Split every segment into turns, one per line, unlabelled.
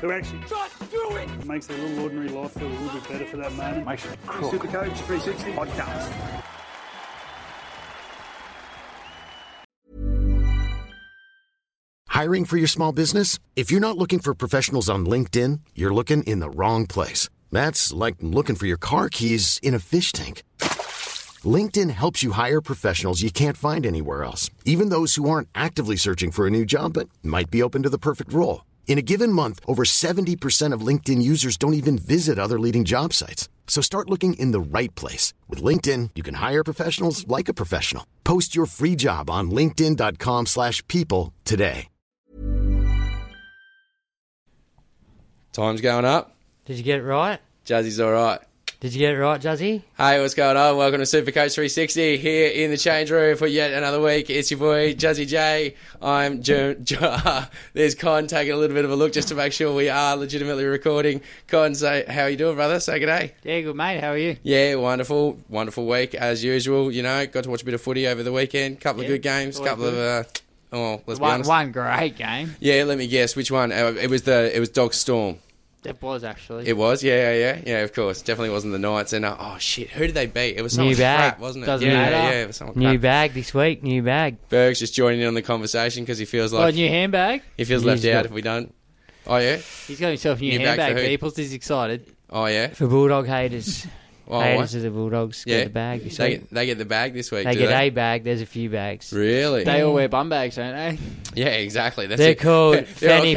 who actually just do it, makes their little ordinary life feel a little bit better for that moment. Makes it cool. Super Coach 360 podcast.
Hiring for your small business? If you're not looking for professionals on LinkedIn, you're looking in the wrong place. That's like looking for your car keys in a fish tank. LinkedIn helps you hire professionals you can't find anywhere else, even those who aren't actively searching for a new job but might be open to the perfect role. In a given month, over 70% of LinkedIn users don't even visit other leading job sites. So start looking in the right place. With LinkedIn, you can hire professionals like a professional. Post your free job on linkedin.com/people slash people today.
Time's going up.
did you get it right?
Jazzy's all right.
Did you get it right, Jazzy?
Hey, what's going on? Welcome to Supercoach 360 here in the change room for yet another week. It's your boy Jazzy J. I'm June. There's Con taking a little bit of a look just to make sure we are legitimately recording. Con, say how you doing, brother? Say good day.
Yeah, good mate. How are you?
Yeah, wonderful, wonderful week as usual. You know, got to watch a bit of footy over the weekend. Couple of
Yeah,
good games.
always
Couple of uh, oh, let's be
One,
honest.
one great game.
Yeah, let me guess which one. Uh, It was the it was Dog Storm.
It was actually.
It was, yeah, yeah, yeah, yeah. Of course, definitely wasn't the Knights. And uh, oh shit, who did they beat? It was someone
new bag,
crap, wasn't it?
Doesn't
yeah,
matter.
yeah, yeah, it was someone
new
crap.
bag this week. New bag.
Berg's just joining in on the conversation because he feels
oh,
like
new handbag.
he feels
He's
left out
got-
if we don't. Oh yeah,
He's got himself a new,
New bag for
handbag.
who?
Peoples is excited
oh yeah.
for Bulldog haters.
Oh,
haters
what?
of the Bulldogs
yeah.
get the bag this
they
week.
get, they get the bag this week.
They
do
get
they?
a bag. There's a few bags.
Really?
They all wear bum bags, don't they?
yeah, exactly. That's
They're
it.
called
all
fanny
carrying-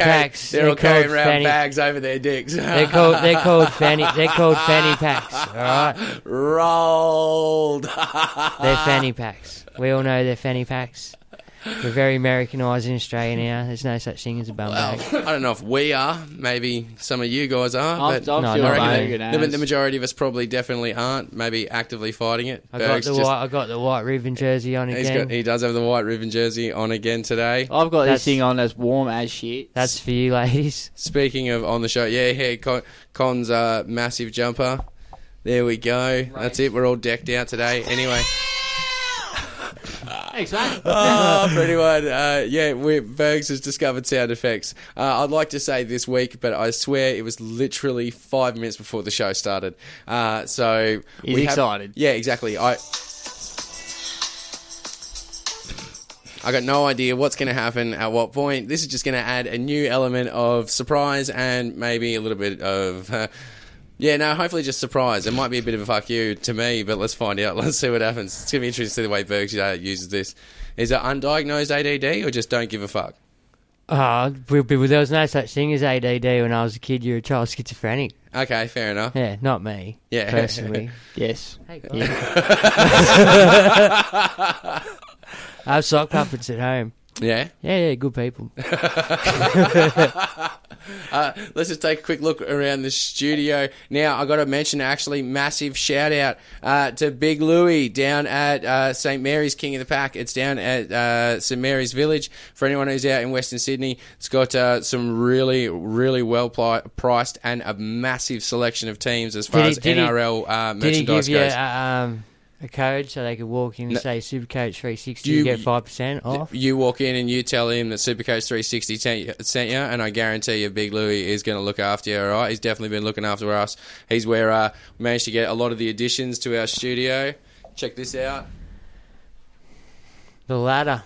packs.
They're,
They're
all carrying
called
around
fanny-
bags over their dicks.
They're called they're called fanny they're called fanny packs. All right,
rolled.
they're
Ah.
fanny packs. We all know they're fanny packs. We're very Americanized in Australia now. There's no such thing as a bum
Well,
bag.
I don't know if we are. Maybe some of you guys are.
I'm,
but
I'm
No,
still
no,
a
I
bag
reckon
and
The, ma-
ass.
the majority of us probably definitely aren't. Maybe actively fighting it.
I got
Berg's
the
just-
white I got the white ribbon jersey on
he's
again. Oh.
got, he does have the white ribbon jersey on again today.
I've got
That's-
this thing on that's warm as shit.
That's for you ladies.
Speaking of on the show, yeah, yeah, Con, Con's uh, massive jumper. There we go. That's it. We're all decked out today. Anyway.
thanks, mate.
oh, for anyone, uh, yeah, we Bergs has discovered sound effects. Uh, I'd like to say this week, but I swear it was literally five minutes before the show started. Uh, so
He's
we have-
excited.
yeah, exactly. I. I got no idea what's going to happen at what point. This is just going to add a new element of surprise and maybe a little bit of. Uh, yeah, no, hopefully just surprise. It might be a bit of a fuck you to me, but let's find out. Let's see what happens. It's going to be interesting to see the way Bergs uh, uses this. Is it undiagnosed ADD or just don't give a fuck?
Oh, we- we- there was no such thing as ADD when I was a kid. You're a child schizophrenic.
Okay, fair enough.
Yeah, not me.
Yeah.
personally.
Yes.
I have sock puppets at home.
Yeah.
Yeah, yeah, good people.
Let's just take a quick look around the studio. Now, i got to mention, actually, massive shout out uh, to Big Louie down at uh, St. Mary's King of the Pack. It's down at uh, St. Mary's Village. For anyone who's out in Western Sydney, it's got uh, some really, really well pli- priced and a massive selection of teams as far
Did he-
as
did he-
NRL uh,
Did he
merchandise
give you
goes.
a, um, a code so they could walk in and say Supercoach 360
You-
you, get 5% off?
You walk in and you tell him that Supercoach 360 sent you, sent you, and I guarantee you, Big Louie is going to look after you. All right, he's definitely been looking after us. He's where uh, we managed to get a lot of the additions to our studio. Check this out.
The ladder.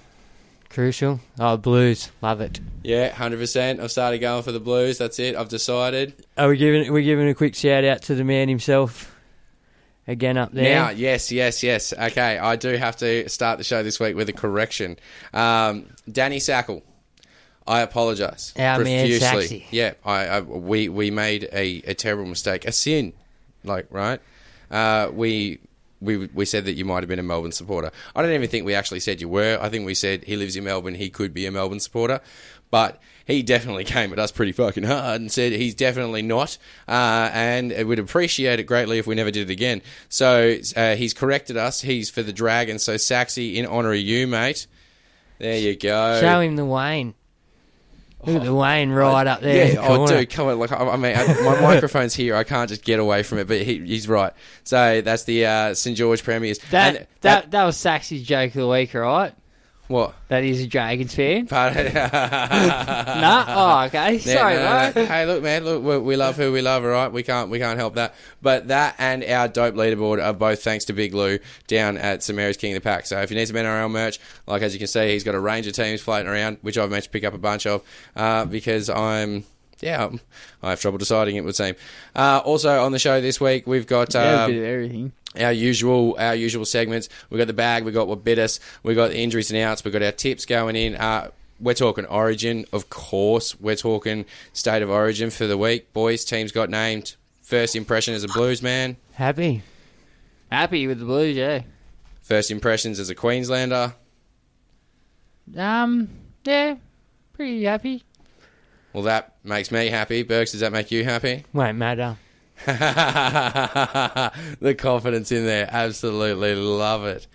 Crucial. Oh, blues. Love it.
Yeah, hundred percent. I've started going for the Blues. That's it. I've decided.
Are we giving, we're giving a quick shout out to the man himself again up there.
Now, yes, yes, yes. Okay, I do have to start the show this week with a correction. Um, Danny Sackle. I apologize
Our man
profusely.
Saxy.
Yeah, I, I we we made a, a terrible mistake, a sin, like right. Uh, we we we said that you might have been a Melbourne supporter. I don't even think we actually said you were. I think we said he lives in Melbourne. He could be a Melbourne supporter, but he definitely came at us pretty fucking hard and said he's definitely not. Uh, and it would appreciate it greatly if we never did it again. So uh, he's corrected us. He's for the Dragons. So Saxy, in honour of you, mate. There you go.
Show him the Wayne. Look at the Wayne right up there.
Yeah,
in the
oh,
corner.
dude, come on! Like, I, I mean, I, my microphone's here. I can't just get away from it. But he, he's right. So that's the uh, St George Premiers.
That,
And-
that, that was Saxy's joke of the week, all right?
what?
That is a Dragons fan.
Part-
Nah. Oh, okay.
Yeah,
Sorry,
no, no, Um, no.
bro.
uh, Hey, look, man, look, we, we love who we love, all right? We can't, we can't help that. But that and our dope leaderboard are both thanks to Big Lou down at St Mary's King of the Pack. So if you need some NRL merch, like as you can see, he's got a range of teams floating around, which I've managed to pick up a bunch of uh, because I'm. Yeah, I'm- I have trouble deciding. It would seem. Uh, also on the show this week, we've got
Yeah,
um,
a bit of everything.
our usual our usual segments. We got the bag, we got what bit us, we got the injuries announced, we got our tips going in. Uh, we're talking origin, of course. We're talking state of origin for the week. Boys, teams got named. First impression as a Blues man.
Happy.
Happy with the Blues, yeah.
First impressions as a Queenslander.
Um, yeah, pretty happy.
Well, that makes me happy. Burks, does that make you happy?
Won't matter.
the confidence in there. Absolutely love it.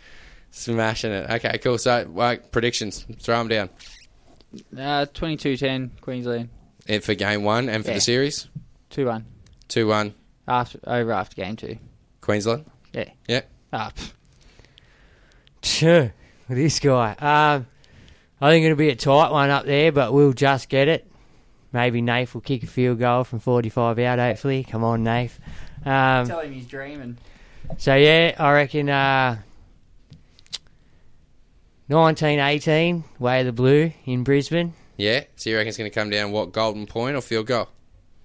Smashing it. Okay, cool. So, like, predictions. Throw them down.
Uh, 22-10, Queensland,
And for game one and for
Yeah.
the series.
two one
2 1,
after over after game two.
Queensland.
Yeah,
Yeah.
ah, pff,
Sure. This guy. Um, I think it'll be a tight one up there, but we'll just get it. Maybe Nath will kick a field goal from 45 out, hopefully. Come on, Nath. Um,
tell him he's dreaming.
so, yeah, I reckon uh, 1918, Way of the Blue in Brisbane.
Yeah. So you reckon it's going to come down what golden point or field goal?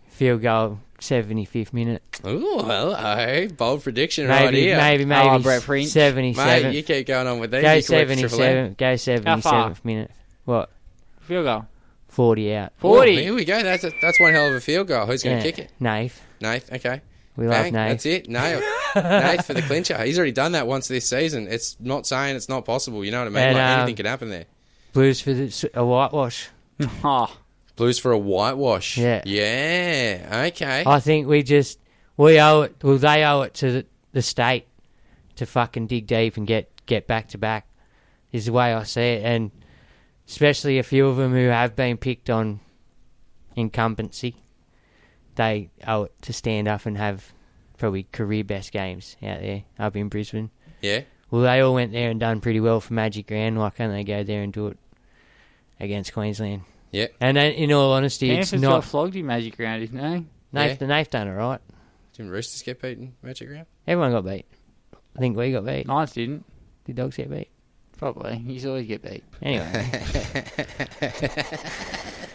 Field goal, 75th minute.
Ooh, hello, bold prediction right
Maybe,
here.
maybe, maybe
Oh, Brett Fringe.
77th.
Ah, Mate, you keep going on with these.
Go
You collect triple M.
77. Go
How far?
77th minute. What?
Field goal,
40 out.
Ooh,
40.
Here we go. That's a, that's one hell of a field goal. Who's going
Yeah.
to kick it?
Nath.
Nath. Okay.
We
Bang,
love Nath.
That's it. Nail. Nath for the clincher. He's already done that once this season. It's not saying it's not possible. You know what I mean?
And,
like
um,
anything could happen there.
Blues for the, s- a whitewash.
Oh,
Blues for a whitewash.
Yeah.
Yeah. Okay.
I think we just we owe it. Well, they owe it to the, the state to fucking dig deep and get get back to back. Is the way I see it, and especially a few of them who have been picked on incumbency, they owe it to stand up and have probably career best games out there up in Brisbane.
yeah.
Well, they all went there and done pretty well for Magic Round. Why can't they go there and do it against Queensland?
Yeah.
And then, in all honesty,
Panthers
it's
got
not.
flogged in Magic Round, didn't they?
Nath, Nath done it right.
Didn't Roosters get beaten? Magic round.
Everyone got beat. I think we got beat.
Knights didn't.
The dogs get beat.
Probably. He's always get beat.
Anyway.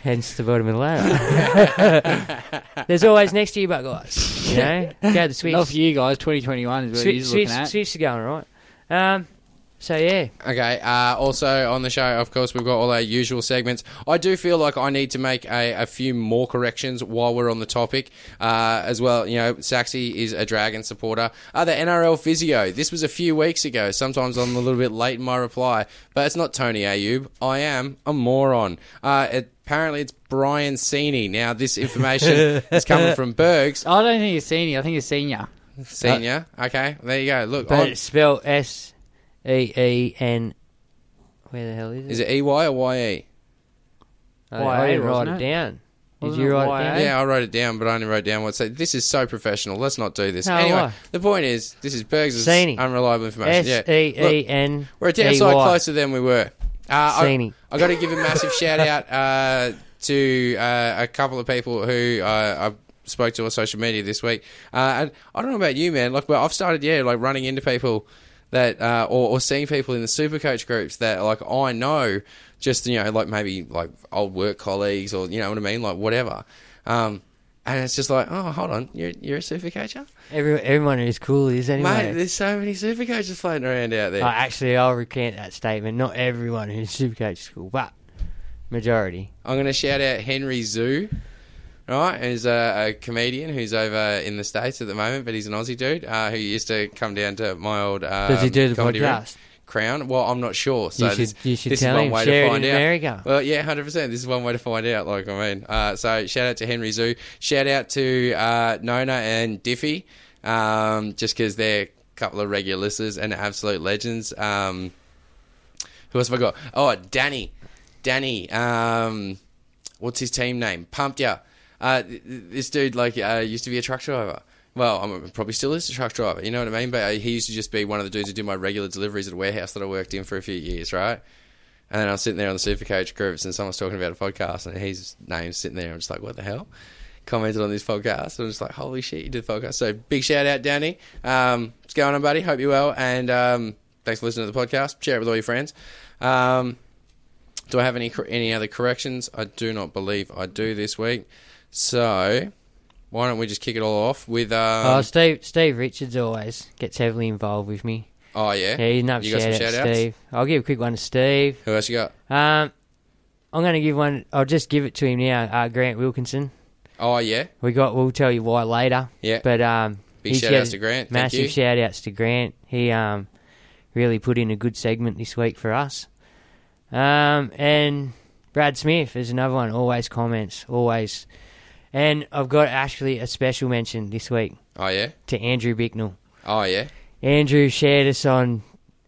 Hence the bottom of the ladder. There's always next year, but guys. You know? Go the
Not for
Swifts.
you guys. 2021 is what
Swi-
he's looking
Swifts,
at.
Swifts are going all right. Um, so, yeah.
Okay. Uh, also on the show, of course, we've got all our usual segments. I do feel like I need to make a, a few more corrections while we're on the topic, uh, as well. You know, Saxy is a Dragon supporter. Uh, the NRL physio. This was a few weeks ago. Sometimes I'm a little bit late in my reply, but it's not Tony Ayub. I am a moron. Uh, it, apparently, it's Brian Sini. Now, this information is coming from Bergs
Uh,
I don't think it's senior. I think it's senior.
Senior. Okay, there you go. Look,
But
on,
it's spelled S E E N. Where the hell is it?
is it EY or E? YE?
I, I
YA,
didn't write
wasn't
it
it?
down. Did
Wasn't
you
it
write it
YA?
down?
Yeah, I wrote it down, but I only wrote down what's said. This is so professional. Let's not do this.
No,
anyway,
Oh, why?
the point is, this is Bergs'
Sini.
unreliable information.
S
Yeah.
E E
Look,
N.
we're a damn sight closer than we were. Uh,
Sini.
I, I got to give a massive shout out uh, to uh, a couple of people who uh, I spoke to on social media this week. Uh, and I don't know about you, man. Like, but I've started, yeah, like running into people that, uh, or, or seeing people in the supercoach groups that, like, I know just, you know, like maybe like old work colleagues or, you know what I mean? Like, whatever. Um, and it's just like, oh, hold on, you're, you're a super coacher?
Every, everyone is cool, is
Mate,
anyway. Uh,
there's so many super coaches floating around out there.
Oh, actually, I'll recant that statement. Not everyone who's Supercoach is cool, but Majority.
I'm going to shout out Henry Zoo, right? Who's a, a comedian who's over in the States at the moment, but he's an Aussie dude uh, who used to come down to my old. Um,
he do the
comedy room,
podcast?
Crown? Well, I'm not sure. So
should-
this,
you should
this
tell
is one
him,
way
share it
to
in
find out.
America.
Well, yeah, hundred percent. This is one way to find out. Like I mean, uh, so shout out to Henry Zoo. Shout out to uh, Nona and Diffy, um, just because they're a couple of regular listeners and absolute legends. Um, who else have I got? Oh, Danny, Danny. Um, what's his team name? Pumped ya. Uh, th- th- this dude like uh, used to be a truck driver. Well, I'm probably still is a truck driver. You know what I mean? But uh, he used to just be one of the dudes who do my regular deliveries at a warehouse that I worked in for a few years, right? And then I was sitting there on the Supercoach groups, and someone's talking about a podcast, and his name's sitting there. I'm just like, what the hell? Commented on this podcast. I'm just like, holy shit, you did the podcast. So big shout out, Danny. Um, what's going on, buddy? Hope you're well. And um, thanks for listening to the podcast. Share it with all your friends. Um, do I have any cor- any other corrections? I do not believe I do this week. So why don't we just kick it all off with? Um,
oh, Steve Steve Richards always gets heavily involved with me.
oh yeah,
Yeah, he's not
You got some
shout out
shout-outs?
Steve. I'll give a quick one to Steve.
Who else you got?
Um, I'm going to give one. I'll just give it to him now. Uh, Grant Wilkinson.
Oh yeah,
We got. We'll tell you why later.
Yeah.
But um,
Big
he
shout-outs
gets
to Grant. Thank
Massive
you.
shout outs to Grant. He um, really put in a good segment this week for us. Um, and Brad Smith is another one. Always comments. Always. And I've got actually a special mention this week
oh yeah,
to Andrew Bicknell.
oh yeah.
Andrew shared us on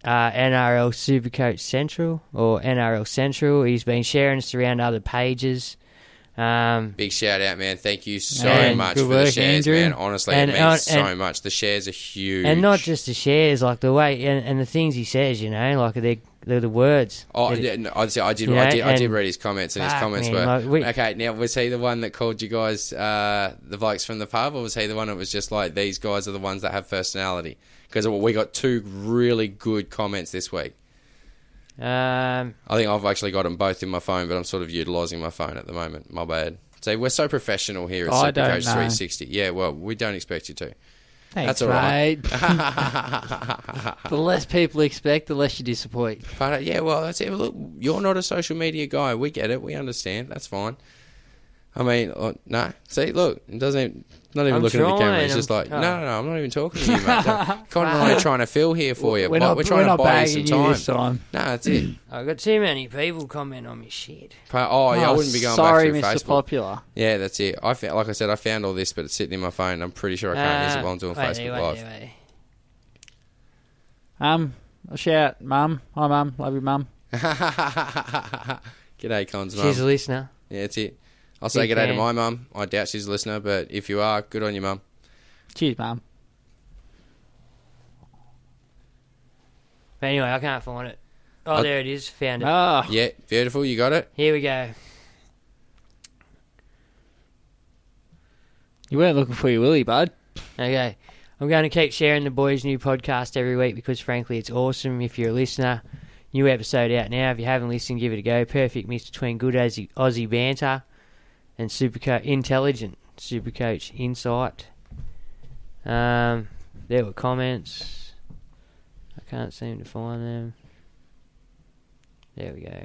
uh, NRL Supercoach Central or NRL Central. He's been sharing us around other pages. Um,
Big shout out, man. Thank you so
And
much
good
for the
work,
shares,
Andrew.
man. Honestly,
And,
it means
uh,
so
and-
much. The shares are huge.
and not just the shares, like the way and, and the things he says, you know, like they're, they're the words.
Oh,
That-
yeah, no, I'd say I did,
You
I
know,
did, I did
and-
read his comments, and his
Fuck,
comments
man,
were
like, we-
okay. Now was he the one that called you guys uh, the blokes from the pub, or was he the one that was just like these guys are the ones that have personality? Because we got two really good comments this week.
Um,
I think I've actually got them both in my phone, but I'm sort of utilising my phone at the moment. My bad. So we're so professional here at
I don't
Supercoach
know.
360. Yeah, well, we don't expect you to.
Thanks,
That's all right.
mate. the less people expect, the less you disappoint.
But uh, yeah, well, that's it. Look, you're not a social media guy. We get it. We understand. That's fine. I mean, uh, no. See, look, it doesn't. Not even
I'm
looking at the camera.
trying,
It's just like,
I'm-
no,
oh.
no, no. I'm not even talking to you, mate. Don't- Cotton and I are trying to fill here for you.
We're
We're,
not-
Oh, we're trying
we're
to
not
buy you
bagging
some
you
time.
this time.
No, that's it.
I've got too many people comment on me shit.
Pa- Oh, yeah, I
Oh,
wouldn't be going
sorry, Mr.
back through Facebook.
Popular.
Yeah, that's it. I found, like I said, I found all this, but it's sitting in my phone. I'm pretty sure I can't use it while I'm doing
Uh,
Ah,
wait
Facebook
there, wait
Live.
there, wait there.
Um, I'll shout, Mum. Hi, Mum. Love you, Mum.
G'day, Cons.
She's a
Mum.
listener.
Yeah, that's it. I'll say
Big
g'day to
fan.
my mum. I doubt she's a listener, but if you are, good on you, mum.
Cheers, Mum.
But anyway, I can't find it. Oh,
Oh.
there it is. Found it.
Oh,
Yeah, beautiful. You got it.
Here we go.
you weren't looking for your willy, bud.
Okay. I'm going to keep sharing the boys' new podcast every week because, frankly, it's awesome. If you're a listener, new episode out now. If you haven't listened, give it a go. Perfect mix between good Aussie, Aussie banter and superco- intelligent supercoach insight. Um, there were comments. I can't seem to find them. There we go.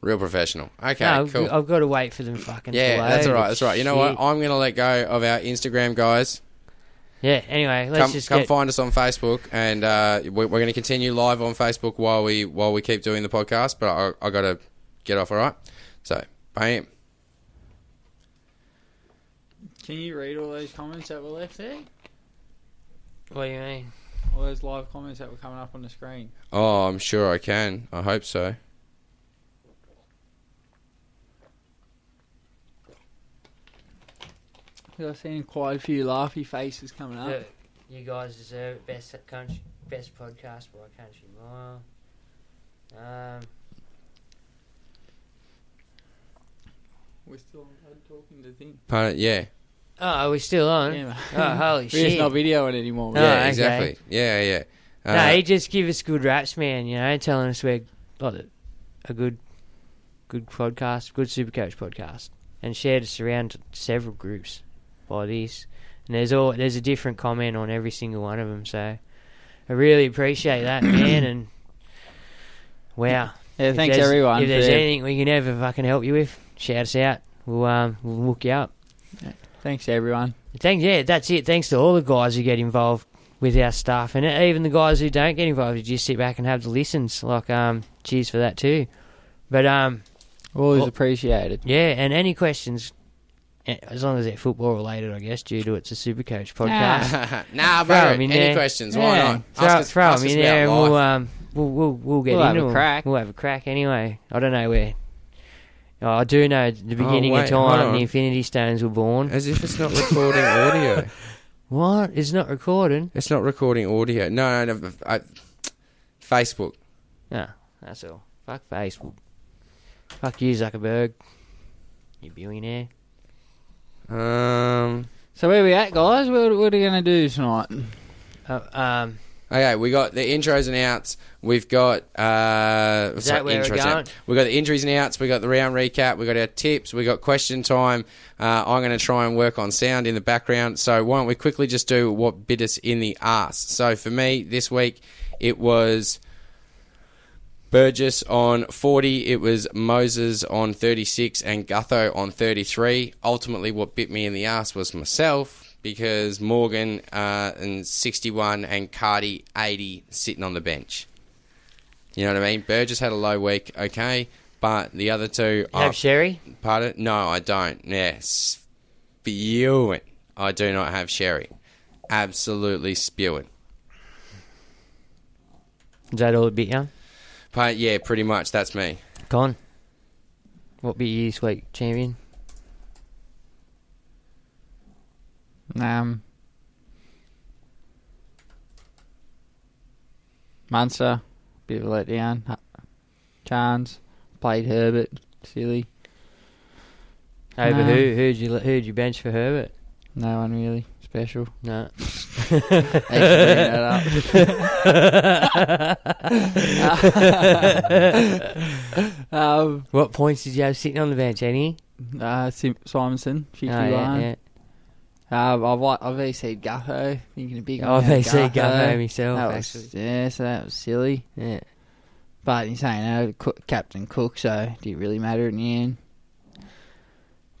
Real professional. Okay,
no, I've-
cool.
I've got to wait for them fucking. to
yeah, that's
load.
all right. That's all right. You know
Shit.
what? I'm going to let go of our Instagram, guys.
Yeah. Anyway, let's
Come,
just
come
get.
find us on Facebook, and uh, we- we're going to continue live on Facebook while we while we keep doing the podcast. But I, I got to get off. All right. So, bam.
Can you read all those comments that were left there?
What do you mean?
All those live comments that were coming up on the screen.
Oh, I'm sure I can. I hope so.
I've seen quite a few laughy faces coming up.
Look, you guys deserve it. Best country, best podcast by a country mile. Um,
We're still talking to things.
Pardon, yeah.
oh, are we still on?
Yeah,
oh, holy
We're just
shit!
not videoing anymore.
No.
mate.
yeah,
Oh, okay.
exactly. Yeah, yeah. Uh,
no, he just give us good raps, man. You know, telling us we're like a good, good podcast, good Supercoach podcast, and shared us around to several groups by this. And there's all there's a different comment on every single one of them. So I really appreciate that, man. And wow,
Yeah,
If
thanks
there's-
everyone
If there's
for-
anything we can ever fucking help you with, shout us out. We'll um, we'll hook you up.
Thanks everyone.
Thanks, yeah, that's it. Thanks to all the guys who get involved with our stuff, and even the guys who don't get involved, who just sit back and have the listens. Like, um, cheers for that too. But um,
Always
well-
appreciated.
yeah, and any questions, eh, as long as they're football related, I guess, due to it's a Supercoach
Nah.
podcast.
Nah,
Throw
bro,
'em in
any
there.
questions, why Yeah. not?
Throw,
Ask us-
throw
ask
'em
us
in
about
there, and we'll,
life.
um, we'll, we'll, we'll get
We'll have
into
a
'em.
crack.
We'll have a crack anyway. I don't know where. Oh, I do know the beginning
wait,
of
hold
time
on.
the Infinity Stones were born.
As if it's not recording audio.
What? It's not recording.
It's not recording audio. No, no, no. I, Facebook.
No, that's all. Fuck Facebook. Fuck you, Zuckerberg. You billionaire.
Um.
So where we at, guys? What, what are you gonna do tonight?
Uh, um,
Okay, we got the intros and outs. We've got uh, sorry,
where we're
intros and
going?
out. We got the injuries and outs. We got the round recap. We got our tips. We got question time. Uh, I'm going to try and work on sound in the background. So why don't we quickly just do what bit us in the ass? So for me this week, it was Burgess on 40. It was Moses on 36 and Gutho on 33. Ultimately, what bit me in the ass was myself because Morgan uh, and 61 and Cardi 80 sitting on the bench. You know what I mean? Burgess had a low week, okay, but the other two.
have
oh,
sherry.
Pardon? No, I don't. Yes. Spewing. I do not have sherry. Absolutely spewing.
Is that all it bit, yeah?
But yeah, pretty much. That's me.
Gone. What bit you this week, champion?
Um, Munster, bit of a letdown. Hu- Chance played Herbert, silly.
Over
Um,
who? Who'd you who'd you bench for Herbert?
No one really special.
No.
Thanks for bringing that up. um,
What points did you have sitting on the bench? Any?
uh, Sim- Simonson,
Oh,
fifty-one.
yeah, yeah.
Um, I've li- I've VC'd Gutho, thinking a big.
Oh,
one out of
VC'd Gutho myself,
That was-
actually.
yeah, so that was silly.
yeah.
But he's saying no, Cook, Captain Cook, so it didn't really matter in the end.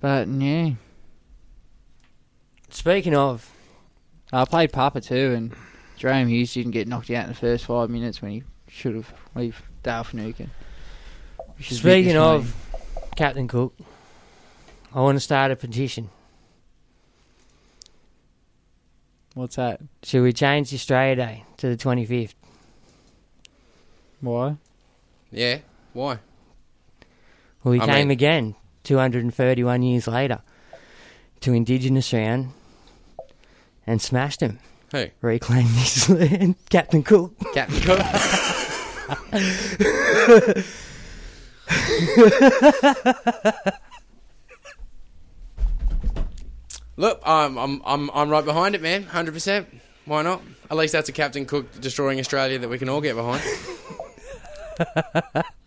But yeah,
Speaking of,
I played Papa too, and Jerome Hughes didn't get knocked out in the first five minutes when he should have leave Dale Finucane. which is a bit
speaking of
disappointing.
Captain Cook, I want to start a petition.
what's that?
Should we change Australia Day to the twenty fifth?
Why?
Yeah. Why?
Well, he
I
came
mean-
again 231 years later to Indigenous Round and smashed him.
Who?
Reclaimed his land. Captain Cook.
Captain Cook. Look, I'm, I'm I'm I'm right behind it, man. Hundred percent. Why not? At least that's a Captain Cook destroying Australia that we can all get behind.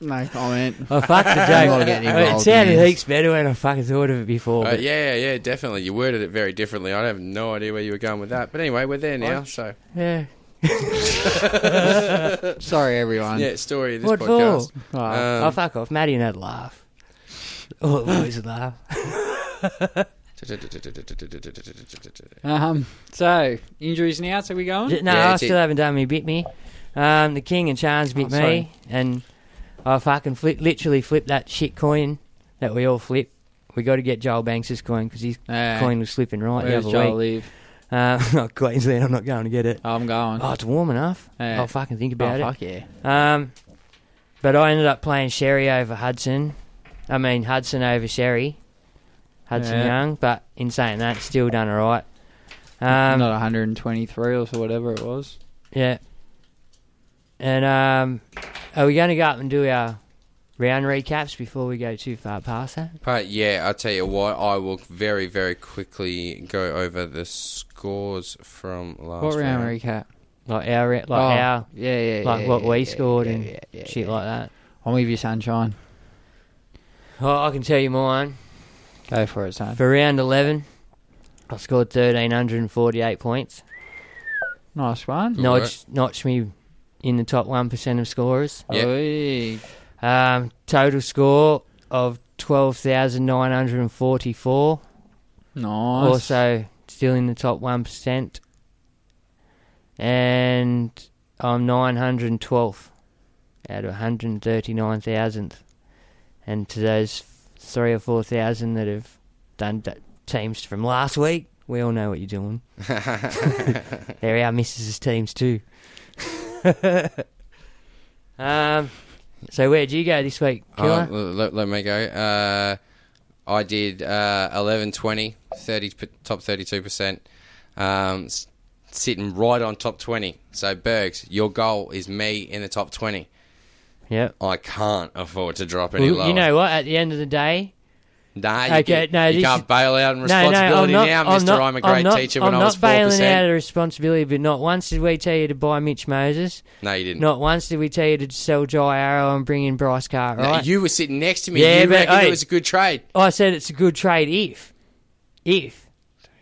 No comment.
I fucked the
not
joke.
getting
it
involved
sounded
in this.
heaps better when I fucking thought of it before.
Uh,
but
yeah, yeah, definitely. You worded it very differently. I have no idea where you were going with that. But anyway, we're there now. So
yeah.
Sorry, everyone.
yeah, story of this
What for?
podcast.
Oh,
oh,
Um,
fuck off. Maddie and I'd laugh. Oh, it always laugh.
Um. So injuries now. So we going?
No,
Yeah,
I
it's
still
it.
haven't done me bit me. Um, the king and Charles bit
Oh,
me,
sorry.
and I fucking flip, literally flipped that shit coin that we all flip. We got to get Joel Banks's coin because his
Hey.
coin was slipping right
Uh, Where's
the other
Joel
week.
live?
Um, oh, Queensland, I'm not going to get it.
I'm going.
Oh, it's warm enough.
Hey.
I'll fucking think about it.
Oh, fuck yeah.
Um, but I ended up playing Sherry over Hudson. I mean Hudson over Sherry. Hudson
Yeah.
Young, but in saying that, still done all right. Um,
Not 123 or so, whatever it was.
Yeah. And um, are we going to go up and do our round recaps before we go too far past that?
But yeah, I'll tell you what, I will very, very quickly go over the scores from last
What round
round.
recap?
Like our, re- Oh, like
oh,
our,
yeah, yeah,
like
yeah,
what
yeah,
we
yeah,
scored
yeah,
and
yeah, yeah,
shit
yeah.
like that.
I'm with you, sunshine.
Oh, I can tell you mine.
Go for it, son.
For round eleven, I scored thirteen hundred and forty-eight points.
Nice one.
Notch, notch me in the top 1% of scorers.
Yeah.
Um, total score of 12,944.
Nice.
Also, still in the top 1%. And I'm 912th out of 139,000. And to those three or 4,000 that have done d- teams from last week, we all know what you're doing. They're our missus' teams too. um, so where'd you go this week?
Uh,
Killer?
let, let me go. Uh, I did uh, 11, 20, 30, p- top 32%, um, s- sitting right on top 20. So, Bergs, your goal is me in the top 20.
Yep.
I can't afford to drop any
Well,
lower.
you know what? At the end of the day,
Nah, you,
okay,
can,
no,
you
this
can't
is-
bail out on
No, no, I'm
responsibility
not-
now, Mister.
not-
I'm a great
not-
teacher
I'm
when I was
not
four
bailing out
percent.
of responsibility, but not once did we tell you to buy Mitch Moses.
No, you didn't.
Not once did we tell you to sell Jai Arrow and bring in Bryce Carr.
No,
Right?
you were sitting next to me.
Yeah,
you
but,
reckoned
hey.
it was a good trade.
I said it's a good trade if, if.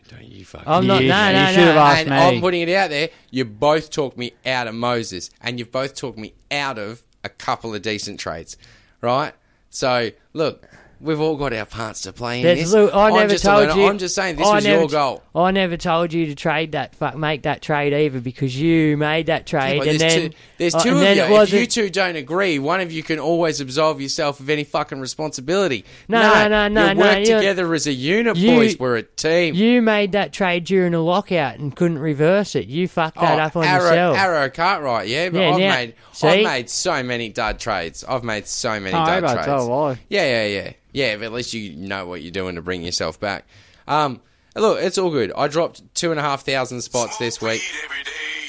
Don't you fucking.
I'm not.
You-
no,
you
no, no.
should have asked
and
me.
I'm putting it out there. You both talked me out of Moses, and you've both talked me out of a couple of decent trades, right? So look, we've all got our parts to play in
There's
this.
Lou, I
I'm
never
just a
told
learner.
you.
I'm just saying this
I
was
never
your
t-
goal.
I never told you to trade that, fuck, make that trade either because you made that
Yeah,
trade,
but
and
there's
then
two, there's
uh,
two
and
of
then it
you. If
wasn't-
you two don't agree, one of you can always absolve yourself of any fucking responsibility.
No, no, no,
You
no,
work
you're-
together as a unit,
You-
boys. We're a team.
You made that trade during a lockout and couldn't reverse it. You fucked that
Oh,
up on
Arrow,
yourself.
Arrow Cartwright, yeah, but
Yeah,
I've
now-
made I've
see?
made so many dud trades. I've made so many
Oh,
dud
but
trades.
so have I.
Yeah, yeah, yeah, yeah. But at least you know what you're doing to bring yourself back. Um, look, it's all good. I dropped two and a half thousand spots this week.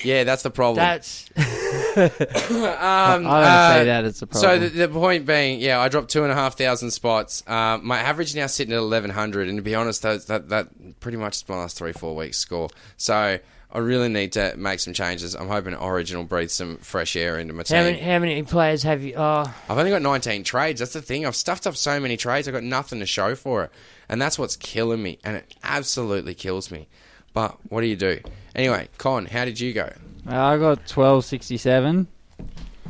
Yeah, that's the problem.
That's
Um,
I wouldn't say that it's a problem.
So the, the point being, yeah, I dropped two and a half thousand spots. Um, my average now sitting at eleven hundred, and to be honest, that, that that pretty much is my last three four weeks score. So I really need to make some changes. I'm hoping Origin will breathe some fresh air into my team.
how many, how many players have you? Oh,
I've only got 19 trades. That's the thing. I've stuffed up so many trades. I've got nothing to show for it. And that's what's killing me. And it absolutely kills me. But what do you do? Anyway, Con, how did you go?
Uh, I got twelve sixty seven.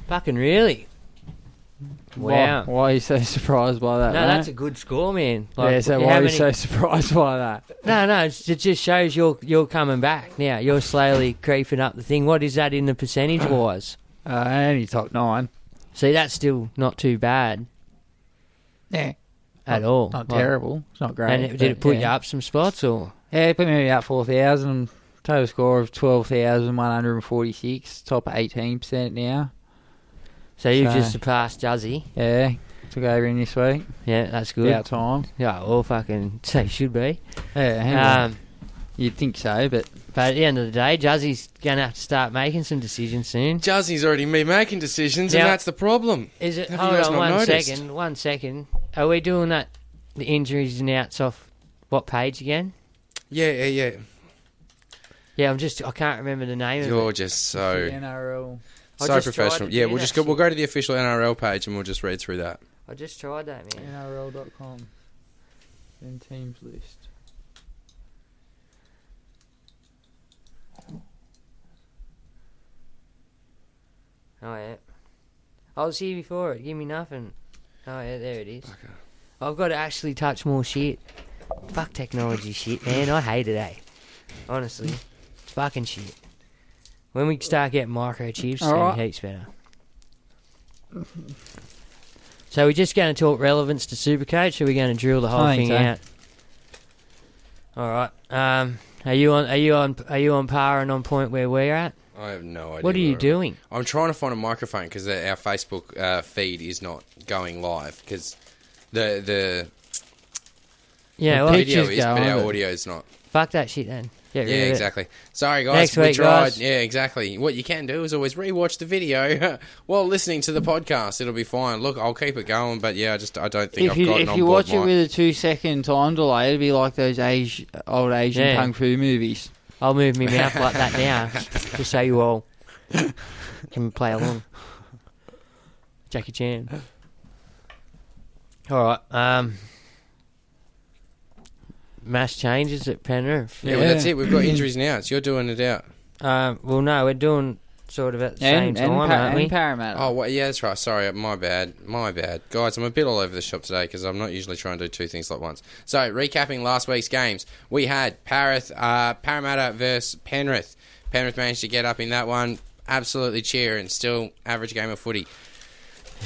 fucking really? Wow.
Why, why are you so surprised by that?
No,
mate?
that's a good score, man.
yeah. So
how
why are
many-
you so surprised by that?
No, no, it's, it just shows you're you're coming back now. You're slowly creeping up the thing. What is that in the percentage wise?
Uh, only top nine.
See, that's still not too bad
Yeah,
at all.
not
Like-
terrible. It's not great.
And it, did it
but
put
yeah.
you up some spots or?
Yeah, it put me about four thousand. Total score of twelve thousand one hundred and forty six. Top eighteen percent now.
So you've
So-
just surpassed Duzzy.
Yeah, took over in this week.
Yeah, that's good.
About time.
Yeah, all fucking so should be.
Yeah, hang on.
Um,
you'd think so, but
but at the end of the day, Juzzy's gonna have to start making some decisions soon.
Juzzy's already been making decisions,
Yeah.
and that's the problem.
Is it?
Have you
hold
guys
on
not
one second.
noticed?
One second. Are we doing that? The injuries and outs off what page again?
Yeah, yeah, yeah.
Yeah, I'm just I can't remember the name of
You're
it.
just so
NRL.
I
so
just tried
professional.
to
Yeah,
do
we'll
that
just go,
shit.
we'll go to the official NRL page and we'll just read through that.
I just tried that man.
NRL.com. Then teams list.
Oh yeah. I was here before it. Give me nothing. Oh yeah, there it is. I've got to actually touch more shit. Fuck technology shit, man. I hate it, eh? Honestly, it's fucking shit. When we start getting microchips, it's gonna
Alright.
be heaps better. So we're just going to talk relevance to Supercoach, or we're going to drill the whole
I
thing
think so.
out. All right. Um, are you on? Are you on? Are you on par and on point where we're at?
I have no idea.
What are you
where-
doing?
I'm trying to find a microphone because our Facebook uh, feed is not going live because the the
Yeah. Well,
video
picture's
is, but
going,
our
but-
audio is not.
fuck that shit then. Get rid
Yeah,
of it.
exactly. Sorry, guys.
Next
we
week,
tried.
guys.
Yeah, exactly. What you can do is always rewatch the video while listening to the podcast. It'll be fine. Look, I'll keep it going, but yeah, I just I don't think
If
I've
you,
gotten
if
on
you
board
watch it
mine.
with a two second time delay, it'd be like those Asi- old Asian
Yeah.
kung fu movies.
I'll move my mouth like that now, just so you all can play along. Jackie Chan. All right. Um, mass changes at Penrith.
yeah, well, that's it. We've got injuries now. So you're doing it out.
Um, well, no, we're doing sort of at the
And-
same
and
time,
Pa-
aren't we?
and Parramatta.
Oh, well, yeah, that's right. Sorry, my bad. My bad. Guys, I'm a bit all over the shop today because I'm not usually trying to do two things at once. So, recapping last week's games, we had Parith, uh, Parramatta versus Penrith. Penrith managed to get up in that one. Absolutely cheer and still average game of footy.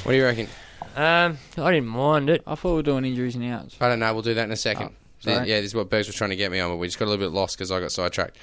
What do you reckon?
Um, I didn't mind it.
I thought we were doing injuries and outs.
I don't know. We'll do that in a second.
sorry.
Th- yeah, this is what Bergs was trying to get me on, but we just got a little bit lost because I got sidetracked.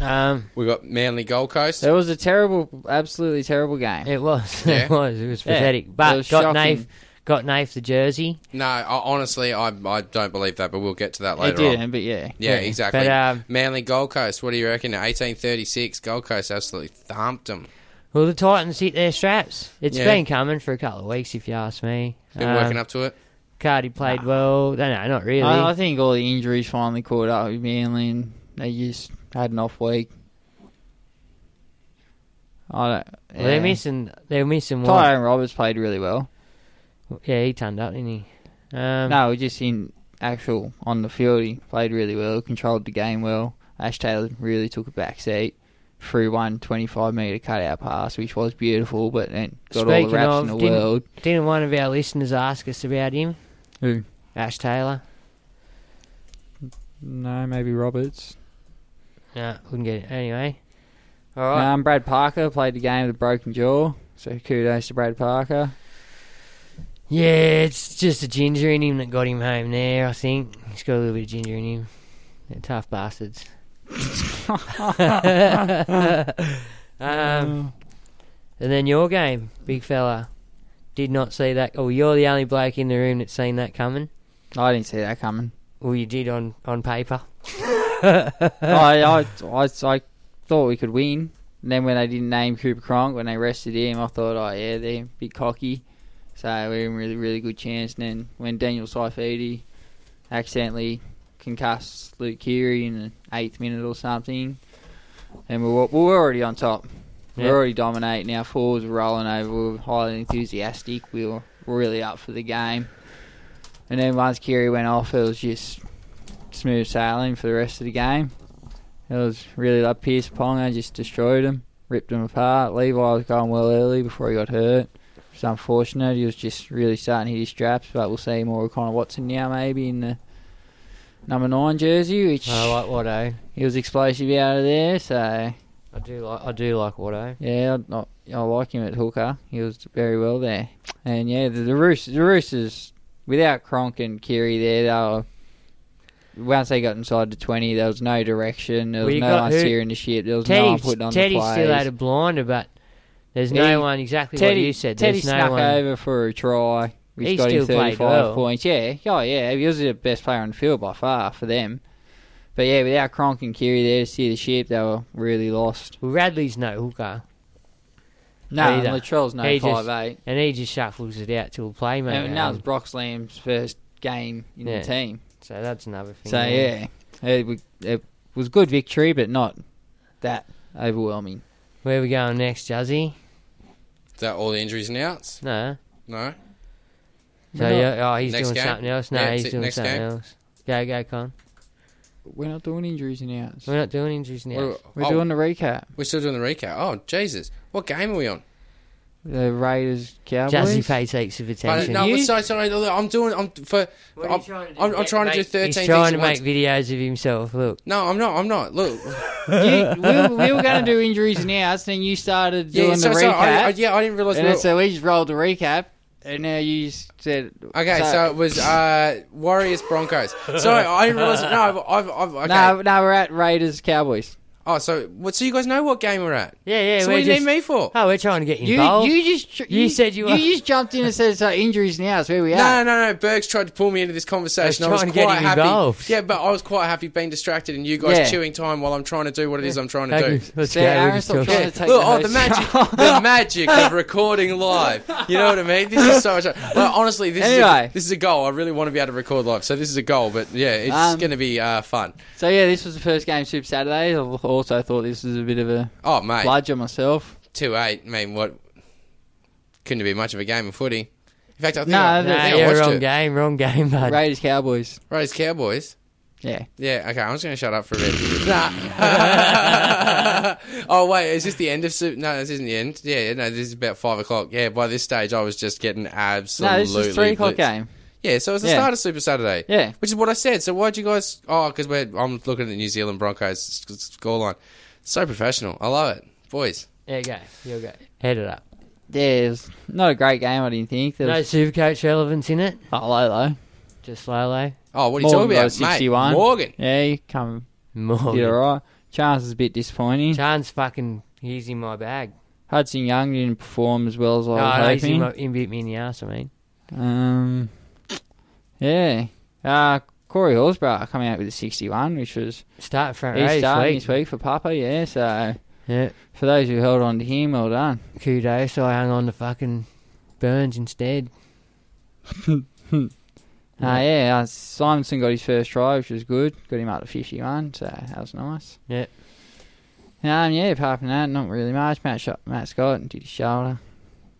Um,
We got Manly Gold Coast.
It was a terrible, absolutely terrible game.
it was,
Yeah.
it was, it was
Yeah.
pathetic.
It
But
was
got
shocking.
Nafe, got Nafe the jersey.
No, I, honestly, I, I don't believe that, but we'll get to that
It
later on.
didn't, but yeah. uh,
Yeah,
Yeah,
exactly.
but, um,
Manly Gold Coast. What do you reckon? 1836. Gold Coast absolutely thumped them.
Well, the Titans hit their straps. It's
Yeah.
been coming for a couple of weeks, if you ask me.
Been
Uh,
Um,
working up to it.
Cardi played well. No, no, not really.
I, I think all the injuries finally caught up with Manly, and they just had an off week. I don't.
Well, They're
yeah.
missing. They're missing one.
Tyrone Roberts played really well.
Yeah, he turned up, didn't he? Um,
no, just in actual on the field, he played really well, controlled the game well. Ash Taylor really took a back seat through one 25 metre cutout pass, which was beautiful, but then got all the
Speaking
raps
of,
in the
didn't,
world.
didn't one of our listeners ask us about him?
Who?
Ash Taylor.
No, maybe Roberts.
No, couldn't get it. Anyway, all right.
Um, Brad Parker played the game with a broken jaw, so kudos to Brad Parker.
Yeah, it's just the ginger in him that got him home there, I think. He's got a little bit of ginger in him. They're tough bastards. um, and then your game, big fella. Did not see that. Oh, you're the only bloke in the room that's seen that coming.
I didn't see that coming.
Well, you did on, on paper.
I, I, I, I thought we could win. And then when they didn't name Cooper Cronk, when they rested him, I thought, oh yeah, they're a bit cocky. So we're in really, really good chance. And then when Daniel Saifidi accidentally concussed Luke Keary in the eighth minute or something, and we were, we were already on top. We
Yeah.
We're already dominating. Our forwards were rolling over. We were highly enthusiastic. We were really up for the game. And then once Keary went off, it was just smooth sailing for the rest of the game. It was really like Pierce Ponga just destroyed him, ripped him apart. Levi was going well early before he got hurt. It's unfortunate. He was just really starting to hit his straps, but we'll see more of Connor Watson now, maybe in the number nine jersey, which
I like Watto.
he was explosive out of there. So
I do like I do like Watto.
yeah, I, I, I like him at hooker. He was very well there, and yeah, the, the Roosters, the Roosters without Cronk and Kiri there, they were. Once they got inside the twenty, there was no direction. There was
Well, you
no
got
one
who-
steering the ship. There was no one
Teddy
putting on
Teddy
the plays.
still had a blinder, but there's
He-
no one exactly
Teddy,
what you said.
Teddy
there's no
snuck
one.
over for a try, which
He
got him
still played
35
well.
points. Yeah, oh yeah, he was the best player on the field by far for them. But yeah, without Cronk and Kiri there to steer the ship, they were really lost.
Well, Radley's no hooker.
No,
Either.
and Latrell's no
He just-
five eight.
And he just shuffles it out to a
And
Oh,
playmaker.
that was Brock Lamb's first game in
um, Yeah.
the team.
so that's another thing.
So yeah, it, wa- it was good victory, but not that overwhelming.
Where we going next, Juzzy?
Is that all the injuries and outs?
No.
No.
So yeah, oh, he's
Next
doing
game?
something else. No,
Yeah,
he's
that's it,
doing
next
something
game.
else. Go, go, Con.
We're not doing injuries and outs.
We're not doing injuries now.
We're,
We're
oh,
doing the recap.
we're still doing the recap. Oh, Jesus. What game are we on?
The Raiders Cowboys.
Juzzy pays heaps of
I don't-
attention.
no, so sorry. look, I'm doing. I'm for.
What are you
I'm,
trying to do?
I'm, I'm
Make-
trying to do
make-
13
He's
things
trying to
at
make
once.
videos of himself. Look,
No, I'm not. I'm not. Look.
you, we, were- we were going to do injuries and outs, then you started doing
yeah,
the
so,
recap.
so I, I, yeah, I didn't realize.
and
we
then
were-
so we just rolled the recap, and now you s- said.
okay, so, it was uh, Warriors Broncos. Sorry, I didn't realize. No, I've. I've, I've okay.
No, no, we're at Raiders Cowboys.
Oh, so what? So you guys know what game we're at?
yeah, yeah.
so what
we're
do you
just,
need me for?
Oh, we're trying to get
You,
involved.
you just tr-
You said you were-
you just jumped in and said so injuries now is where we
No,
are.
no, no. Berg's tried to pull me into this conversation. I
I
was
was trying to get
quite
him
happy.
involved.
Yeah, but I was quite happy being distracted and you guys
Yeah.
chewing time while I'm trying to do what it is I'm trying to
Okay,
do.
let's
See,
go, we're
Aaron,
just
stop
talking.
trying to take
Look,
the,
oh, the
host-
magic, the magic of recording live. You know what I mean? This is so much. Well, honestly, this is
Anyway.
a, this is a goal. I really want to be able to record live, so this is a goal. But yeah, it's
Um,
going to be uh, fun.
So yeah, this was the first game Super Saturday. I also thought this was a bit of a
Oh mate,
bludger myself.
two eight. I mean, what? Couldn't have been much of a game of footy. In fact, I think
No,
I, I
no,
think I
yeah,
watched
wrong
it.
game, wrong game, bud.
Raiders Cowboys.
Raiders Cowboys.
Yeah.
Yeah, okay, I'm just going to shut up for a bit. nah. oh, wait, is this the end of... Su- no, this isn't the end. Yeah, yeah, no, this is about 5 o'clock. Yeah, by this stage, I was just getting absolutely...
No, this is three o'clock
blitzed.
game.
Yeah, so it's the
Yeah.
start of Super Saturday.
Yeah.
Which is what I said. So why'd you guys... Oh, because I'm looking at the New Zealand Broncos sc- scoreline. So professional. I love it. Boys.
There you go. Here you go. Head it up.
Yeah, it was not a great game. I didn't think. There
No
was
supercoach relevance in it.
oh, low low.
Just Lolo.
Oh, what are you
Morgan
talking
got
about,
a 61.
mate? Morgan.
Yeah, you come did all
Morgan.
right. Chance is a bit disappointing.
Chan's fucking. He's in my bag.
Hudson Young didn't perform as well as I
Oh,
was
no, he's in,
hoping.
my, in bit me in the ass. I mean,
Um, yeah. Uh, Corey Horsbrough coming out with a 61, which was
start front row
he's
this
starting
week.
this week for Papa. Yeah, so
Yeah,
for those who held on to him, well done.
kudos. I hung on to fucking Burns instead.
Uh, yeah, uh, Simonson got his first try, which was good. Got him up to 51, so that was nice.
Yeah.
Um, yeah, apart from that, not really much. Matt, shot, Matt Scott did his shoulder.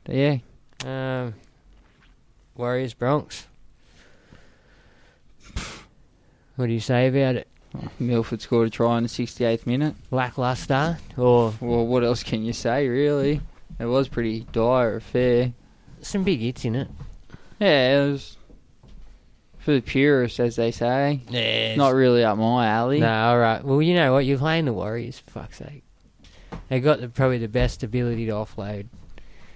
But yeah,
Um, Warriors Bronx. What do you say about it?
Milford scored a try in the 68th minute.
Lackluster or
Well, what else can you say, really? It was pretty dire affair.
some big hits in it?
Yeah, it was for the purists, as they say.
Yeah.
Not really up my alley.
No, all right. Well, you know what? You're playing the Warriors. For fuck's sake, they got the, probably the best ability to offload,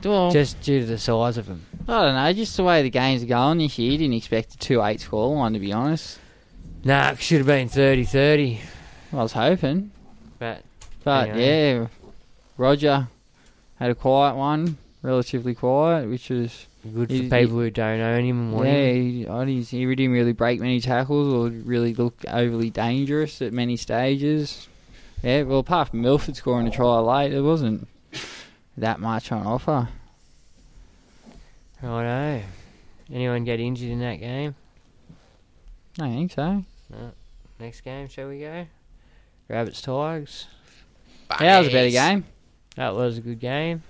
Well,
just due to the size of them.
I don't know. Just the way the games are going this year, you didn't expect a two-eight scoreline to be honest.
Nah, it should have been 30-30,
I was hoping,
but
but
Anyway.
yeah, Roger had a quiet one, relatively quiet, which was
good for
He-
people who don't own him and want
yeah.
him.
He, I didn't, he didn't really break many tackles or really look overly dangerous at many stages. Yeah, well, apart from Milford scoring a try late, there wasn't that much on offer.
Righto. Anyone get injured in that game?
I don't think so.
Next game, shall we go? Rabbits Tigers.
Yeah, that was a better game.
That was a good game.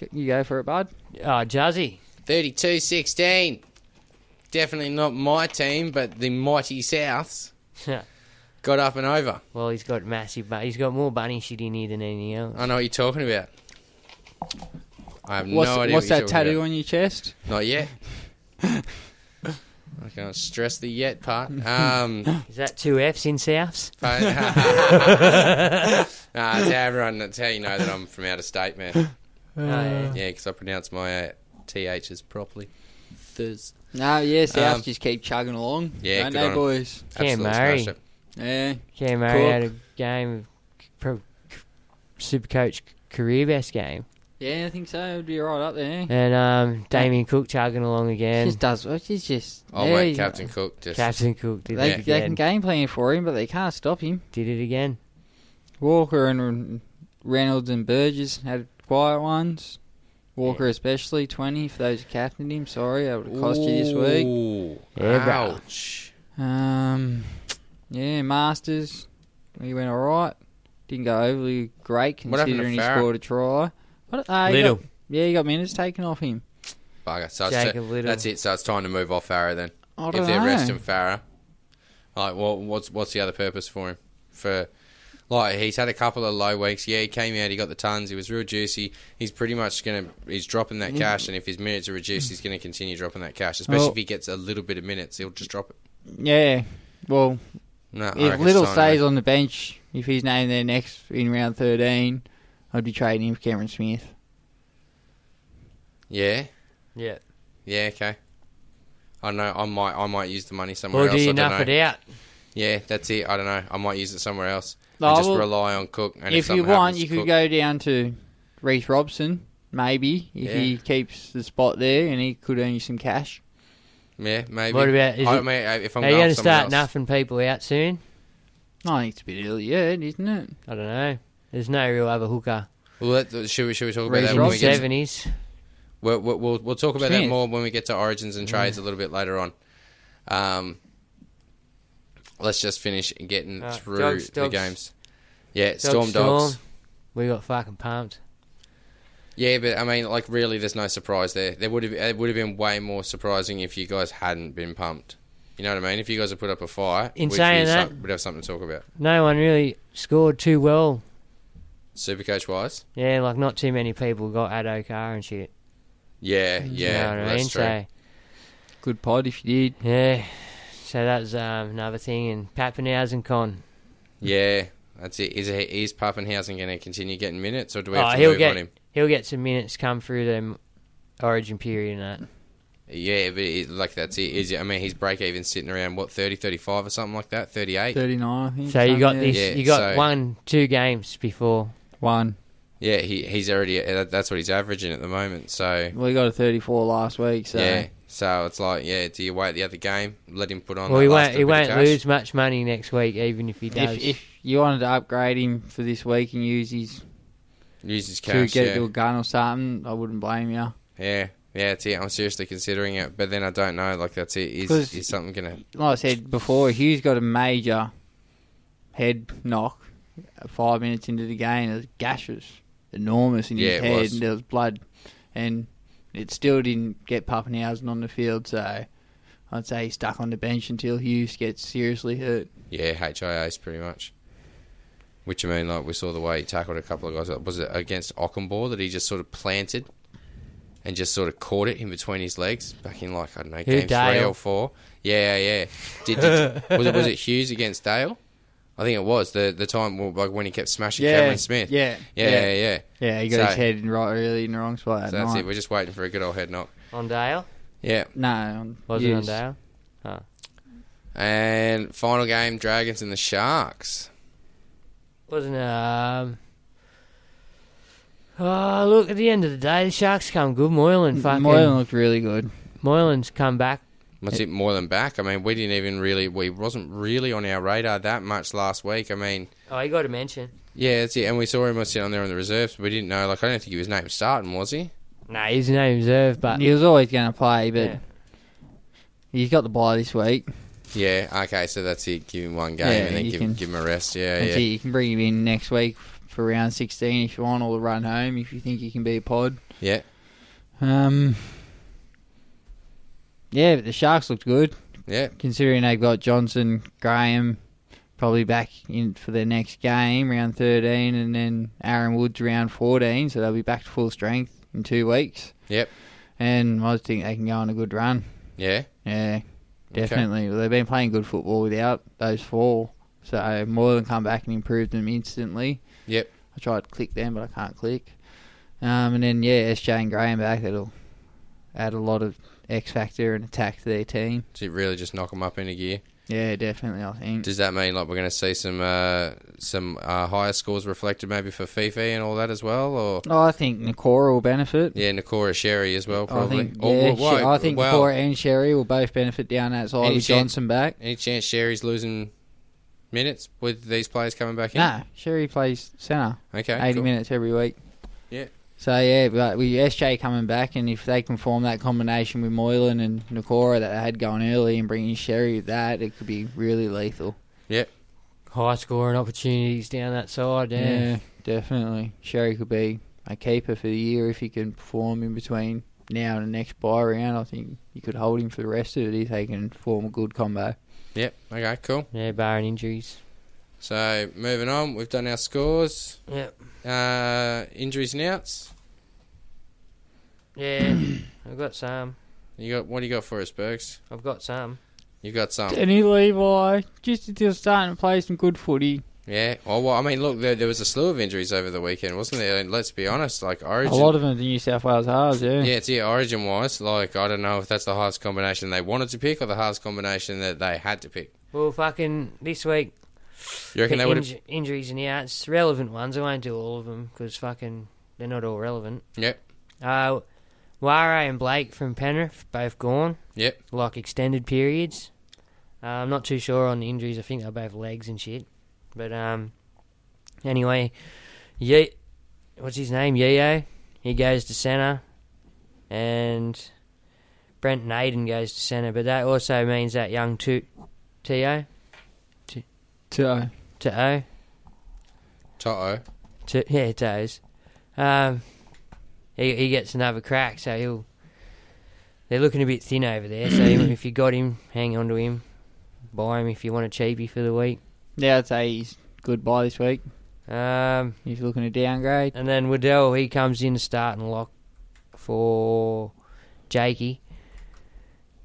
G- You go for it, bud.
Oh, Juzzy.
32-16. Definitely not my team, but the mighty Souths got up and over.
well, he's got massive, but he's got more bunny shit in here than anything else.
I know what you're talking about. I have
What's,
no idea.
what's
what
that
you're talking
tattoo
about.
on your chest?
Not yet. I can't stress the yet part. Um,
Is that two Fs in Souths?
but, nah, it's how everyone. That's how you know that I'm from out of state, man.
Uh,
Oh, yeah.
Yeah, because I pronounce my uh, ths properly. Thurs.
No, yeah, South
Um,
just keep chugging along.
yeah,
don't
good
they,
on 'em.
boys?
Cam
Absolute
Murray.
smash it.
Yeah.
Cam Murray
Cook.
had a game, pro, Supercoach career best game.
Yeah, I think so. It'd be right up there.
And um, Damien Cook chugging along again.
just does what he's just.
Oh
yeah,
wait,
he-
Captain Cook just
Captain Cook did
They,
it
they
again.
can game plan for him, but they can't stop him.
Did it again.
Walker and Reynolds and Burgess had quiet ones. Walker especially, 20 for those who captained him. Sorry, that would have cost you this week.
Ooh,
Yeah, bro.
ouch.
Um, yeah, Masters. He went all right. Didn't go overly great
What happened to
considering he
Farah?
scored a try. What, uh, he
Little.
got- yeah, he got minutes taken off him.
Bugger. So it's,
Jacob Little.
that's it. So it's time to move off Farah then.
I
if
don't
they're
know.
resting Farah, like, what, what's what's the other purpose for him? For like, he's had a couple of low weeks. Yeah, he came out, he got the tons, he was real juicy. He's pretty much gonna he's dropping that cash, and if his minutes are reduced, he's gonna continue dropping that cash. Especially
Mm. Well-
if he gets a little bit of minutes, he'll just drop it.
Yeah, well,
No, I
if
reckon
Little
it's time to
stays on the bench, if he's named there next in round 13, I'd be trading him for Cameron Smith.
move. yeah,
Yeah.
yeah, okay. I don't know I might I might use the money somewhere
Or do
else.
you
I don't
enough
know.
it out?
Yeah, that's it. I don't know. I might use it somewhere else.
Oh,
and just
well,
rely on Cook. And
if you
something
want,
happens
you
to
could
Cook-
go down to Reese Robson, maybe, if
Yeah.
he keeps the spot there and he could earn you some cash.
Yeah, maybe.
What about- is
I
it-
mean, if I'm
Are you
going
going to
somewhere
start
else.
nuffing people out soon?
I think Oh, it's a bit early yet, isn't it?
I don't know. There's no real other hooker
Well, that, should we should we talk about
Reece
that
in the
when we get? To,
seventies.
we'll, we'll- we'll we'll talk about that
Smith.
more when we get to origins and
Mm.
trades a little bit later on. Um, let's just finish getting
Alright,
through
Uh, dogs,
the
dogs.
games. Yeah, storm dogs.
We got fucking pumped.
Yeah, but I mean, like, really, there's no surprise there. There would have it would have been way more surprising if you guys hadn't been pumped. You know what I mean? If you guys had put up a fight,
In
we'd,
saying
be
that-
some- we'd have something to talk about.
No one really scored too well.
Supercoach wise,
Yeah, like not too many people got Addo Carr and shit.
yeah,
You
yeah,
know what I
that's
mean?
true.
So-
Good pod if you did.
Yeah. So that's um, another thing. And Pappenhausen con.
Yeah, that's it. Is he, is Pappenhausen going to continue getting minutes, or do we have
Oh,
to
he'll
move
get
on him?
he'll get some minutes come through them Origin period and that.
Yeah, but it, like that's it. Is it- I mean, his break even sitting around what 30, 35 or something like that. Thirty eight.
39, I think.
So you got
Yeah.
this.
Yeah,
you got
so-
one, two games before.
One.
Yeah, he he's already. uh, That's what he's averaging at the moment. So
Well, he got a 34 last week, so.
yeah. So it's like, yeah, do you wait the other game? Let him put on.
Well,
that
he
last
won't.
little
He
bit of
won't
cash?
lose much money next week, even if he does.
If, if you wanted to upgrade him for this week and use his
Use his
to
cash.
get
yeah.
your gun or something, I wouldn't blame you.
yeah, yeah, that's it. I'm seriously considering it, but then I don't know. Like that's it. Is
'Cause-
is something gonna?
Like I said before, Hughes got a major head knock five minutes into the game. It was gaseous, enormous in
Yeah,
his
it
head,
was.
and there was blood, and it still didn't get Pappenhausen on the field. So I'd say he's stuck on the bench until Hughes gets seriously hurt.
Yeah, HIA's pretty much. Which I mean, like we saw the way he tackled a couple of guys. Was it against Ockenbaugh that he just sort of planted and just sort of caught it in between his legs back in like I don't know game three
Dale?
or four? Yeah, yeah. Did, did was it was it Hughes against Dale? I think it was the the time well, like when he kept smashing
Yeah,
Cameron Smith.
yeah,
yeah,
yeah.
yeah, yeah.
Yeah, he got
so,
his head in right really in the wrong spot. That
So that's
night.
it. We're just waiting for a good old head knock.
on Dale,
Yeah.
No,
was it on
Hughes.
Dale?
And final game, Dragons and the Sharks.
Wasn't um. Oh, look, at the end of the day, the Sharks come good. Moylan fucking.
Moylan looked really good.
Moylan's come back.
That's it, more than back. I mean, we didn't even really, we wasn't really on our radar that much last week. I mean,
Oh, you got to mention.
yeah, that's it. And we saw him sit on there on the reserves. But we didn't know, like, I don't think he was named starting, was he?
Nah, he's no reserve, but
He was always going to play, but
Yeah.
he's got the bye this week.
Yeah, okay, so that's it. Give him one game
Yeah,
and then
you
give,
can-
give him a rest. Yeah,
And
yeah.
so you can bring him in next week for round 16 if you want, or run home if you think he can be a pod.
Yeah.
Um, yeah, but the Sharks looked good
Yeah,
considering they've got Johnson, Graham probably back in for their next game, round 13, and then Aaron Woods round 14, so they'll be back to full strength in two weeks.
yep,
And I think they can go on a good run.
yeah,
Yeah, definitely. Well, they've been playing good football without those four, so more than come back and improve them instantly.
yep.
I tried to click them, but I can't click. Um, and then yeah, SJ and Graham back. That'll add a lot of X factor and attack to their team.
So you really just knock him up in a gear.
Yeah, definitely. I think.
Does that mean, like, we're going to see some uh, some uh, higher scores reflected maybe for Fifi and all that as well? Or.
Oh, I think Nakora will benefit.
Yeah, Nakora Sherry as well,
I
probably.
think,
Or-
yeah,
or- why-
She- I think
well,
Nakora and Sherry will both benefit down that side
Any
with
chan-
Johnson back.
Any chance Sherry's losing minutes with these players coming back in?
Nah, Sherry plays centre.
Okay,
80
cool.
minutes every week.
Yeah.
So yeah, but with SJ coming back, and if they can form that combination with Moylan and Nakora that they had going early, and bringing Sherry with that, it could be really lethal.
Yep.
high scoring opportunities down that side. Yeah.
definitely. Sherry could be a keeper for the year if he can perform in between now and the next buy round. I think you could hold him for the rest of it if they can form a good combo.
Yep. Okay, cool.
Yeah, barring injuries.
So moving on, we've done our scores,
Yep.
uh, injuries and outs.
Yeah, I've got some.
You got what do you got for us, Bergs?
I've got some.
You got some.
Danny Levi, just until starting to play some good footy.
Yeah. Oh well, I mean, look, there, there was a slew of injuries over the weekend, wasn't there? And let's be honest, like Origin.
A lot of them are the New South Wales halves,
yeah, it's yeah, Origin wise, like I don't know if that's the highest combination they wanted to pick or the highest combination that they had to pick.
Well, fucking this week,
You reckon
pick
they would have?
inj- injuries in the outs, relevant ones. I won't do all of them because fucking they're not all relevant.
Yep.
Uh, Ware and Blake from Penrith both gone,
Yep.
like extended periods. Uh, I'm not too sure on the injuries. I think they're both legs and shit. But um, anyway, yeah, what's his name? Yeo. He goes to centre, and Brent Naden goes to centre. But that also means that young two, To
So,
To O.
Toto.
To, yeah, it does. Um, he he gets another crack, so he'll. they're looking a bit thin over there. So even if you got him, hang on to him. Buy him if you want a cheapie for the week.
Yeah, I'd say he's good buy this week.
Um,
he's looking to downgrade.
And then Waddell, he comes in starting lock for Jakey.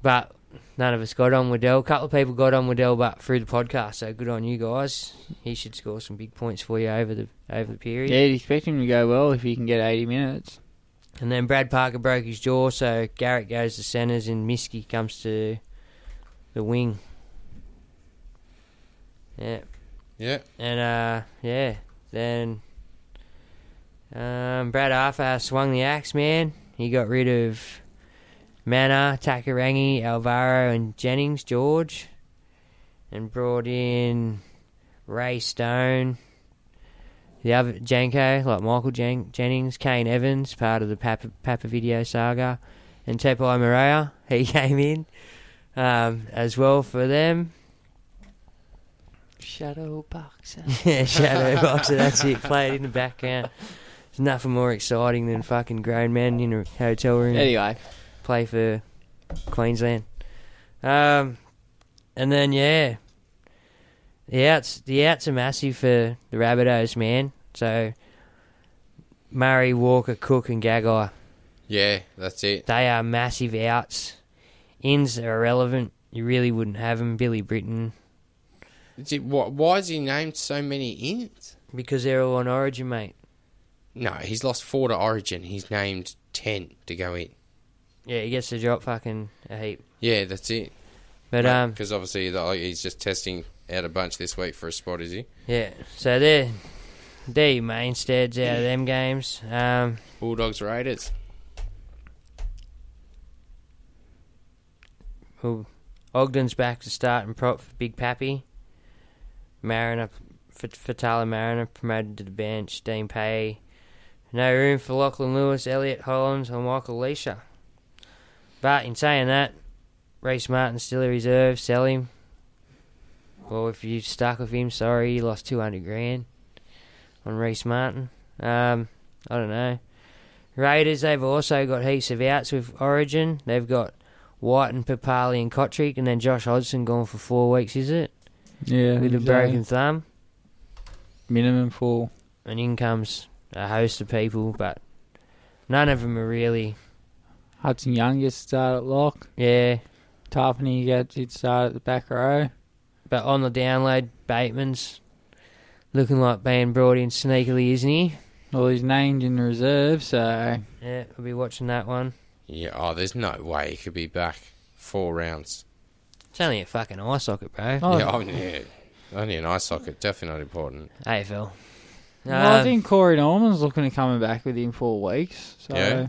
But none of us got on Waddell. A couple of people got on Waddell, but through the podcast. So good on you guys. He should score some big points for you over the over the period.
Yeah, you'd expect him to go well if he can get 80 minutes.
And then Brad Parker broke his jaw, so Garrett goes to centres and Miski comes to the wing. Yeah.
Yeah.
And uh yeah. Then um Brad Arthur swung the axe man. He got rid of Mana, Takarangi, Alvaro and Jennings, George. And brought in Ray Stone. The other Janko, like Michael Jen- Jennings, Kane Evans, part of the Papa, Papa Video saga, and Tepai Maria, he came in um, as well for them.
Shadow boxer.
yeah, Shadow Boxer, that's it. Play it in the background. There's nothing more exciting than fucking grown men in a hotel room.
Anyway.
Play for Queensland. Um, and then, yeah. The outs, the outs are massive for the Rabbitohs, man. So, Murray, Walker, Cook, and Gagai.
Yeah, that's it.
They are massive outs. Ins are irrelevant. You really wouldn't have them. Billy Britton.
Is it- why, why is he named so many ins?
Because they're all on Origin, mate.
No, he's lost four to Origin. He's named ten to go in.
Yeah, he gets to drop fucking a heap.
Yeah, that's it.
But, um,
because obviously the, like, he's just testing out a bunch this week for a spot, is he?
Yeah, so they're they're your mainsteads out of them games. Um,
Bulldogs Raiders.
who Ogden's back to start and prop for Big Pappy. Mariner, F- Fatala Mariner promoted to the bench. Dean Pay, no room for Lachlan Lewis, Elliot Hollins, or Michael Leisha. But in saying that, Reece Martin's still a reserve. Sell him. Well, if you stuck with him, sorry, you lost two hundred grand on Reece Martin. Um, I don't know. Raiders, they've also got heaps of outs with Origin. They've got White and Papali and Kotrick, and then Josh Hodgson gone for four weeks, is it?
Yeah, I
With a
think so.
broken thumb.
uh, Minimum four.
And in comes a host of people, but none of them are really.
Hudson Young gets started at lock.
Yeah.
Tarpany gets it started at the back row.
But on the download, Bateman's looking like being brought in sneakily, isn't he?
Well, he's named in the reserve, so
Yeah, we'll be watching that one.
Yeah. Oh, there's no way he could be back four rounds.
It's only a fucking eye socket, bro.
Yeah, oh, yeah. Only an eye socket. Definitely not important.
AFL.
well, I
Um,
think Corey Norman's looking at coming back within four weeks. So
Yeah.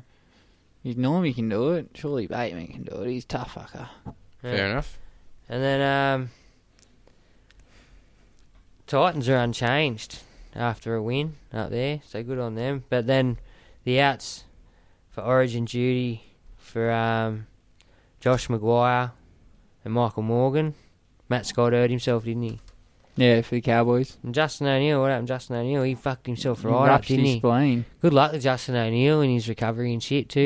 he normally can do it. Surely Bateman can do it. He's a tough fucker.
Fair enough.
And then um, Titans are unchanged after a win up there, so good on them. But then the outs for Origin duty for um, Josh Maguire and Michael Morgan. Matt Scott hurt himself, didn't he?
Yeah, for the Cowboys.
And Justin O'Neill, what happened to Justin O'Neill? He fucked himself
He
right up,
ruptured
didn't
his
he?
spleen.
Good luck to Justin O'Neill and his recovery and shit too.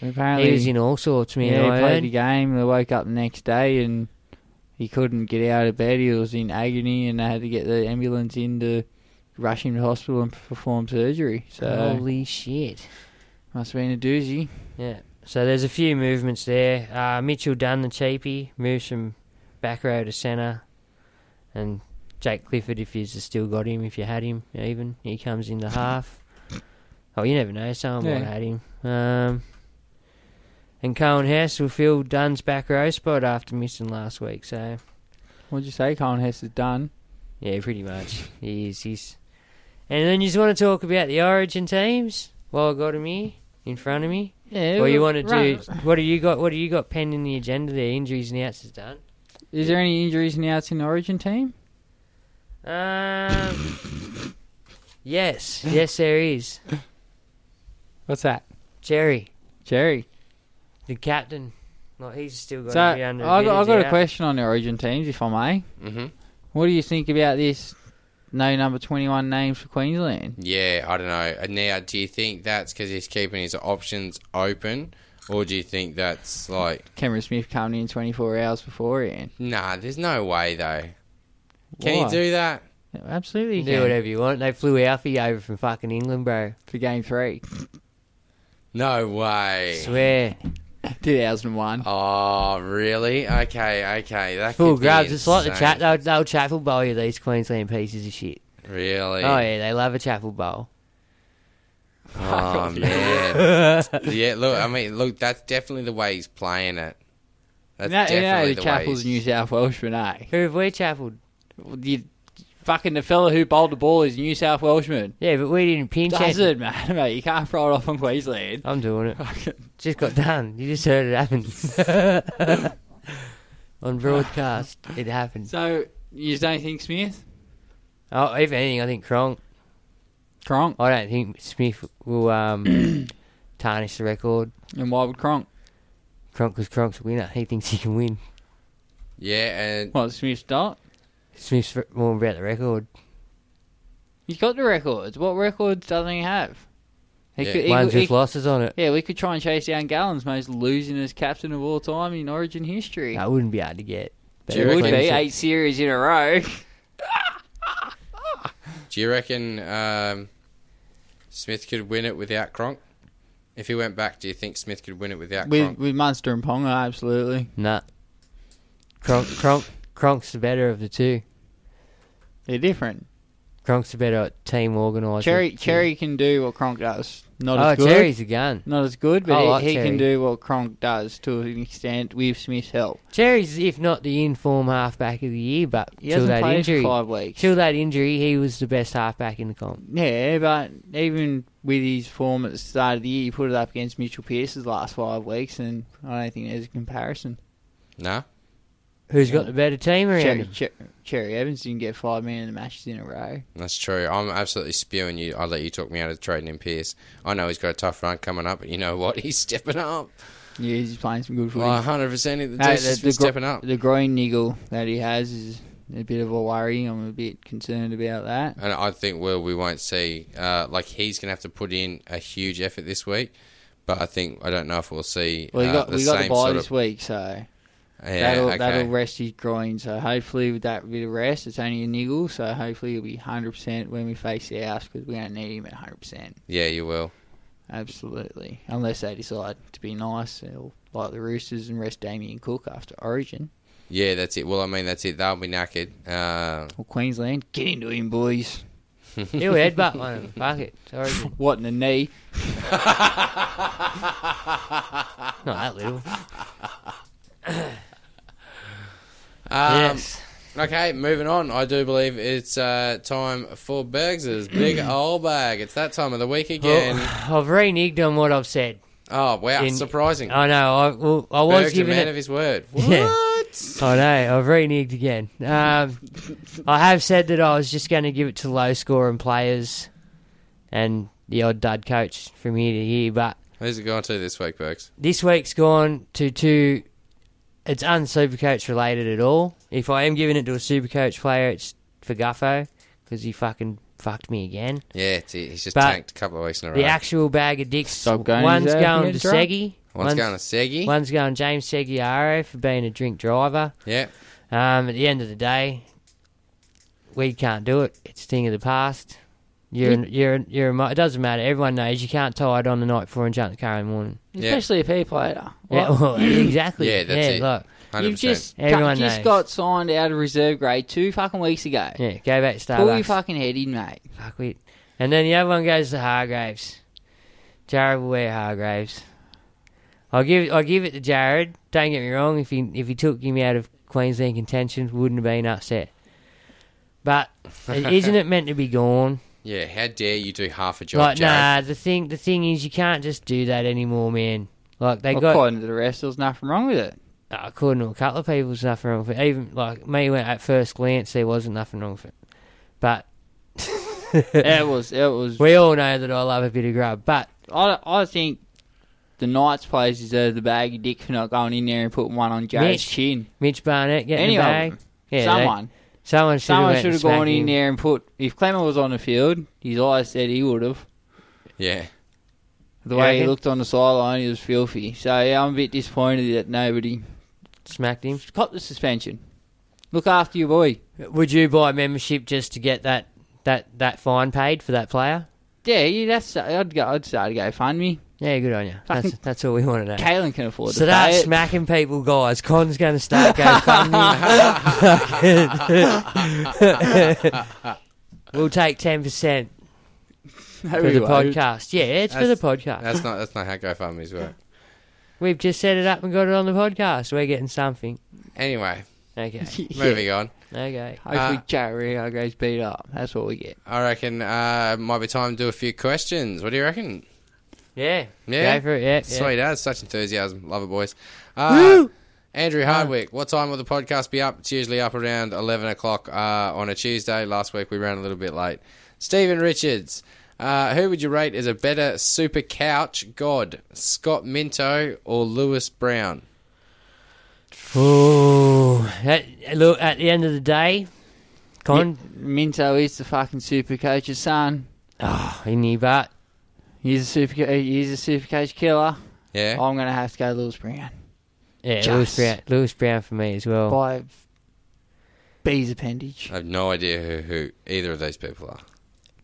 He,
Apparently,
he was in all sorts, man.
Yeah, he
I
played
heard.
the game. They woke up the next day and he couldn't get out of bed. He was in agony, and they had to get the ambulance in to rush him to hospital and perform surgery. So
Holy shit!
Must have been a doozy.
Yeah. So there's a few movements there. Uh, Mitchell Dunn, the cheapie, moves from back row to centre. And Jake Clifford, if you've still got him, if you had him even, he comes into half. Oh, you never know. Someone might
Yeah.
have had him. Um, and Cohen Hess will fill Dunn's back row spot after missing last week. So,
What'd you say? Colin Hess is done.
yeah, pretty much. he is. He's... And then you just want to talk about the origin teams while I got him here in front of me.
Yeah,
Well, you want to do?
right.
What do you got? What do you got penned in the agenda? there? injuries and outs is done.
Is there any injuries now? It's in the Origin team.
Um, yes, yes, there is.
What's that?
Jerry,
Jerry.
the captain. Like he's still got
So
to be
I
under.
got, I
bidders
got a
out.
question on the Origin teams, if I may.
Mhm.
What do you think about this? No number twenty-one names for Queensland.
Yeah, I don't know. And now, do you think that's because he's keeping his options open, Or do you think that's like.
Cameron Smith coming in 24 hours before Ian.
Nah, there's no way, though. Can
Why?
you do that?
Absolutely.
You
you
can do
can.
whatever you want. They flew Alfie over from fucking England, bro.
For game three.
No way.
Swear.
2001.
Oh, really? Okay, okay. That
Full
could be
grabs. It's like the
insane.
chat. They'll, they'll chapel bowl you, these Queensland pieces of shit.
Really?
Oh, yeah, they love a chapel bowl.
Oh,
Fuck off.
man. yeah, look, I mean, look, that's definitely the way he's playing it. That's
No, you know,
definitely the
the
way.
Chapel's
he's-
New South Welshman, eh?
Who have we chapelled?
You, fucking the fella who bowled the ball is New South Welshman.
Yeah, but we didn't pinch
Does
it.
it, man? Mate, you can't throw it off on Queensland.
I'm doing it. just got done. You just heard it happen. On broadcast, it happened.
So, you don't think Smith?
Oh, if anything, I think Cronk.
Cronk?
I don't think Smith will um, tarnish the record.
And why would Cronk?
Cronk was Cronk's a winner. He thinks he can win.
Yeah, and
What, Smith's not?
Smith's r- more about the record.
He's got the records. What records doesn't he have? He
Yeah.
he
Ones
he-
with losses on it.
Yeah, we could try and chase down Gallon's most losingest captain of all time in Origin history.
I wouldn't be able to get.
Do
It
you
would be
reckon,
eight series in a row.
do you reckon um, Smith could win it without Cronk? If he went back, do you think Smith could win it without
with
Cronk?
with Munster and Ponga, absolutely.
Nah. Cronk, Cronk, Cronk's the better of the two.
They're different.
Cronk's the better at team organising.
Cherry
Yeah.
Cherry can do what Cronk does. Not
Oh,
as good.
Cherry's a gun.
Not as good,
I
but he,
like
he
Cherry.
can do what Cronk does to an extent with Smith's help.
Cherry's, if not the inform halfback of the year, but
He
till
hasn't
that
played
injury,
for five weeks.
till that injury, he was the best halfback in the comp.
Yeah, but even with his form at the start of the year, you put it up against Mitchell Pearce's last five weeks, and I don't think there's a comparison.
No?
Who's got the better team around
Cherry,
him?
Cher- Cherry Evans didn't get five man of the matches in a row.
That's true. I'm absolutely spewing you. I let you talk me out of trading in Pierce. I know he's got a tough run coming up, but you know what? He's stepping up.
Yeah, he's playing some good footy.
Well, 100% of the
No,
day, he's been
gro-
stepping up.
the groin niggle that he has is a bit of a worry. I'm a bit concerned about that.
And I think well we won't see uh, like he's gonna have to put in a huge effort this week, but I think I don't know if we'll see.
Well, we
uh,
got
the
we got the
same
bye
sort
this
of,
week, so
Yeah,
that'll
okay.
that'll rest his groin. So hopefully with that bit of rest, it's only a niggle. So hopefully he'll be 100 percent when we face the house because we don't need him at 100 percent.
yeah, you will.
Absolutely, unless they decide to be nice, they'll like the Roosters and rest Damien Cook after Origin
Yeah, that's it. Well, I mean that's it. They'll be knackered. Uh,
or Queensland. Get into him, boys.
He'll headbutt one of them. Fuck it. Sorry.
What in the knee?
Not that little.
um,
yes.
Okay, moving on. I do believe it's uh, time for Bergs's big old bag. It's that time of the
Oh.
week again.
Well, I've reneged on what I've said.
Oh, wow,
In-
surprising.
I know. I, well, I was
Berg's a
giving
man
it.
of his word.
Yeah.
What?
I know. I've reneged again. Um, I have said that I was just going to give it to low scoring players and the odd dud coach from here to here, but
Who's it going to this week, Bergs?
this week's gone to two. It's unsupercoach related at all. If I am giving it to a supercoach player, it's for Guffo because he fucking fucked me again.
Yeah, it's, he's just
But
tanked a couple of weeks in a row.
The actual bag of dicks.
Stop going
one's
there,
going to
you drunk.
Seggy.
One's going to Seggy.
One's going James Seguiaro for being a drink driver.
yeah.
Um, at the end of the day, we can't do it. It's a thing of the past. You're, you're, you're. a mo- It doesn't matter. Everyone knows you can't tie it on the night before and jump the car in the morning.
Yeah.
Especially if he played. her.
Yeah, well, exactly.
Yeah, that's it.
look.
100%.
You've just
Everyone
just
knows.
got signed out of reserve grade two fucking weeks ago.
yeah, go back to
Pull your
Starbucks.
fucking head in, mate.
Fuck it. And then the other one goes to Hargraves. Jared will wear Hargraves. I'll give I'll give it to Jared. Don't get me wrong. If he if he took him out of Queensland contention, wouldn't have been upset. But isn't it meant to be gone?
Yeah, how dare you do half a job,
like
Jared?
nah. The thing the thing is, you can't just do that anymore, man. Like they
Well,
got uh,
According to the rest, there's nothing wrong with it.
according to a couple of people, there's nothing wrong with it. Even like me, when at first glance, there wasn't nothing wrong with it. But
it was. It was.
we all know that I love a bit of grub. But
I, I think the Knights players deserve the bag of dick for not going in there and putting one on Jared's
Mitch.
chin.
Mitch Barnett getting
Any
the
of
bag.
them.
Yeah, they-
someone,
Someone should
someone
have
should have gone in there and put. If Clemmer was on the field, his eyes said he would have.
Yeah.
The
You
way he
reckon?
looked on the sideline, he was filthy. So yeah, I'm a bit disappointed that nobody
smacked him.
Cop the suspension. Look after your boy.
Would you buy membership just to get that that that fine paid for that player?
Yeah, yeah that's I'd go. I'd start to go fund me.
Yeah, good on you. That's
Fucking-
that's all we want to know.
Kalen can afford to
So that
pay it.
smacking people, guys. Con's going to start going. "Fuck it." we'll take ten percent for
we
the
won't.
podcast. Yeah, it's for the
That's-
podcast.
That's not that's not how GoFundMe's work.
We've just set it up and got it on the podcast. We're getting something.
Anyway,
Okay.
moving on.
Okay.
Hopefully,
Uh,
Jack Rio goes beat up. That's what we get.
I reckon uh, might be time to do a few questions. What do you reckon?
Yeah.
Yeah,
Go for it. Yeah.
sweet as such enthusiasm. Love it, boys. Uh, Andrew Hardwick, what time will the podcast be up? It's usually up around eleven o'clock uh, on a Tuesday. Last week we ran a little bit late. Stephen Richards, uh, who would you rate as a better super couch god, Scott Minto or Lewis Brown?
Yeah. Ooh. At, look, at the end of the day, Con,
Min- Minto is the fucking super coach's son.
oh, in your butt.
He's a super. co- He's a super coach killer.
Yeah,
I'm gonna have to go Lewis Brown
Yeah,
Just-
Lewis Brown. Lewis Brown for me as well.
by B's appendage.
I have no idea who, who either of those people are.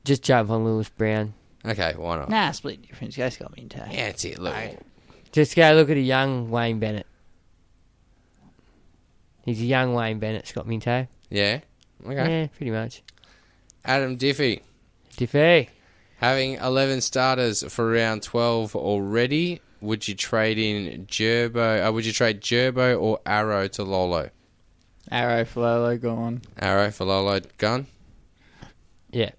Just jump on Lewis Brown.
Okay, why not?
Nah, split difference. Go Scott Minto.
Yeah, that's it. Look,
Just go look at a young Wayne Bennett. He's a young Wayne Bennett, Scott Minto.
yeah, okay.
Yeah, pretty much.
Adam Diffie.
Diffie.
Having 11 starters for round 12 already, would you trade in Gerbo? Uh, would you trade Gerbo or Arrow to Lolo?
Arrow Flolo gone.
Arrow for Lolo. Gun?
Yeah.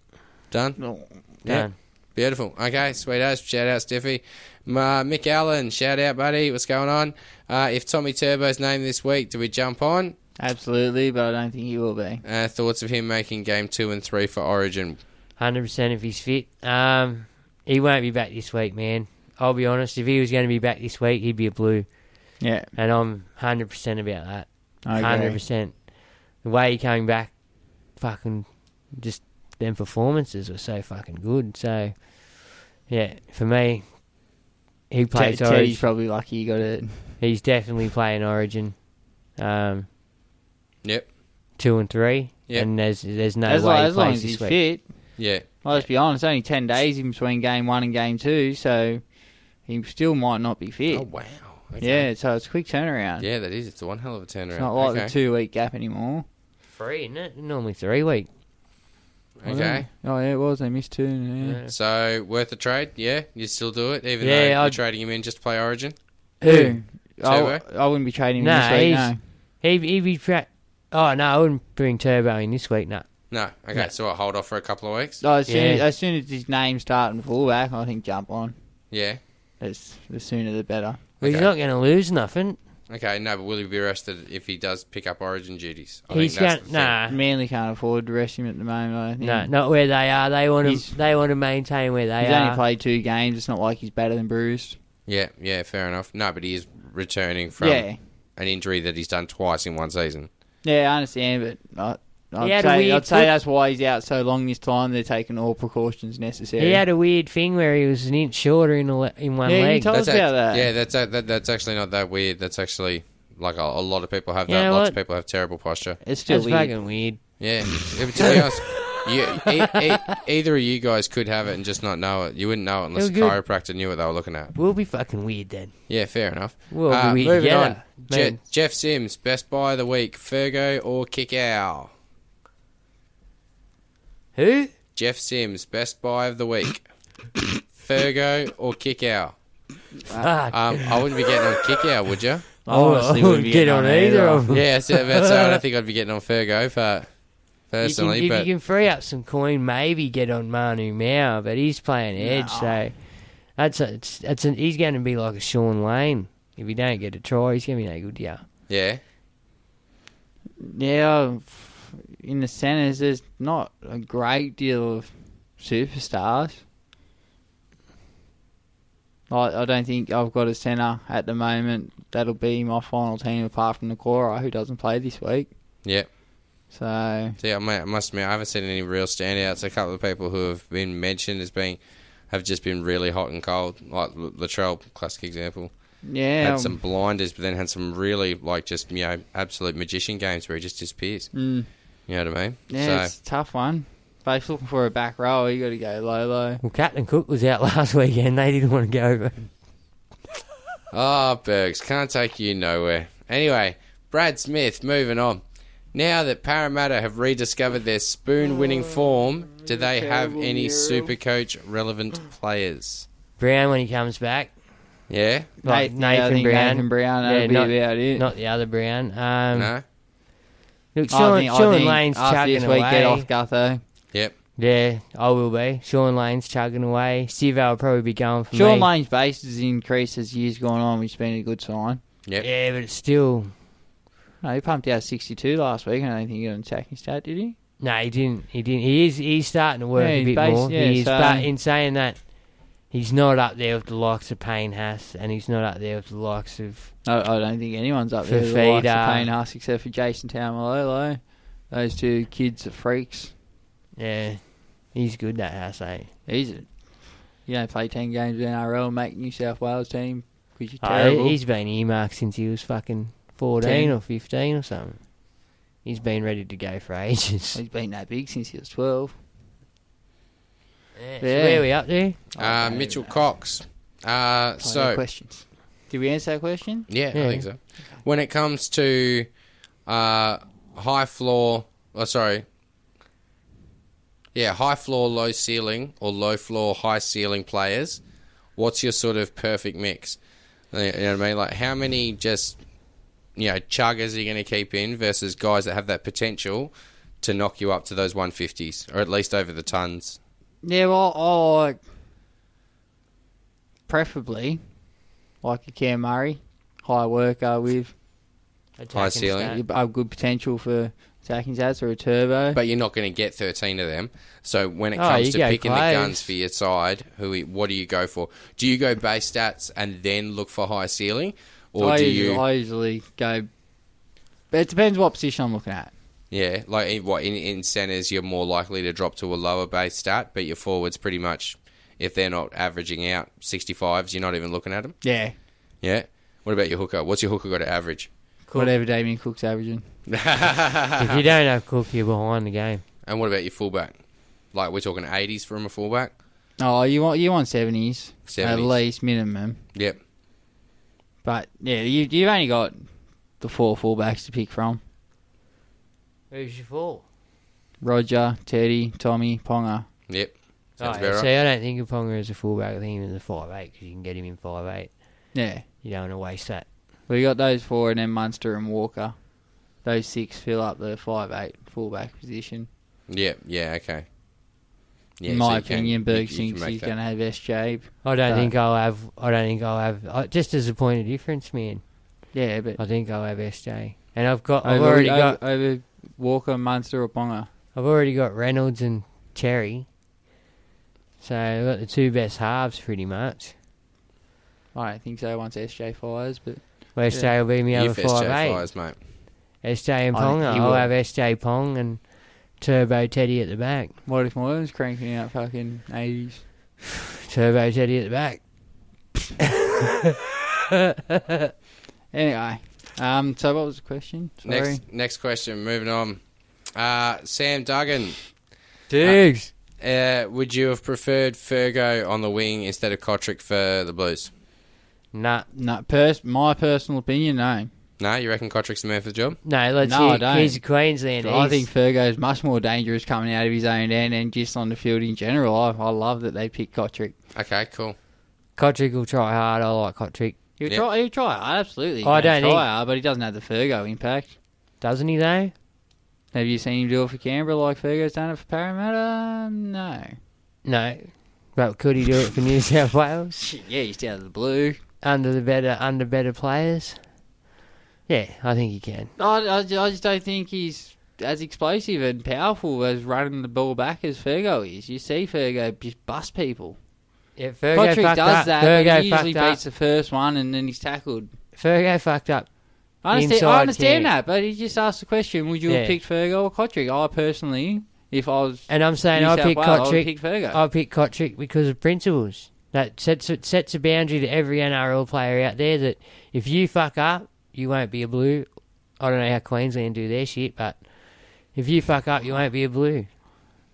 Done?
No.
Yeah.
Done.
Beautiful. Okay, sweet as. Shout out, Steffi. M- Uh, Mick Allen, shout out, buddy. What's going on? Uh, if Tommy Turbo's named this week, do we jump on?
Absolutely, but I don't think he will be.
Uh, thoughts of him making game two and three for Origin?
Hundred percent if he's fit. Um, he won't be back this week, man. I'll be honest. If he was going to be back this week, he'd be a blue,
Yeah,
and I'm hundred percent about that.
I
Hundred
agree.
percent. The way he came back, fucking, just them performances were so fucking good. So, yeah, for me, he
Ted,
plays
Teddy's
Origin.
probably lucky he got it.
He's definitely playing Origin, um,
Yep.
two and three.
Yeah.
And there's there's no
as,
way
long,
he
as long
plays
as
this
he's
week.
fit.
Yeah.
Well, let's be honest, only 10 days in between game one and game two, so he still might not be fit.
Oh, wow. Okay.
Yeah, so it's a quick turnaround.
Yeah, that is. It's one hell of a turnaround.
It's not like
Okay.
the two week gap anymore.
Three, isn't it? Normally three week.
Okay.
Oh, yeah, it was. They missed two. Yeah.
So worth a trade, yeah. You still do it, even
Yeah,
though you're
I'd-
trading him in just to play Origin.
Who? I,
Turbo?
I wouldn't be trading him
Nah,
this week,
he's-
no.
He he be tra- Oh no, I wouldn't bring Turbo in this week. No,
No, okay.
No.
So I hold off for a couple of weeks.
Oh, as, soon as,
Yeah.
as soon as his name's starting fullback, I think jump on.
Yeah.
It's, the sooner the better.
well, he's
Okay.
not going to lose nothing.
Okay. No, but will he be arrested if he does pick up Origin duties? I
he's
think that's
going
the thing.
nah,
Manly can't afford to rest him at the moment, I think.
Ah. no, not where they are. They want
He's-
to they want to maintain where they
He's only
are.
played two games. It's not like he's better than Bruce.
Yeah. Yeah. Fair enough. No, but he is returning from
Yeah.
an injury that he's done twice in one season.
Yeah, I understand, but I, I'd,
He had a
say,
weird
I'd say
foot-
that's why he's out so long this time. They're taking all precautions necessary.
he had a weird thing where he was an inch shorter in a le- in one
Yeah, you
leg.
told- Tell us
act-
about that.
Yeah, that's a- that, that's actually not that weird. That's actually like a, a lot of people have
You
that.
know
Lots of
what?
people have terrible posture.
it's still
That's
weird.
fucking weird.
Yeah, Yeah, but to be honest, you, e- e- either of you guys could have it and just not know it. You wouldn't know it unless
It was
a
good.
chiropractor knew what they were looking at.
We'll be fucking weird then.
Yeah, fair enough. Uh,
Well, we
moving
get
on,
it,
Je-
man.
Jeff Sims, best buy of the week, Fergo or Kick Owl?
Who?
Jeff Sims, best buy of the week, Fergo or Kick Owl?
Fuck.
Um, I wouldn't be getting on Kick Owl, would you?
I honestly wouldn't get on either of them.
Yeah, so, that's- I don't think I'd be getting on Fergo, but
You can,
personally,
if
but
you can free up some coin, maybe get on Manu Mao, but he's playing edge, so that's a, it's, that's an, he's going to be like a Sean Lane. If he don't get a try, he's going to be no good. Yeah,
yeah,
Yeah, in the centres, there's not a great deal of superstars. I, I don't think I've got a centre at the moment that'll be my final team apart from Nakora, who doesn't play this week.
yeah.
So
See, I mu- I must admit, I haven't seen any real standouts. A couple of people who have been mentioned as being have just been really hot and cold. Like L- Latrell, classic example.
Yeah,
had
um,
some blinders, but then had some really like just you know absolute magician games where he just disappears.
Mm.
You know what I mean?
Yeah,
So-
it's a tough one. But if you're looking for a back row, you got to go low, low.
Well, Captain Cook was out last weekend. They didn't want to go over.
Ah, Bergs, can't take you nowhere. Anyway, Brad Smith, moving on. Now that Parramatta have rediscovered their spoon winning form, do they have any super coach relevant players?
Brown when he comes back.
Yeah?
Like
Nathan-
Nathan,
yeah, I think
Brown.
Nathan Brown, that'd be
not,
about it.
Not the other Brown. Um,
No?
Look,
I
Sean,
think- I
Sean
think
Lane's
after
chugging
this
away.
week, get off Gutho.
Yep.
Yeah, I will be. Sean Lane's chugging away. Steve will probably be going for
Sean
me.
Lane's base has increased as years gone on, which has been a good sign.
Yep.
Yeah, but it's still.
No, he pumped out 62 last week. I don't think he got an attacking stat, did he?
No, he didn't. He didn't. He is. He's starting to work
Yeah,
a
he's
bit
based-
more.
yeah,
he is.
so-
But in saying that, he's not up there with the likes of Payne Haas, and he's not up there with the likes of
No, I don't think anyone's up there. with The likes of
Fafita.
Payne Haas except for Jason Taumalolo. Those two kids are freaks.
yeah. He's good that Haas, eh?
He's a, you know, play 10 games in NRL and make New South Wales team because you're
Oh,
terrible.
he's been earmarked since he was fucking fourteen or fifteen or something. He's been ready to go for ages.
he's been that big since he was 12.
Yeah, so
Yeah.
where are we up to?
Uh, Mitchell Cox. Uh,
Plenty of
so,
questions. Did we answer that question?
yeah, I
Yeah.
think so. When it comes to uh, high floor, oh, sorry. Yeah, high floor, low ceiling, or low floor, high ceiling players, what's your sort of perfect mix? Uh, You know what I mean? Like, how many just, you know, chuggers are you going to keep in versus guys that have that potential to knock you up to those 150s or at least over the tons?
Yeah, well, I like preferably like a Cam Murray, high worker with
Attacking
ceiling.
stat.
a Uh, good potential for attacking stats or a turbo.
But you're not going to get 13 of them. So when it
Oh,
comes
you
to
go
picking
close.
the guns for your side, who what do you go for? Do you go base stats and then look for high ceiling, or
I,
do
usually,
you?
I usually go. But it depends what position I'm looking at.
Yeah, like in, what in, in centers, you're more likely to drop to a lower base stat, but your forwards pretty much, if they're not averaging out 65s, you're not even looking at them.
Yeah,
Yeah. What about your hooker? What's your hooker got to average?
whatever Damien Cook's averaging.
If you don't have Cook, you're behind the game.
And what about your fullback? Like we're talking 80s from a fullback.
Oh, you want you want seventies at
70s.
least minimum.
Yep.
But yeah, you you've only got the four fullbacks to pick from:
Who's your four?
Roger, Teddy, Tommy, Ponga.
Yep.
Oh,
Sounds
yeah,
about
see,
right.
I don't think of Ponga as a fullback. I think him as a five eight because you can get him in five eight.
Yeah.
You don't want to waste that.
We got those four, and then Munster and Walker. Those six fill up the five eight fullback position.
Yep. Yeah. Okay.
In my
so you can-
opinion,
you- you
Berg
can
thinks
make
he's
that.
going to have SJ.
I don't
Right.
think I'll have. I don't think I'll have. I, just as a point of difference, man.
Yeah, but
I think I'll have SJ, and I've got. I've
over,
already
over-
got.
over Walker, Munster, or Ponga.
I've already got Reynolds and Cherry. So I've got the two best halves, pretty much.
I don't think so. Once SJ fires, but
Well, SJ will be me other
If SJ
five eight.
fires, mate.
SJ and
I think
Ponga.
he
I'll
will.
have SJ Pong and Turbo Teddy at the back.
what if Moylan's cranking out fucking eighties?
Turbo Teddy at the back.
Anyway, um, so what was the question? Sorry, Uh,
Next, next question. Moving on. Uh, Sam Duggan,
Diggs.
uh, would you have preferred Fergo on the wing instead of Kotrick for the Blues?
nah.
no, pers- my personal opinion, no.
No, you reckon Kotrick's the man for the job?
No, let's
No, I
hear-
don't.
He's a Queenslander.
I
He's-
think Fergo's much more dangerous coming out of his own end and just on the field in general. I, I love that they picked Kotrick.
Okay, cool.
Kotrick will try hard. I like Kotrick.
He'll
Yeah.
try. He'll try. hard, Absolutely. He's
I don't
gonna try
think-
hard, but he doesn't have the Fergo impact.
Doesn't he, though?
Have you seen him do it for Canberra like Fergo's done it for Parramatta? No.
No. But could he do it for New South Wales?
Shit, yeah, he's out of the blue.
Under the better under better players? Yeah, I think he can.
I, I, ju- I just don't think he's as explosive and powerful as running the ball back as Fergo is. You see Fergo just bust people.
Yeah, Fergo
Kotrick
fucked
does
up.
that,
Fergo
but he
fucked
usually
up.
beats the first one and then he's tackled.
Fergo fucked up.
I understand, I
Inside
understand
kick.
that, but he just asked the question: Would you have
Yeah.
picked Fergo or Kotrick? I personally, If I was
And I'm saying
New
I
South
pick
Wales, I would
Kotrick.
pick Fergo.
I pick Kotrick because of principles. That sets it sets a boundary to every NRL player out there that if you fuck up, you won't be a blue. I don't know how Queensland do their shit, but if you fuck up, you won't be a blue.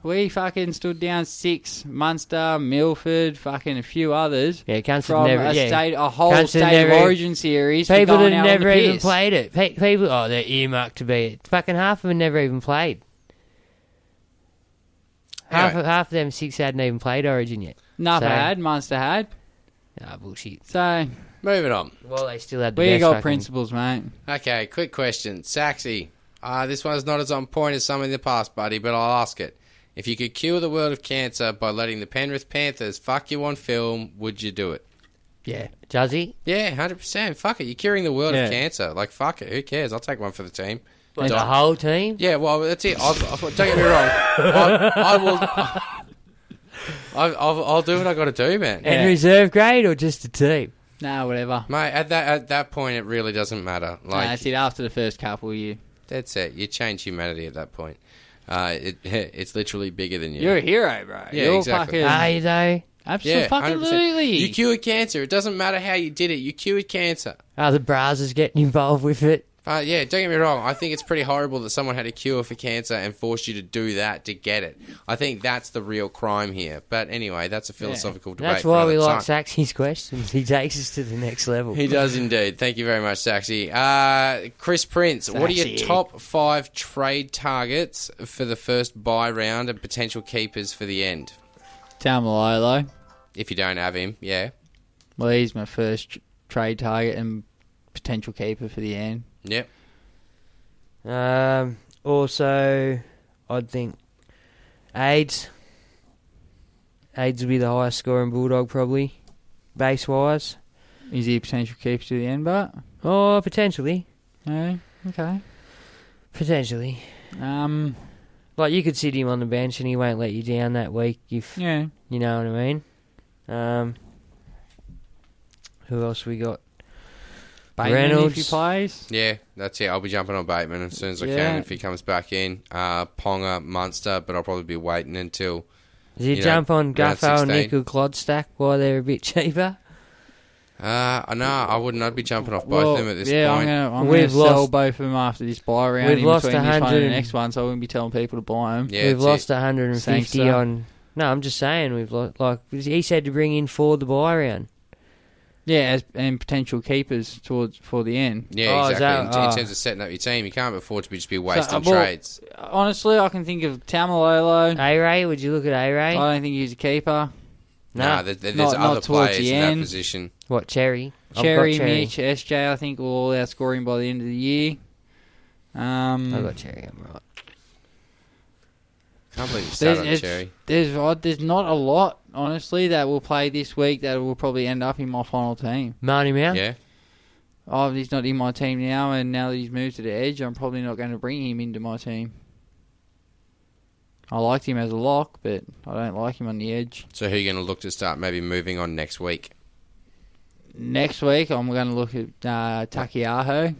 We fucking stood down six Munster, Milford, fucking a few others.
Yeah, cunts
from
have never
a
yeah.
state, a whole
Cunts have
state
never- e-
of origin series. for
People
going
that
out on
never
the
even
piss.
played it. Pe- people, oh, they're earmarked to be it. Fucking half of them never even played. Half of, half of them six hadn't even played Origin yet.
Napa
So-
had, Munster had.
Ah, bullshit.
So
Moving on.
Well, they still had the
we
best
got
fucking-
principles, mate.
Okay, quick question. Saxy. Uh, this one's not as on point as some in the past, buddy, but I'll ask it. If you could cure the world of cancer by letting the Penrith Panthers fuck you on film, would you do it?
Yeah. Does he?
Yeah, 100%. Fuck it. You're curing the world
Yeah.
of cancer. Like, fuck it. Who cares? I'll take one for the team.
Like the
Die.
whole team?
Yeah, well, that's it. I'll, I'll, don't get me wrong. I, I will. I, I'll, I'll do what I got to do, man.
In reserve grade or just a team?
Nah, whatever.
Mate, at that at that point, it really doesn't matter.
Nah,
Like
that's it. After the first couple, you
that's it. You change humanity at that point. Uh, it it's literally bigger than you.
you're a hero, bro.
Yeah,
you're
exactly.
fucking
Aye, though.
absolutely
yeah, 100%.
absolutely.
You cured cancer. It doesn't matter how you did it. You cured cancer.
Are the Brazzers getting involved with it?
Uh, yeah, don't get me wrong. I think it's pretty horrible that someone had a cure for cancer and forced you to do that to get it. I think that's the real crime here. But anyway, that's a philosophical debate.
That's
for
why
another
we like
time.
Saxy's questions. He takes us to the next level.
He does indeed. Thank you very much, Saxy. Uh, Chris Prince, what are your
Saxy.
top five trade targets for the first buy round and potential keepers for the end?
Tamalolo.
If you don't have him, yeah.
Well, he's my first tr- trade target and potential keeper for the end.
Yep.
Um, also, I'd think AIDS. AIDS would be the highest scoring Bulldog, probably, base wise.
Is he a potential keeper to the end, but
Oh, potentially.
no, okay.
Potentially.
Um,
Like, you could sit him on the bench and he won't let you down that week if
yeah.
You know what I mean? Um, who else we got?
Bateman
Reynolds.
if he plays.
Yeah, that's it. I'll be jumping on Bateman as soon as I
Yeah.
can if he comes back in. Uh, Ponga, Munster, but I'll probably be waiting until.
Did you,
you know,
jump on
round
Guffo and
16.
Nickel Clodstack while they're a bit cheaper?
Uh, no, I wouldn't. I'd be jumping off both
Well,
of them at this
yeah,
point.
I'm gonna, I'm
We've
gonna sell
lost-
both of them after this buy round.
We've
in
lost
between this one and
100
the next one, so I wouldn't be telling people to buy them.
Yeah,
we've
that's
lost
it.
150
Thanks, sir.
on. No, I'm just saying we've lost. Like he said, to bring in four the buy round.
Yeah, as, and potential keepers towards for the end.
Yeah,
Oh, is
exactly.
that-
in, in
oh.
terms of setting up your team, you can't afford to be just be wasting
uh, well,
trades.
Honestly, I can think of Tamalolo.
A Ray, would you look at A
I
Ray?
don't think he's a keeper.
nah,
no.
there- there's
not- not
other
towards
players
the
in
end.
that position.
What Cherry? I've
Cherry,
got Cherry.
Mitch, SJ, I think will all out scoring by the end of the year. Um,
I got Cherry. I'm right.
Can't believe you
there's,
started on
it's-
Cherry.
there's uh, there's not a lot, honestly, that will play this week that will probably end up in my final team.
Marnie Mount.
Yeah.
Oh, he's not in my team now, and now that he's moved to the edge, I'm probably not going to bring him into my team. I liked him as a lock, but I don't like him on the edge.
So who are you going to look to start maybe moving on next week?
Next week, I'm going to look at uh, Takiaho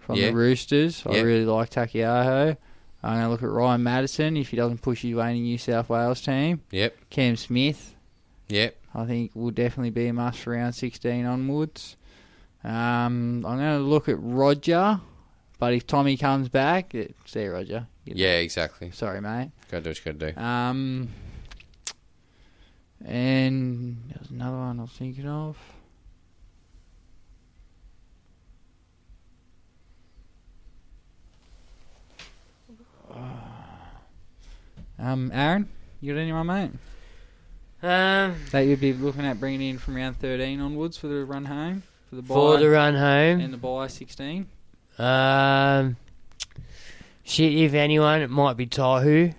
from
Yeah.
the Roosters. I
Yeah.
really like Takiaho. I'm going to look at Ryan Madison if he doesn't push his way in the New South Wales team.
Yep.
Cam Smith,
Yep.
I think, will definitely be a must for round 16 onwards. Um, I'm going to look at Roger, but if Tommy comes back, it, see you, Roger.
Yeah, exactly.
Sorry, mate.
Got to do what you got to do.
Um, and there was another one I was thinking of. Ah. Um, Aaron, you got anyone, mate?
Um,
That you'd be looking at bringing in from round 13 onwards for the run home? For the buy
for the run home.
and the buy 16?
Um, shit, if anyone, it might be Tahu.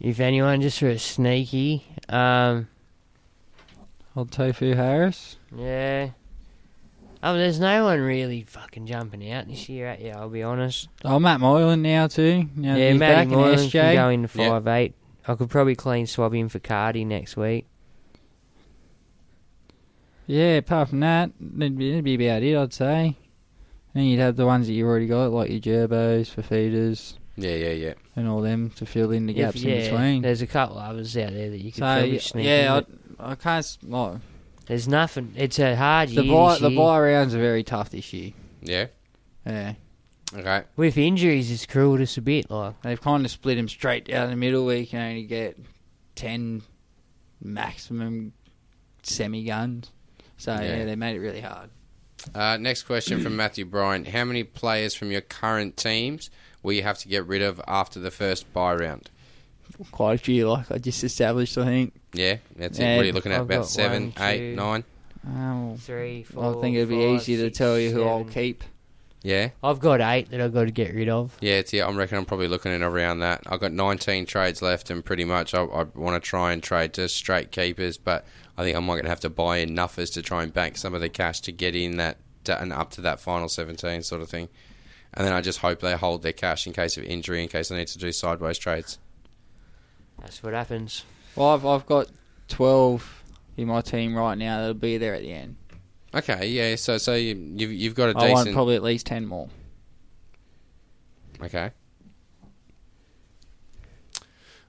If anyone, just for a sneaky. Um,
Old Tofu Harris.
yeah. Oh, there's no one really fucking jumping out this year. eh? Yeah, I'll be honest.
Oh, Matt Moylan now, too. Now that
yeah,
he's
Matty
back in
Moylan
SJ.
can go into
Yeah.
five eight. I could probably clean swab him for Cardi next week.
Yeah, apart from that, that'd be, that'd be about it, I'd say. And you'd have the ones that you've already got, like your Gerbos, Fafitas.
Yeah, yeah, yeah.
and all them to fill in the
If-
gaps in between.
There's a couple others out there that you can
So,
probably
y-
sneak
yeah,
in,
but I can't. s- Well,
there's nothing. It's a hard
the
year.
buy
this
the
year.
buy rounds are very tough this year.
Yeah.
Yeah,
Okay.
with injuries, it's cruelled us a bit. Like
they've kind of split them straight down the middle. where you can only get ten maximum semi guns. So
Yeah.
yeah. they made it really hard.
Uh, next question from Matthew Bryan. How many players from your current teams will you have to get rid of after the first buy round?
Quite a few, like I just established. I think.
Yeah, that's it.
Yeah,
What are you looking at?
I've
About
got
seven,
one,
eight,
two.
nine?
Oh,
three,
I
four.
think it'd be
five,
easy to
six,
tell you who i I'll
seven.
keep.
Yeah,
I've got eight that I've got to get rid of.
yeah, it's, yeah. I'm reckon I'm probably looking at around that. I've got 19 trades left, and pretty much I, I want to try and trade to straight keepers, but I think I'm going to have to buy in nuffers to try and bank some of the cash to get in that to, and up to that final 17 sort of thing. And then I just hope they hold their cash in case of injury, in case I need to do sideways trades.
That's what happens.
Well, I've, I've got 12 in my team right now that'll be there at the end.
Okay, yeah. So, so you, you've you've got a
I want
decent.
probably at least 10 more.
okay.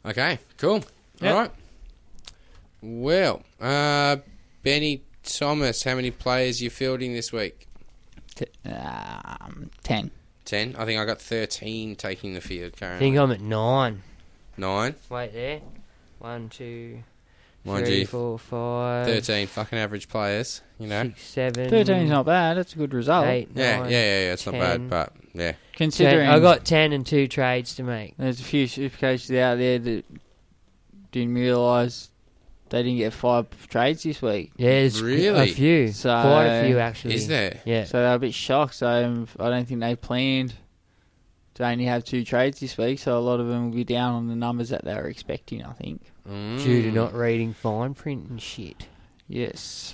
Okay. Cool. All right. Well, uh, Benny Thomas, how many players you fielding this week?
T- um, 10.
Ten. I think I got thirteen taking the field
I
currently.
think I'm at nine.
Nine.
Wait there. One, two,
Mind
three,
you,
four, five,
thirteen fucking average players. You know.
six, seven,
13's not bad. That's a good result.
eight,
yeah,
nine,
yeah, yeah, yeah. It's not bad,
10.
but yeah,
Considering
I got ten and two trades to make.
there's a few supercoaches out there that didn't realise they didn't get five trades this week.
Yeah, it's
Really?
a few,
So-
quite a few actually.
is there?
Yeah.
So they were a bit shocked. So um, I don't think they planned to only have two trades this week. So a lot of them will be down on the numbers that they were expecting, I think.
Due
Mm. Hmm.
to not reading fine print and shit.
Yes.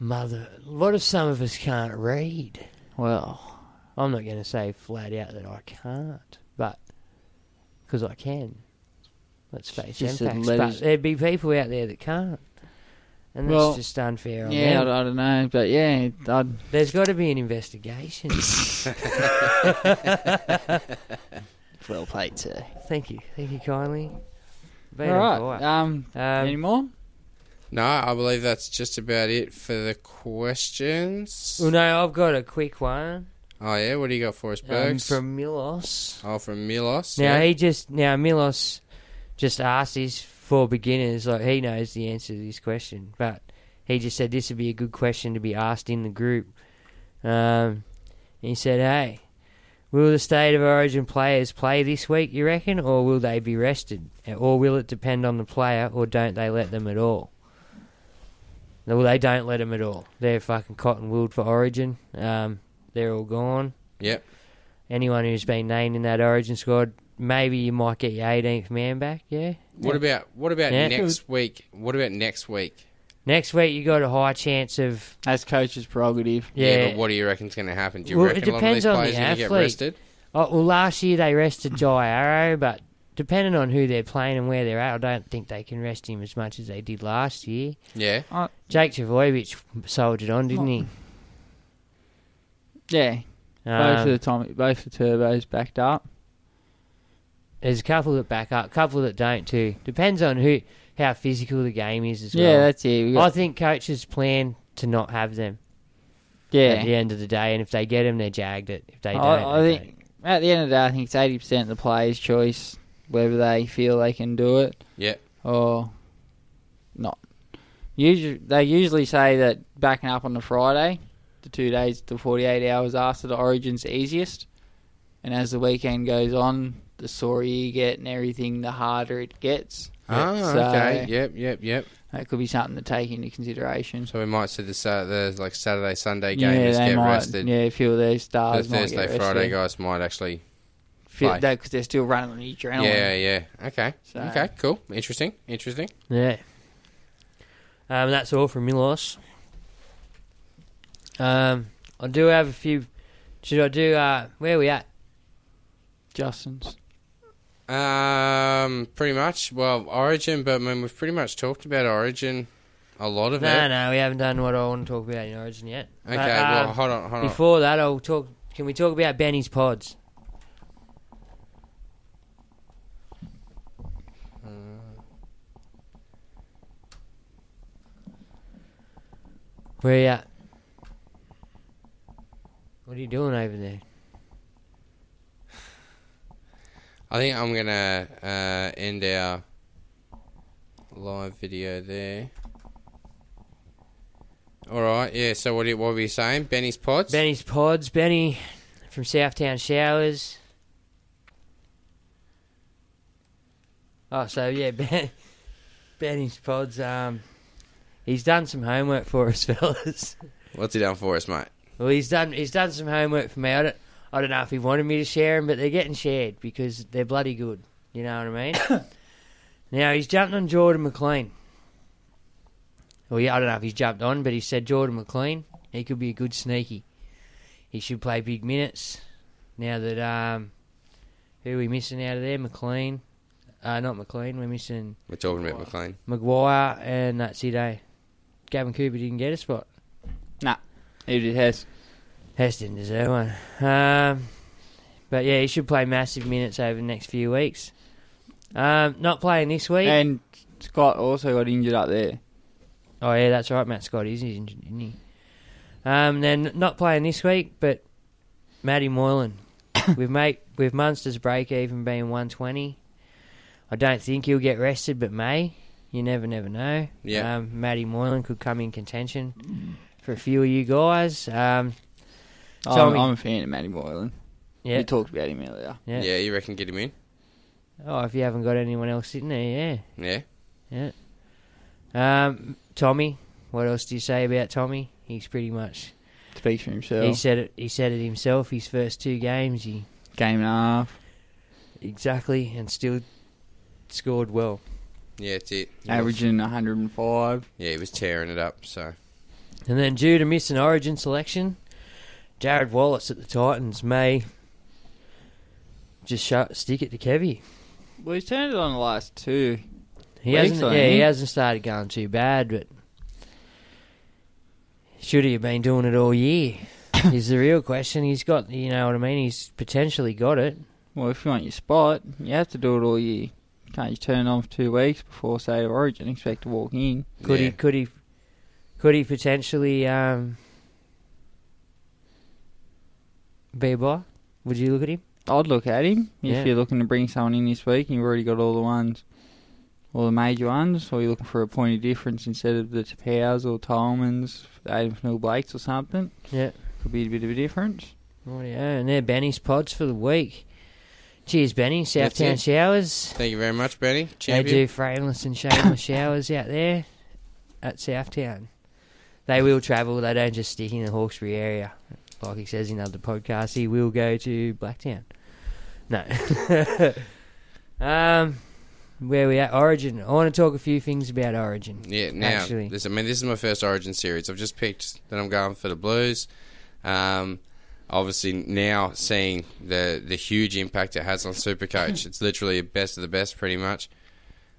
Mother, what if some of us can't read?
Well,
I'm not going to say flat out that I can't, but because I can. Let's face
Just
it,
the
facts,
letters-
but there'd be people out there that can't, and that's
Well,
just unfair. On
yeah, I,
them.
I don't know, but yeah, I'd,
there's got to be an investigation.
well played, sir.
thank you, thank you kindly.
All
Been
right. Um,
Um,
any more?
No, I believe that's just about it for the questions.
well, no, I've got a quick one
Oh yeah, what do you got for us,
um,
Bergs?
from Milos.
oh, from Milos.
Now
yeah.
he just now Milos just asked this for beginners, like he knows the answer to this question, but he just said this would be a good question to be asked in the group. Um, and he said, "Hey, will the state of origin players play this week? You reckon, or will they be rested, or will it depend on the player, or don't they let them at all?" No, Well, they don't let them at all. They're fucking cotton wooled for Origin. Um, they're all gone
Yep.
anyone who's been named in that Origin squad, maybe you might get your 18th man back. Yeah.
What about what about
Yeah.
next week? What about next week?
Next week you got a high chance of
That's coach's prerogative.
yeah.
but what do you reckon's going to happen? Do you
Well, it
reckon a lot of
depends
these
on the
players are going to get
athlete.
rested?
oh, well, last year they rested Jai Arrow, but depending on who they're playing and where they're at, I don't think they can rest him as much as they did last year.
Yeah.
Jake Travojevic soldiered on, didn't he?
Yeah, Oh, both of
Um,
the Tommy, both the turbos backed up.
there's a couple that back up, couple that don't too. Depends on who how physical the game is as
Yeah,
well.
that's it. We got-
I think coaches plan to not have them
yeah,
at the end of the day, and if they get them, they're jagged it. If they don't,
I, I
they don't.
think at the end of the day, I think it's eighty percent the player's choice whether they feel they can do it
Yeah.
or not. Usually, they usually say that backing up on the Friday, the two days to forty-eight hours after the Origin's easiest, and as the weekend goes on, the sore you get and everything, the harder it gets.
Ah,
So-
okay. Yep, yep, yep.
That could be something to take into consideration.
So we might see the, Sat- the like Saturday, Sunday gamers
they
get
might.
rested.
Yeah, a few of their
The
stars might
Thursday,
get
Friday
rested.
guys might actually. play.
Feel that because they're still running on the adrenaline.
Yeah, yeah. Okay.
So-
Okay. Cool. Interesting. Interesting.
Yeah. Um, that's all from Milos. Um, I do have a few. Should I do? Uh, where we at?
Justin's.
Um, pretty much. Well, Origin, but I mean, we've pretty much talked about Origin, a lot of
No,
it.
no, we haven't done what I want to talk about in Origin yet.
Okay,
But,
well,
um,
hold on, hold on.
before that, I'll talk. Can we talk about Benny's pods? Uh. Where you at? What are you doing over there?
I think I'm gonna uh, end our live video there. All right, yeah. So what? do you- What were you saying? Benny's pods.
Benny's pods. Benny from Southtown Showers. Oh, so yeah, ben, Benny's pods. Um, he's done some homework for us, fellas.
What's he done for us, mate?
Well, he's done. He's done some homework for me. I don't. I don't know if he wanted me to share them, but they're getting shared because they're bloody good. You know what I mean? now he's jumped on Jordan McLean. Well, yeah, I don't know if he's jumped on, but he said Jordan McLean. He could be a good sneaky. He should play big minutes. Now that um, who are we missing out of there? McLean. Uh, not McLean. We're missing
We're talking about McLean.
Maguire, and that's it. Eh? Gavin Cooper didn't get a spot.
Nah, he did Hess.
Hess didn't deserve one. Um, but yeah, he should play massive minutes over the next few weeks. Um, not playing this week.
And Scott also got injured up there.
oh yeah, that's right. Matt Scott is injured, isn't he? Um, then not playing this week, but Matty Moylan. we've made with Munster's break even being one twenty. I don't think he'll get rested, but may. You never, never know.
Yeah.
Um, Matty Moylan could come in contention for a few of you guys. Um,
I'm,
Tommy-
I'm a fan of Matty Boylan.
Yeah.
We talked about him earlier.
Yeah.
Yeah, you reckon get him in?
Oh, if you haven't got anyone else sitting there,
Yeah.
yeah, yeah. Um, Tommy, what else do you say about Tommy? He's pretty much.
Speaks for himself.
He said it. He said it himself. His first two games, he
Game and a half.
exactly, and still scored well.
Yeah, it's it. He was-
Averaging 105.
yeah, he was tearing it up. So
And then due to miss an Origin selection, Jared Wallace at the Titans may just shut, stick it to Kevy.
Well, he's turned it on the last two.
He
Weeks,
hasn't.
I
Yeah, he
think.
hasn't started going too bad, but should he have been doing it all year? is the real question. He's got, you know what I mean. He's potentially got it.
Well, if you want your spot, you have to do it all year. Can't you turn it on for two weeks before say Origin? Expect to walk in.
Could
Yeah.
he? Could he? Could he potentially um, be a buy? Would you look at him?
I'd look at him if
Yeah.
you're looking to bring someone in this week. and You've already got all the ones, all the major ones, or you're looking for a point of difference instead of the Tapows or Tolmans, Adam Fennell Blakes or something.
Yeah.
Could be a bit of a difference.
Rightio, and they're Benny's pods for the week. Cheers, Benny.
That's
Southtown
it.
Showers.
thank you very much, Benny.
They
Champion.
do frameless and shameless showers out there at Southtown. They will travel. They don't just stick in the Hawkesbury area. Like he says in other podcasts, he will go to Blacktown. No. um, where we at? Origin. I want to talk a few things about Origin.
Yeah. Now,
Actually.
this I mean, this is my first Origin series. I've just picked that I'm going for the Blues. Um, obviously now seeing the the huge impact it has on Supercoach, it's literally best of the best, pretty much.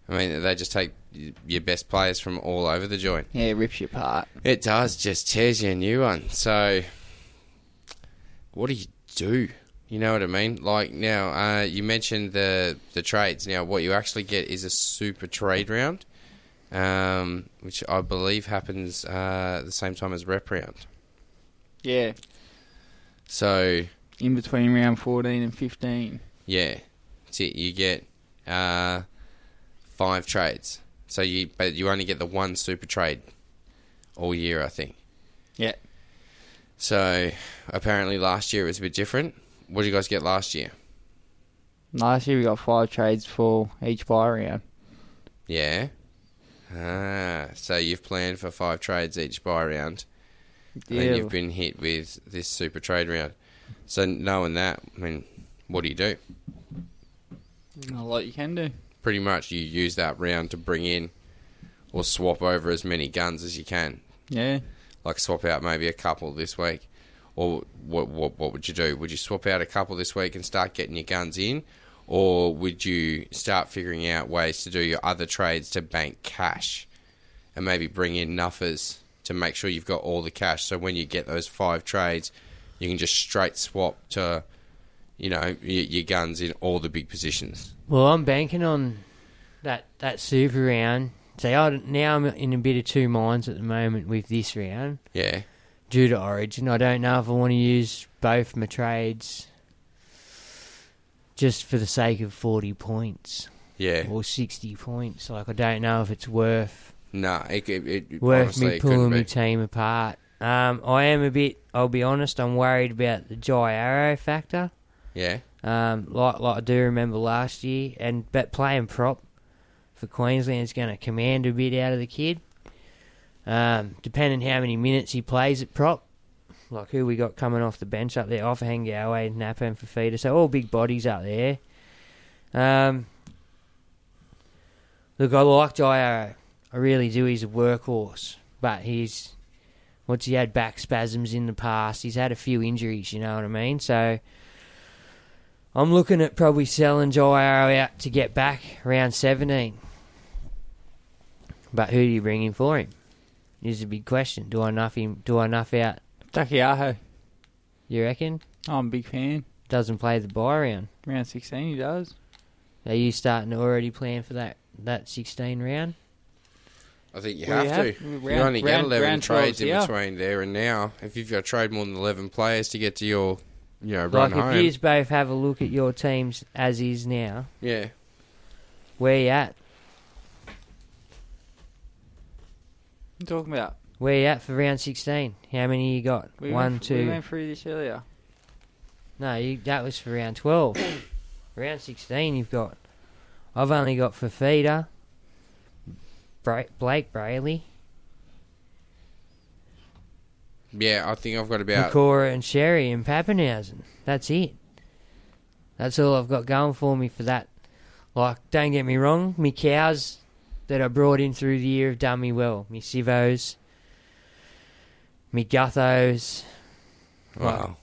I mean, they just take y- your best players from all over the joint.
Yeah, it rips you apart.
It does just tears you a new one. So, what do you do? You know what I mean? Like now, uh, you mentioned the the trades. Now, what you actually get is a super trade round, um, which I believe happens uh, at the same time as rep round.
Yeah.
So,
In between round 14 and 15.
yeah, that's it. You get uh, five trades. So you, but you only get the one super trade all year, I think.
Yeah.
So apparently last year it was a bit different. What did you guys get last year?
Last year we got five trades for each buy round.
Yeah. Ah, so you've planned for five trades each buy round, and
Yeah.
then you've been hit with this super trade round. So knowing that, I mean, what do you do?
Not a lot you can do.
Pretty much, you use that round to bring in or swap over as many guns as you can.
Yeah.
Like swap out maybe a couple this week, or what? What, what would you do? Would you swap out a couple this week and start getting your guns in, or would you start figuring out ways to do your other trades to bank cash, and maybe bring in nuffers to make sure you've got all the cash? So when you get those five trades, you can just straight swap to, you know, y- your guns in all the big positions.
Well, I'm banking on that that super round So I, now I'm in a bit of two minds at the moment with this round.
Yeah.
Due to Origin, I don't know if I want to use both my trades just for the sake of 40 points.
Yeah.
Or 60 points. Like, I don't know if it's worth
No, it, it, it
worth
honestly,
me
it couldn't
pulling my
be.
team apart. Um, I am a bit. I'll be honest. I'm worried about the Jai Arrow factor.
Yeah.
Um, like like I do remember last year, and but playing prop for Queensland is going to command a bit out of the kid. Um, depending how many minutes he plays at prop, like who we got coming off the bench up there, Offahengaway, Napa, and Fafita, so all big bodies up there. Um, Look, I like Dio. I really do. He's a workhorse, but he's once he had back spasms in the past, he's had a few injuries. You know what I mean? So I'm looking at probably selling Dio out to get back round 17. But who do you bring in for him? Is a big question. Do I nuff him? Do I nuff out?
Takiaho.
You reckon?
I'm a big fan.
Doesn't play the buy round.
Round 16, he does.
Are you starting to already plan for that that 16 round?
I think you
Well,
have
you
to.
have-
You
round-
only get
round-
11
round
trades
12's
in
here.
between there and now. If you've got to trade more than 11 players to get to your, you know, run
Like
home.
if you both have a look at your teams as is now,
Yeah.
where you at?
I'm talking about.
Where you at for round sixteen? How many you got?
We
One,
went,
two.
We went through this earlier.
No, you, that was for round twelve. round sixteen, you've got. I've only got Fafita, Bra- Blake Brayley,
Yeah, I think I've got about.
Nakora, and Sherry, and Pappenhausen. That's it. That's all I've got going for me for that. Like, don't get me wrong, me cows that I brought in through the year have done me well. Me Sivos, me Guthos. Like,
Wow.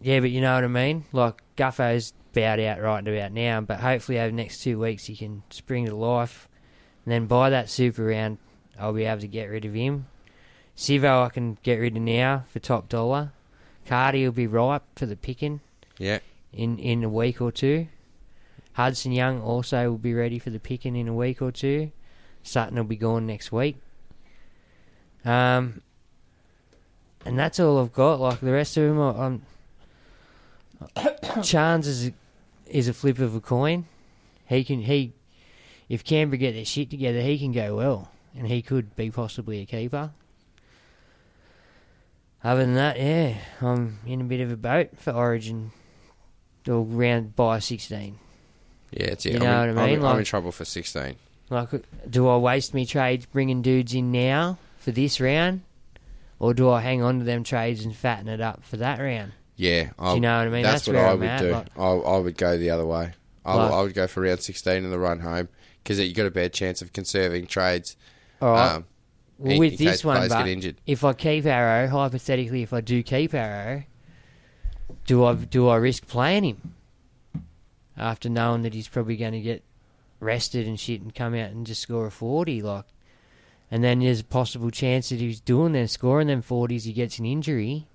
yeah, but you know what I mean? Like, Gutho's bowed out right about now, but hopefully over the next two weeks he can spring to life. And then by that super round, I'll be able to get rid of him. Sivo I can get rid of now for top dollar. Cardi will be ripe for the picking
Yeah.
in in a week or two. Hudson Young also will be ready for the picking in a week or two. Sutton will be gone next week. Um, and that's all I've got. Like the rest of them, I'm. Chance is a, is a flip of a coin. He can he, if Canberra get their shit together, he can go well, and he could be possibly a keeper. Other than that, yeah, I'm in a bit of a boat for Origin or round by 16.
Yeah, it's it.
You
I'm
know
in-
what I
I'm,
mean?
in- I'm in
Like-
trouble for 16.
Like, do I waste me trades bringing dudes in now for this round? Or do I hang on to them trades and fatten it up for that round?
Yeah.
Do you know what I mean?
That's,
That's
what
where
I
I'm
would
at,
do.
like-
I, I would go the other way. I,
Like-
I would go for round 16 in the run home because you've got a better chance of conserving trades. um,
All right.
in-
Well,
in
with
case
this one,
players
but
get injured.
if I keep Arrow, hypothetically, if I do keep Arrow, do I do I risk playing him after knowing that he's probably going to get rested and shit and come out and just score a forty, like, and then there's a possible chance that he's doing them scoring them forties, he gets an injury.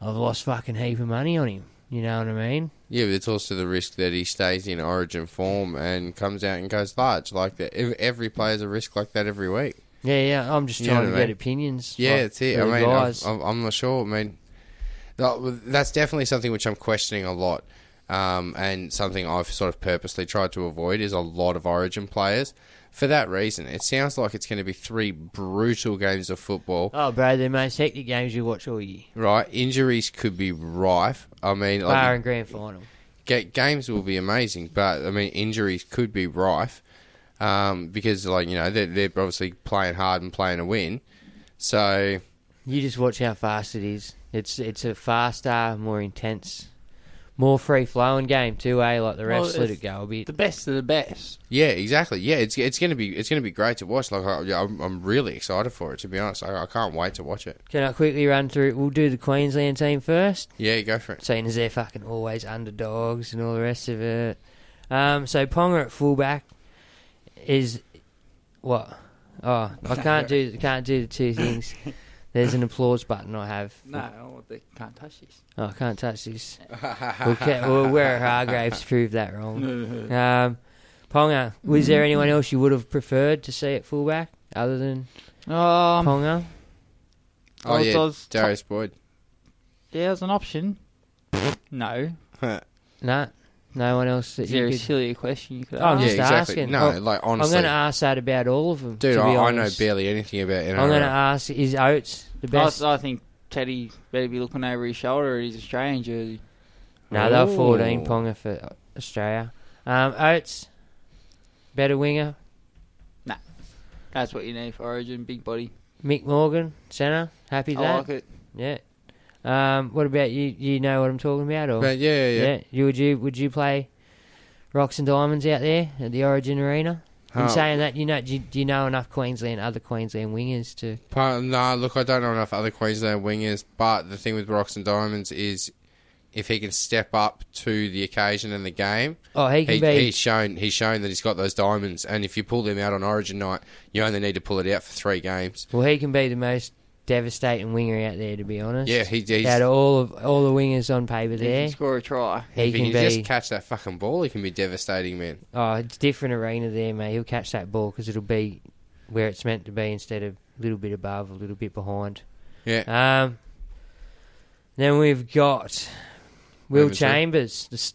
I've lost fucking heap of money on him. You know what I mean?
Yeah, but it's also the risk that he stays in origin form and comes out and goes large. Like that, Ev- every player's a risk like that every week.
Yeah, yeah. I'm just
You know
trying to
what I
get
mean?
opinions.
Yeah,
like,
it's it. I
for the
mean, I'm,
guys.
I'm I'm not sure. I mean, that- that's definitely something which I'm questioning a lot, um, and something I've sort of purposely tried to avoid is a lot of Origin players. For that reason, it sounds like it's going to be three brutal games of football.
oh, bro, they're the most hectic games you watch all year.
Right, injuries could be rife. I mean, like,
Bar and grand final.
ga- games will be amazing, but I mean, injuries could be rife um, because, like you know, they're, they're obviously playing hard and playing to win. So
You just watch how fast it is. It's it's a faster, more intense, more free flowing game too. Eh, like the refs
Well,
let it
it's
go a bit.
The best of the best.
yeah, exactly. Yeah, it's it's gonna be it's gonna be great to watch. Like I, yeah, I'm, I'm really excited for it. To be honest, I, I can't wait to watch it.
Can I quickly run through? We'll do the Queensland team first,
Yeah, go for it.
seeing as they're fucking always underdogs and all the rest of it. Um, so Ponga at fullback is what? Oh, I can't do can't do the two things. There's an applause button I have.
No, I don't want- they can't touch this.
Oh, I can't touch this. we'll, ca- we'll wear Hargraves prove that wrong. Um, Ponga. Was
Mm-hmm.
there anyone else you would have preferred to see at fullback other than
Um,
Ponga?
Oh,
I was- I
yeah,
was-
Darius Boyd.
Yeah, as an option. no.
No, no one else that
Is
you
there a
could. Oh,
sillier question you could
I'm
ask?
just
Yeah, exactly.
asking. Oh,
No,
I'm-
like,
I'm
honestly.
going to ask that about all of them.
Dude,
to be
I, I know
honest.
barely anything about NRL.
I'm going to ask: Is Oates the
Oh,
best?
I, I think Teddy better be looking over his shoulder at his Australian jersey.
No, they were 14
Ooh.
Ponga for Australia. Um, Oates, better winger.
That's what you need for Origin, big body.
Mick Morgan, centre. Happy with
I
that.
like it.
Yeah. Um, what about you? You know what I'm talking about, or
But yeah, yeah, yeah.
You would you would you play rocks and diamonds out there at the Origin Arena? In
Oh.
saying that, you know, do you, do you know enough Queensland other Queensland wingers to?
Part, nah, look, I don't know enough other Queensland wingers, but the thing with Rocks and Diamonds is if he can step up to the occasion and the game,
Oh, he can
he,
be.
he's shown he's shown that he's got those diamonds. And if you pull them out on Origin night, you only need to pull it out for three games.
well, he can be the most devastating winger out there, to be honest.
Yeah, he, he's,
out of all of all the wingers on paper
He
there,
can score a try.
he
if he
can
can
be.
just catch that fucking ball, he can be devastating, man.
Oh, it's different arena there, mate. He'll catch that ball because it'll be where it's meant to be instead of a little bit above, a little bit behind.
Yeah.
Um, then we've got Will
Over to-
Chambers. The s-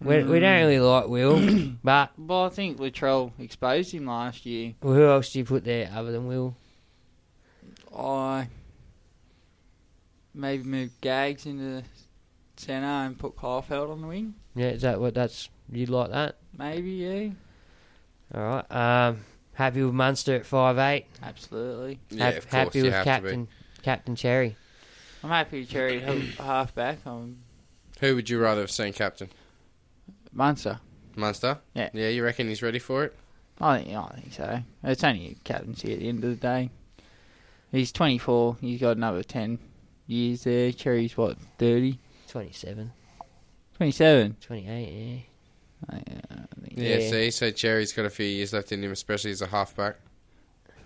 we, we don't
Hmm.
really like Will, but
Well, I think Latrell exposed him last year.
who else do you put there other than Will?
I maybe moved Gags into the centre and put Caulfield on the wing.
Yeah, is that what that's you'd like that?
Maybe, yeah.
All right. Um, happy with Munster at five eight.
Absolutely.
Yeah, of course
happy
you
with
have to be.
Captain Captain Cherry.
I'm happy Cherry half back. I'm
Who would you rather have seen captain?
Munster.
Munster?
Yeah.
Yeah, you reckon he's ready for it?
I think, I think so. It's only captaincy at the end of the day. He's 24. He's got another 10 years there. Cherry's what, 30?
27,
27.
28,
I, uh, I think
Yeah,
Yeah.
see, so Cherry's got a few years left in him, especially as a halfback.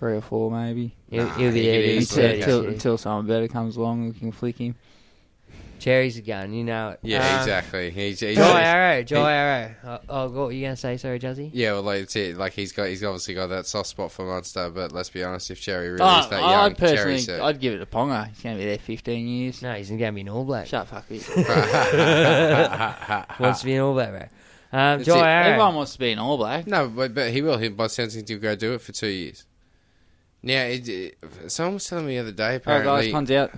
three or four maybe.
yeah. He'll,
Nah,
he'll be
he
there
could
to
easily
Until,
yeah.
until, until someone better comes along and can flick him.
Cherry's a gun, you know it.
Yeah,
Um,
exactly. He's, he's,
Joy Arrow, Joy
he-
Arrow. Oh, oh, what were you going to say, sorry, Jazzy?
Yeah, well, like, that's it. Like he's got, he's obviously got that soft spot for Munster. But let's be honest, if Cherry really is that young,
Oh, I'd
Cherry
Ah, personally,
said,
I'd give it to Ponga. He's going to be there 15 years.
No, he's going to be an All Black.
Shut fuck it.
Wants to be an All Black, bro. Um,
That's
Joy
it.
Arrow.
Everyone wants to be an All Black.
no, but, but he will. He by sounds like he'll go do it for two years. Now, it, it, someone was telling me the other day.
All right,
Apparently,
Oh, guys, puns out.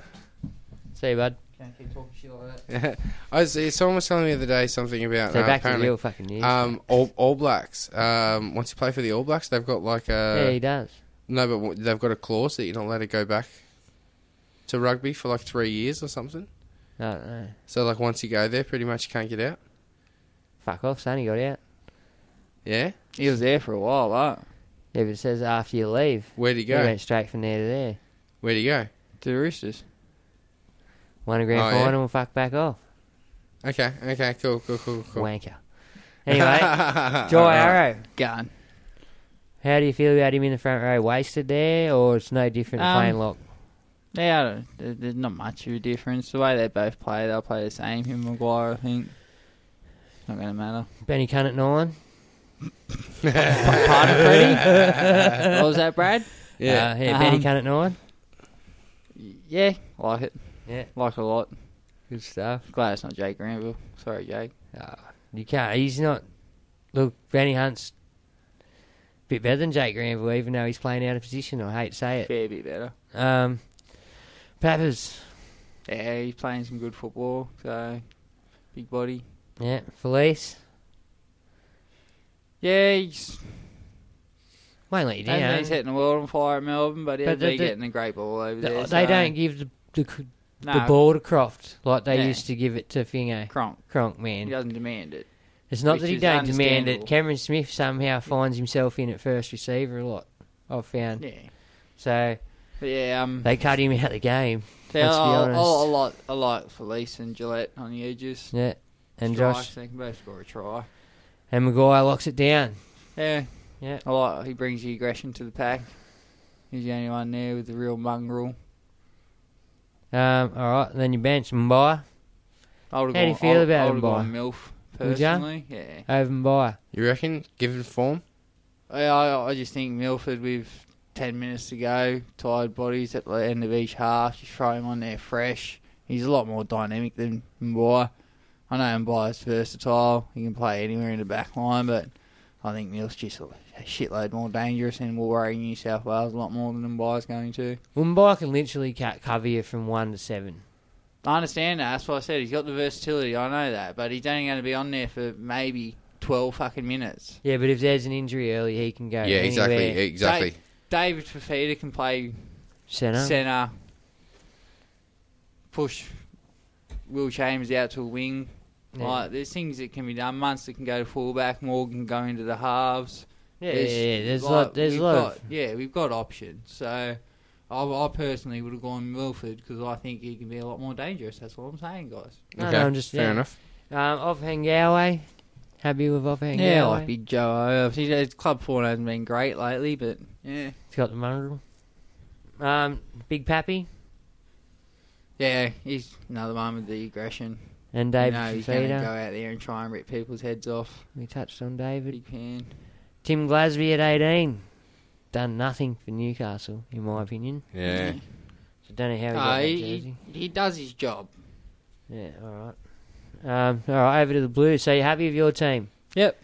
See you, bud.
Can't keep talking shit like that.
I was, someone was telling me the other day something about
So
uh,
back to the
apparently,
real fucking news.
um, all, all Blacks. Um, once you play for the All Blacks, they've got like a
yeah, he does.
no, but w- they've got a clause that you're not allowed to go back to rugby for like three years or something.
I don't know.
So like once you go there, pretty much you can't get out.
Fuck off, son. He got out.
Yeah,
He was there for a while, right?
Yeah, but it says after you leave.
where'd he
He
go?
went straight from there to there.
Where'd he go?
To the Roosters.
Won a grand
Oh, yeah.
final and fuck back off.
Okay, okay, cool, cool, cool, cool.
Wanker. Anyway, Joy
Uh,
Arrow.
Gun.
How do you feel about him in the front row? Wasted there, or it's no different to
Um,
playing lock?
Yeah, I don't, there- there's not much of a difference. The way they both play, they'll play the same. Him and Maguire, I think. Not going to matter.
Benny Cunn at nine.
Pardon, Freddie? what was that, Brad?
Yeah.
Uh, yeah, Benny
Um,
Cunn at nine.
Yeah, like it.
Yeah.
Like it a lot.
Good stuff.
Glad it's not Jake Granville. Sorry, Jake.
You can't. He's not. Look, Benny Hunt's a bit better than Jake Granville, even though he's playing out of position. I hate to say it.
Fair bit better.
Um, Pappas,
Yeah, he's playing some good football, so big body.
yeah, Felice
Yeah, he's,
won't let you
I don't think
down.
he's hitting the world on fire at Melbourne, but he'll
But the-
be
the-
getting a great ball over
They,
there.
they
so-
don't give the the, c- the
No,
ball to Croft like they
Yeah.
used to give it to Fingo.
Cronk.
Cronk
He
man,
doesn't demand it.
it's not
which
that he
is
don't demand it.
understandable.
Cameron Smith somehow finds himself in at first receiver a lot. I've found
Yeah.
so
But yeah, um,
they cut him out of the game.
Yeah,
Let's be
I, I, I
honest.
like I like Felice and Gillette on the edges.
Yeah, and
Strikes,
Josh
they can both score a try.
and Maguire locks it down.
Yeah,
Yeah.
I like he brings the aggression to the pack. He's the only one there with the real mongrel.
Um, all right, then you bench Mbaya.
I would
How do you feel about
I
him,
would have gone Milf personally. Yeah.
Over by.
You reckon? Given form?
I, I, I just think Milford with 10 minutes to go, tired bodies at the end of each half, just throw him on there fresh. He's a lot more dynamic than Mbai. I know Mbai's versatile. He can play anywhere in the back line, but I think Mil's just a shitload more dangerous and will worry New South Wales a lot more than Mbai's going to.
Well, Mbai can literally ca- cover you from one to seven.
I understand that. That's what I said. He's got the versatility. I know that. But he's only going to be on there for maybe 12 fucking minutes.
Yeah, but if there's an injury early, he can go.
Yeah, exactly,
anywhere.
exactly.
Da- David Fafita can play
Centre.
centre, push Will Chambers out to a wing.
Yeah.
Like there's things that can be done. Munster can go to fullback. Morgan can go into the halves.
Yeah, yeah, yeah, there's a lot- there's a
we've
lot
Got,
of-
Yeah, we've got options. So. I, I personally would have gone Milford because I think he can be a lot more dangerous. That's what I'm saying, guys.
No, no, I'm just
fair
yeah.
enough.
Um, off Hengawe, happy with off Hengawe.
Yeah, like Big Joe. O. Obviously, his Club Four hasn't been great lately, but yeah,
He's got the mongrel. Um, Big Pappy
yeah, he's another one with the aggression.
and David
you know, he's going to go
Fafita.
out there and try and rip people's heads off.
We touched on David.
Big fan.
Tim Glasby at 18. Done nothing for Newcastle, in my opinion.
Yeah.
Mm-hmm. So don't know how he got
Uh,
that
he,
jersey.
he, he does his job.
Yeah, all right. Um, all right, over to the Blues. So you happy with your team?
Yep.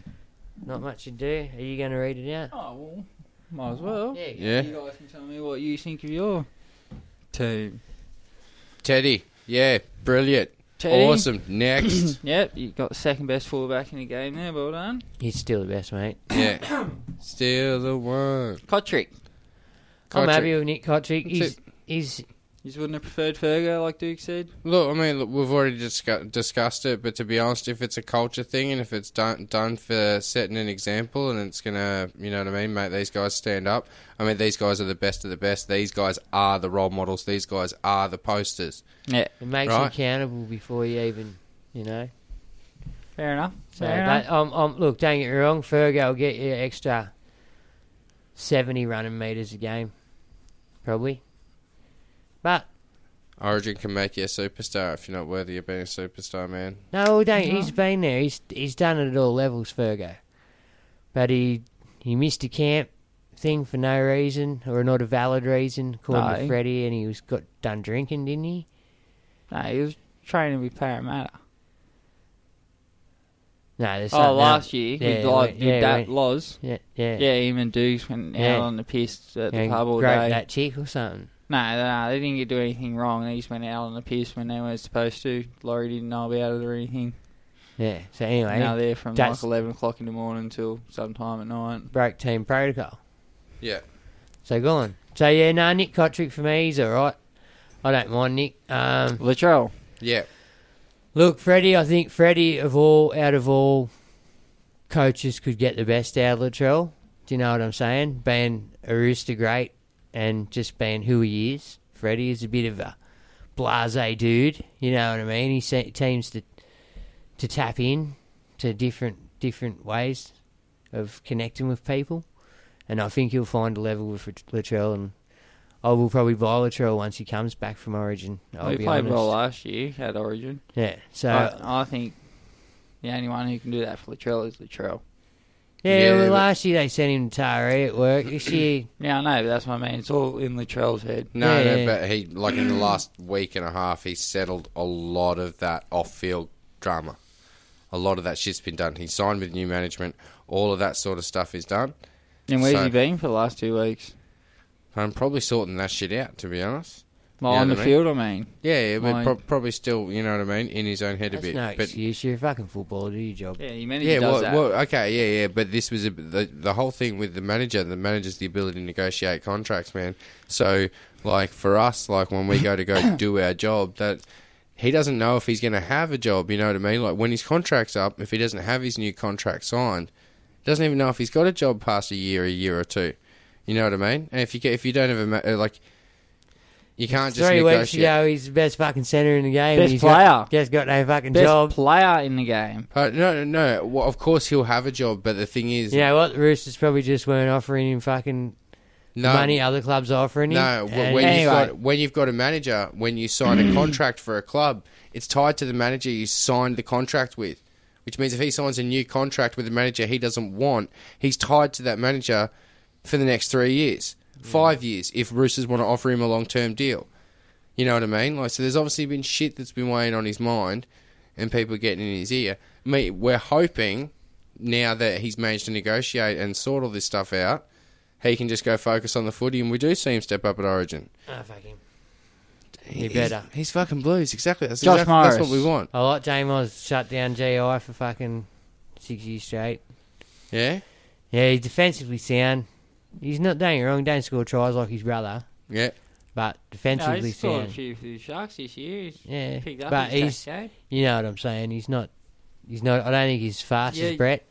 Not much to do. Are you going to read it out?
Oh well, might as well. Yeah.
Yeah.
You guys can tell me what you think of your team.
Teddy. Yeah. Brilliant.
Teddy?
Awesome. Next.
Yep, you got the second best fullback in the game there. Well done,
He's still the best, mate.
yeah. Still the one.
Kotrick.
I'm
Kotrick.
happy with Nick Kotrick.
That's
He's, he's
You wouldn't have preferred Fergo, like Duke said.
Look, I mean, look, we've already discuss- discussed it, but to be honest, if it's a culture thing and if it's done done for setting an example and it's gonna, you know what I mean, make these guys stand up. I mean, these guys are the best of the best. These guys are the role models. These guys are the posters.
Yeah.
it makes you
Right.
accountable before you even, you know.
Fair enough.
So,
Fair enough.
but, um, um, look, don't get me wrong. Fergo will get you extra 70 running metres a game, probably. But,
Origin can make you a superstar if you're not worthy of being a superstar, man.
no, don't. He's been there. He's he's done it at all levels, Fergo. But he he missed a camp thing for no reason, or not a valid reason, according
No.
to Freddie, and he was got done drinking, didn't he?
No, he was training with Parramatta.
No, there's
Oh,
something
last
else.
year
Yeah,
with, like,
right,
with
yeah,
that
right.
Loz.
Yeah, yeah.
Yeah, him and Dukes went
Yeah.
out on the piss at the
And
pub all
groped
day.
that chick or something.
No, no, they didn't do anything wrong. They just went out on the piss when they weren't supposed to. Laurie didn't know about it or anything.
Yeah. So anyway,
now they're from
that's-
like 11 o'clock in the morning till sometime at night.
broke team protocol.
Yeah.
So go on. So yeah, no, Nick Kotrick for me, he's all right. I don't mind Nick. Um,
Latrell.
Yeah.
look, Freddie, I think Freddie of all out of all coaches could get the best out of Latrell. Do you know what I'm saying? Being a rooster great and just being who he is. Freddie is a bit of a blase dude. You know what I mean? He se- seems to to tap in to different different ways of connecting with people, and I think he'll find a level with Lat- Latrell, and I will probably buy Latrell once he comes back from Origin. I'll
he
be
played
honest.
well last year at Origin.
Yeah, so
I, I think the only one who can do that for Latrell is Latrell.
yeah,
Yeah,
well,
but-
last year they sent him to Taree at work. This year,
Yeah, I know, but that's what I mean. It's all in Latrell's head.
No,
Yeah,
no,
yeah.
but he like in the last week and a half, he settled a lot of that off-field drama. A lot of that shit's been done. He signed with new management. All of that sort of stuff is done.
And where's
So-
he been for the last two weeks?
I'm probably sorting that shit out, to be honest.
Well,
You know
on the
what I mean?
field, I mean.
Yeah, yeah, but
Fine.
prob probably still, you know what I mean, in his own head
that's
a bit.
no
but
excuse. You're a fucking footballer. Do your job.
Yeah, he managed
yeah, well,
does that.
well,
uh,
okay, yeah, yeah, but this was a, the the whole thing with the manager. The manager's the ability to negotiate contracts, man. So, like for us, like when we go to go do our job, that he doesn't know if he's going to have a job. You know what I mean? Like when his contract's up, if he doesn't have his new contract signed, he doesn't even know if he's got a job past a year, a year or two. You know what I mean? And if you get, if you don't have a ma- uh, like, you can't just
Three
negotiate.
weeks ago, he's the best fucking centre in the game.
Best
He's got-
player.
just got no fucking
Best
job.
player in the game.
Uh, no, no, no. Well, of course he'll have a job, but the thing is,
You know what? The Roosters probably just weren't offering him fucking
no,
money other clubs are offering him.
No, wh-
And-
when
Anyway,
you've got when you've got a manager, when you sign a contract for a club, it's tied to the manager you signed the contract with. which means if he signs a new contract with a manager he doesn't want, he's tied to that manager for the next three years, five years, if Roosters want to offer him a long term deal. You know what I mean? Like, so there's obviously been shit that's been weighing on his mind, and people getting in his ear. Me, we're hoping now that he's managed to negotiate and sort all this stuff out, he can just go focus on the footy, and we do see him step up at Origin.
Ah, fuck him. He
He's-
better.
He's fucking blues. Exactly. That's
Josh
exactly, That's what we want.
I like Damos shut down GI for fucking six years straight.
Yeah.
Yeah, he's defensively sound. He's not doing it wrong. Don't score tries like his brother.
Yeah.
But
No,
defensively
he's scored a
sound.
few for the Sharks this year. He's
Yeah,
picked up
but
his
he's
game.
you know what I'm saying. He's not. He's not. I don't think he's fast
Yeah,
as Brett.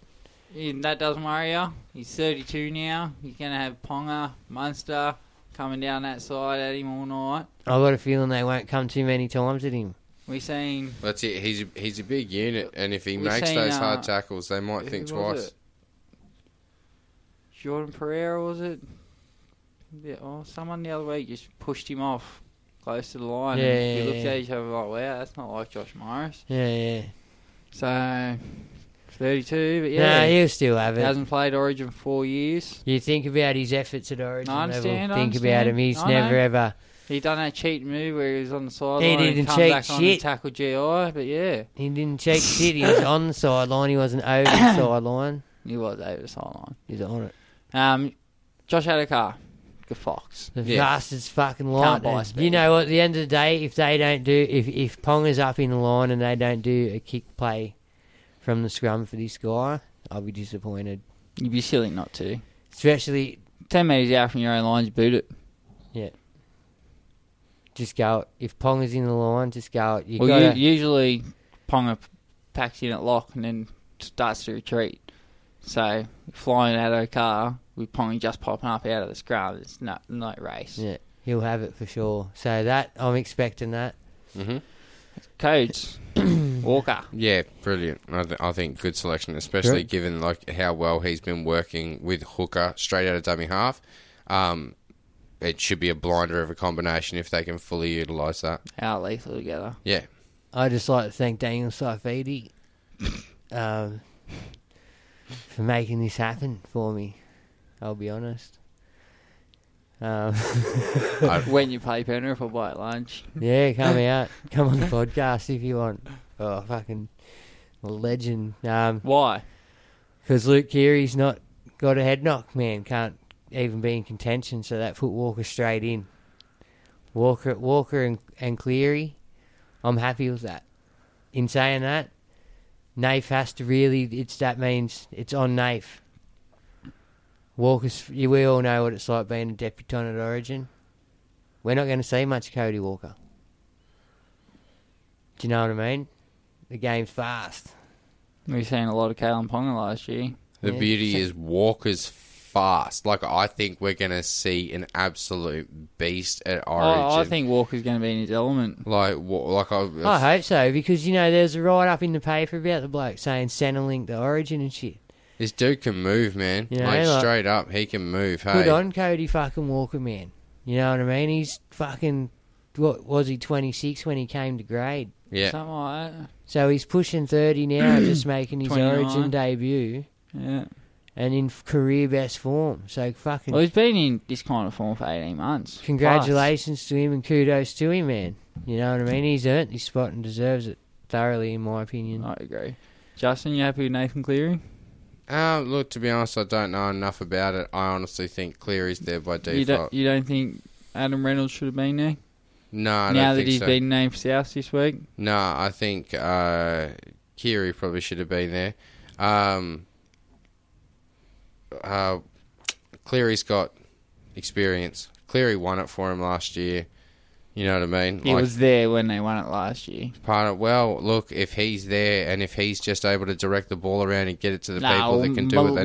And that doesn't worry you. He's 32 now. He's going to have Ponga, Munster coming down that side at him all night.
I got a feeling they won't come too many times at him.
We've seen
That's it. He's a, he's a big unit, and if he
We've
makes
seen,
those
uh,
hard tackles, they might
who
think
was
twice.
it? Jordan Pereira, was it? Yeah, oh, someone the other week just pushed him off close to the line.
Yeah,
and
yeah,
you looked
yeah.
at each other like, wow, that's not like Josh Morris.
Yeah, yeah.
So, 32, but yeah.
No, he'll still have it.
Hasn't played Origin four years.
You think about his efforts at Origin
I understand,
level.
I
Think about him.
understand.
He's
I
never
know.
ever.
He done that cheating move where he was on the sideline.
didn't
and come
cheat
back on
shit.
and tackle GI, but yeah.
He didn't check shit. He was on the sideline. He wasn't over the sideline.
He was over the sideline.
He's on it.
Um, Josh Adokar, good fox.
The fastest fucking line.
buy
And
speed.
You know, at the end of the day, if they don't do, if if Pong is up in the line and they don't do a kick play from the scrum for this guy, I'll be disappointed.
You'd be silly not to.
Especially,
Ten metres out from your own line, you boot it.
yeah. Just go. it. If Pong is in the line, just go. it. You
well,
gotta,
u- usually Ponga p- packs in at lock and then starts to retreat. So flying Adokar with Ponga just popping up out of the scrum, it's no no race.
yeah, he'll have it for sure. So that I'm expecting that.
hmm
Codes, Walker.
Yeah, brilliant. I, th- I think good selection, especially
Sure.
given like how well he's been working with Hooker straight out of dummy half. Um, it should be a blinder of a combination if they can fully utilise that.
How lethal together.
Yeah,
I'd just like to thank Daniel Saifidi um, for making this happen for me. I'll be honest. Um,
when you play Penrith, I'll buy at lunch.
yeah, come out. Come on the podcast if you want. Oh, fucking legend. Um, Because
Why?
Luke Keary's not got a head knock, man. Can't even be in contention, so that put Walker straight in. Walker Walker and, and Cleary, I'm happy with that. In saying that, Nafe has to really, it's that means it's on Nafe. Walker's, you- we all know what it's like being a debutant at Origin. We're not going to see much Cody Walker. Do you know what I mean? The game's fast.
We've seen a lot of Kalen Ponga last year.
the
Yeah.
beauty is Walker's fast. Like I think we're gonna see an absolute beast at Origin.
Oh, I, I think Oh, Walker's going to be in his element.
like wa- like I,
I hope so, because, you know, there's a write up in the paper about the bloke saying Centrelink, the Origin and shit.
this dude can move, man.
You know,
like,
like-
straight up, he can move. Hey,
Good on Cody fucking Walker, man. You know what I mean? He's fucking, what was he, 26 when he came to grade?
yeah.
Something like that.
So he's pushing 30 now, just making his
29.
Origin debut
Yeah.
and in f- career best form. So fucking
Well, he's been in this kind of form for 18 months. Plus.
congratulations to him and kudos to him, man. You know what I mean? He's earned his spot and deserves it thoroughly, in my opinion.
I agree. Justin, you happy with Nathan Cleary?
Uh, look, to be honest, I don't know enough about it. I honestly think Cleary's there by default.
You don't, you don't think Adam Reynolds should have been there?
no, I
now
don't
that
think
he's
so.
been named for South this week?
No, I think uh, Kiri probably should have been there. Um, uh, Cleary's got experience. Cleary won it for him last year. You know what I mean?
He was there when they won it last year.
part of, well, look, if he's there and if he's just able to direct the ball around and get it to the people that can do what they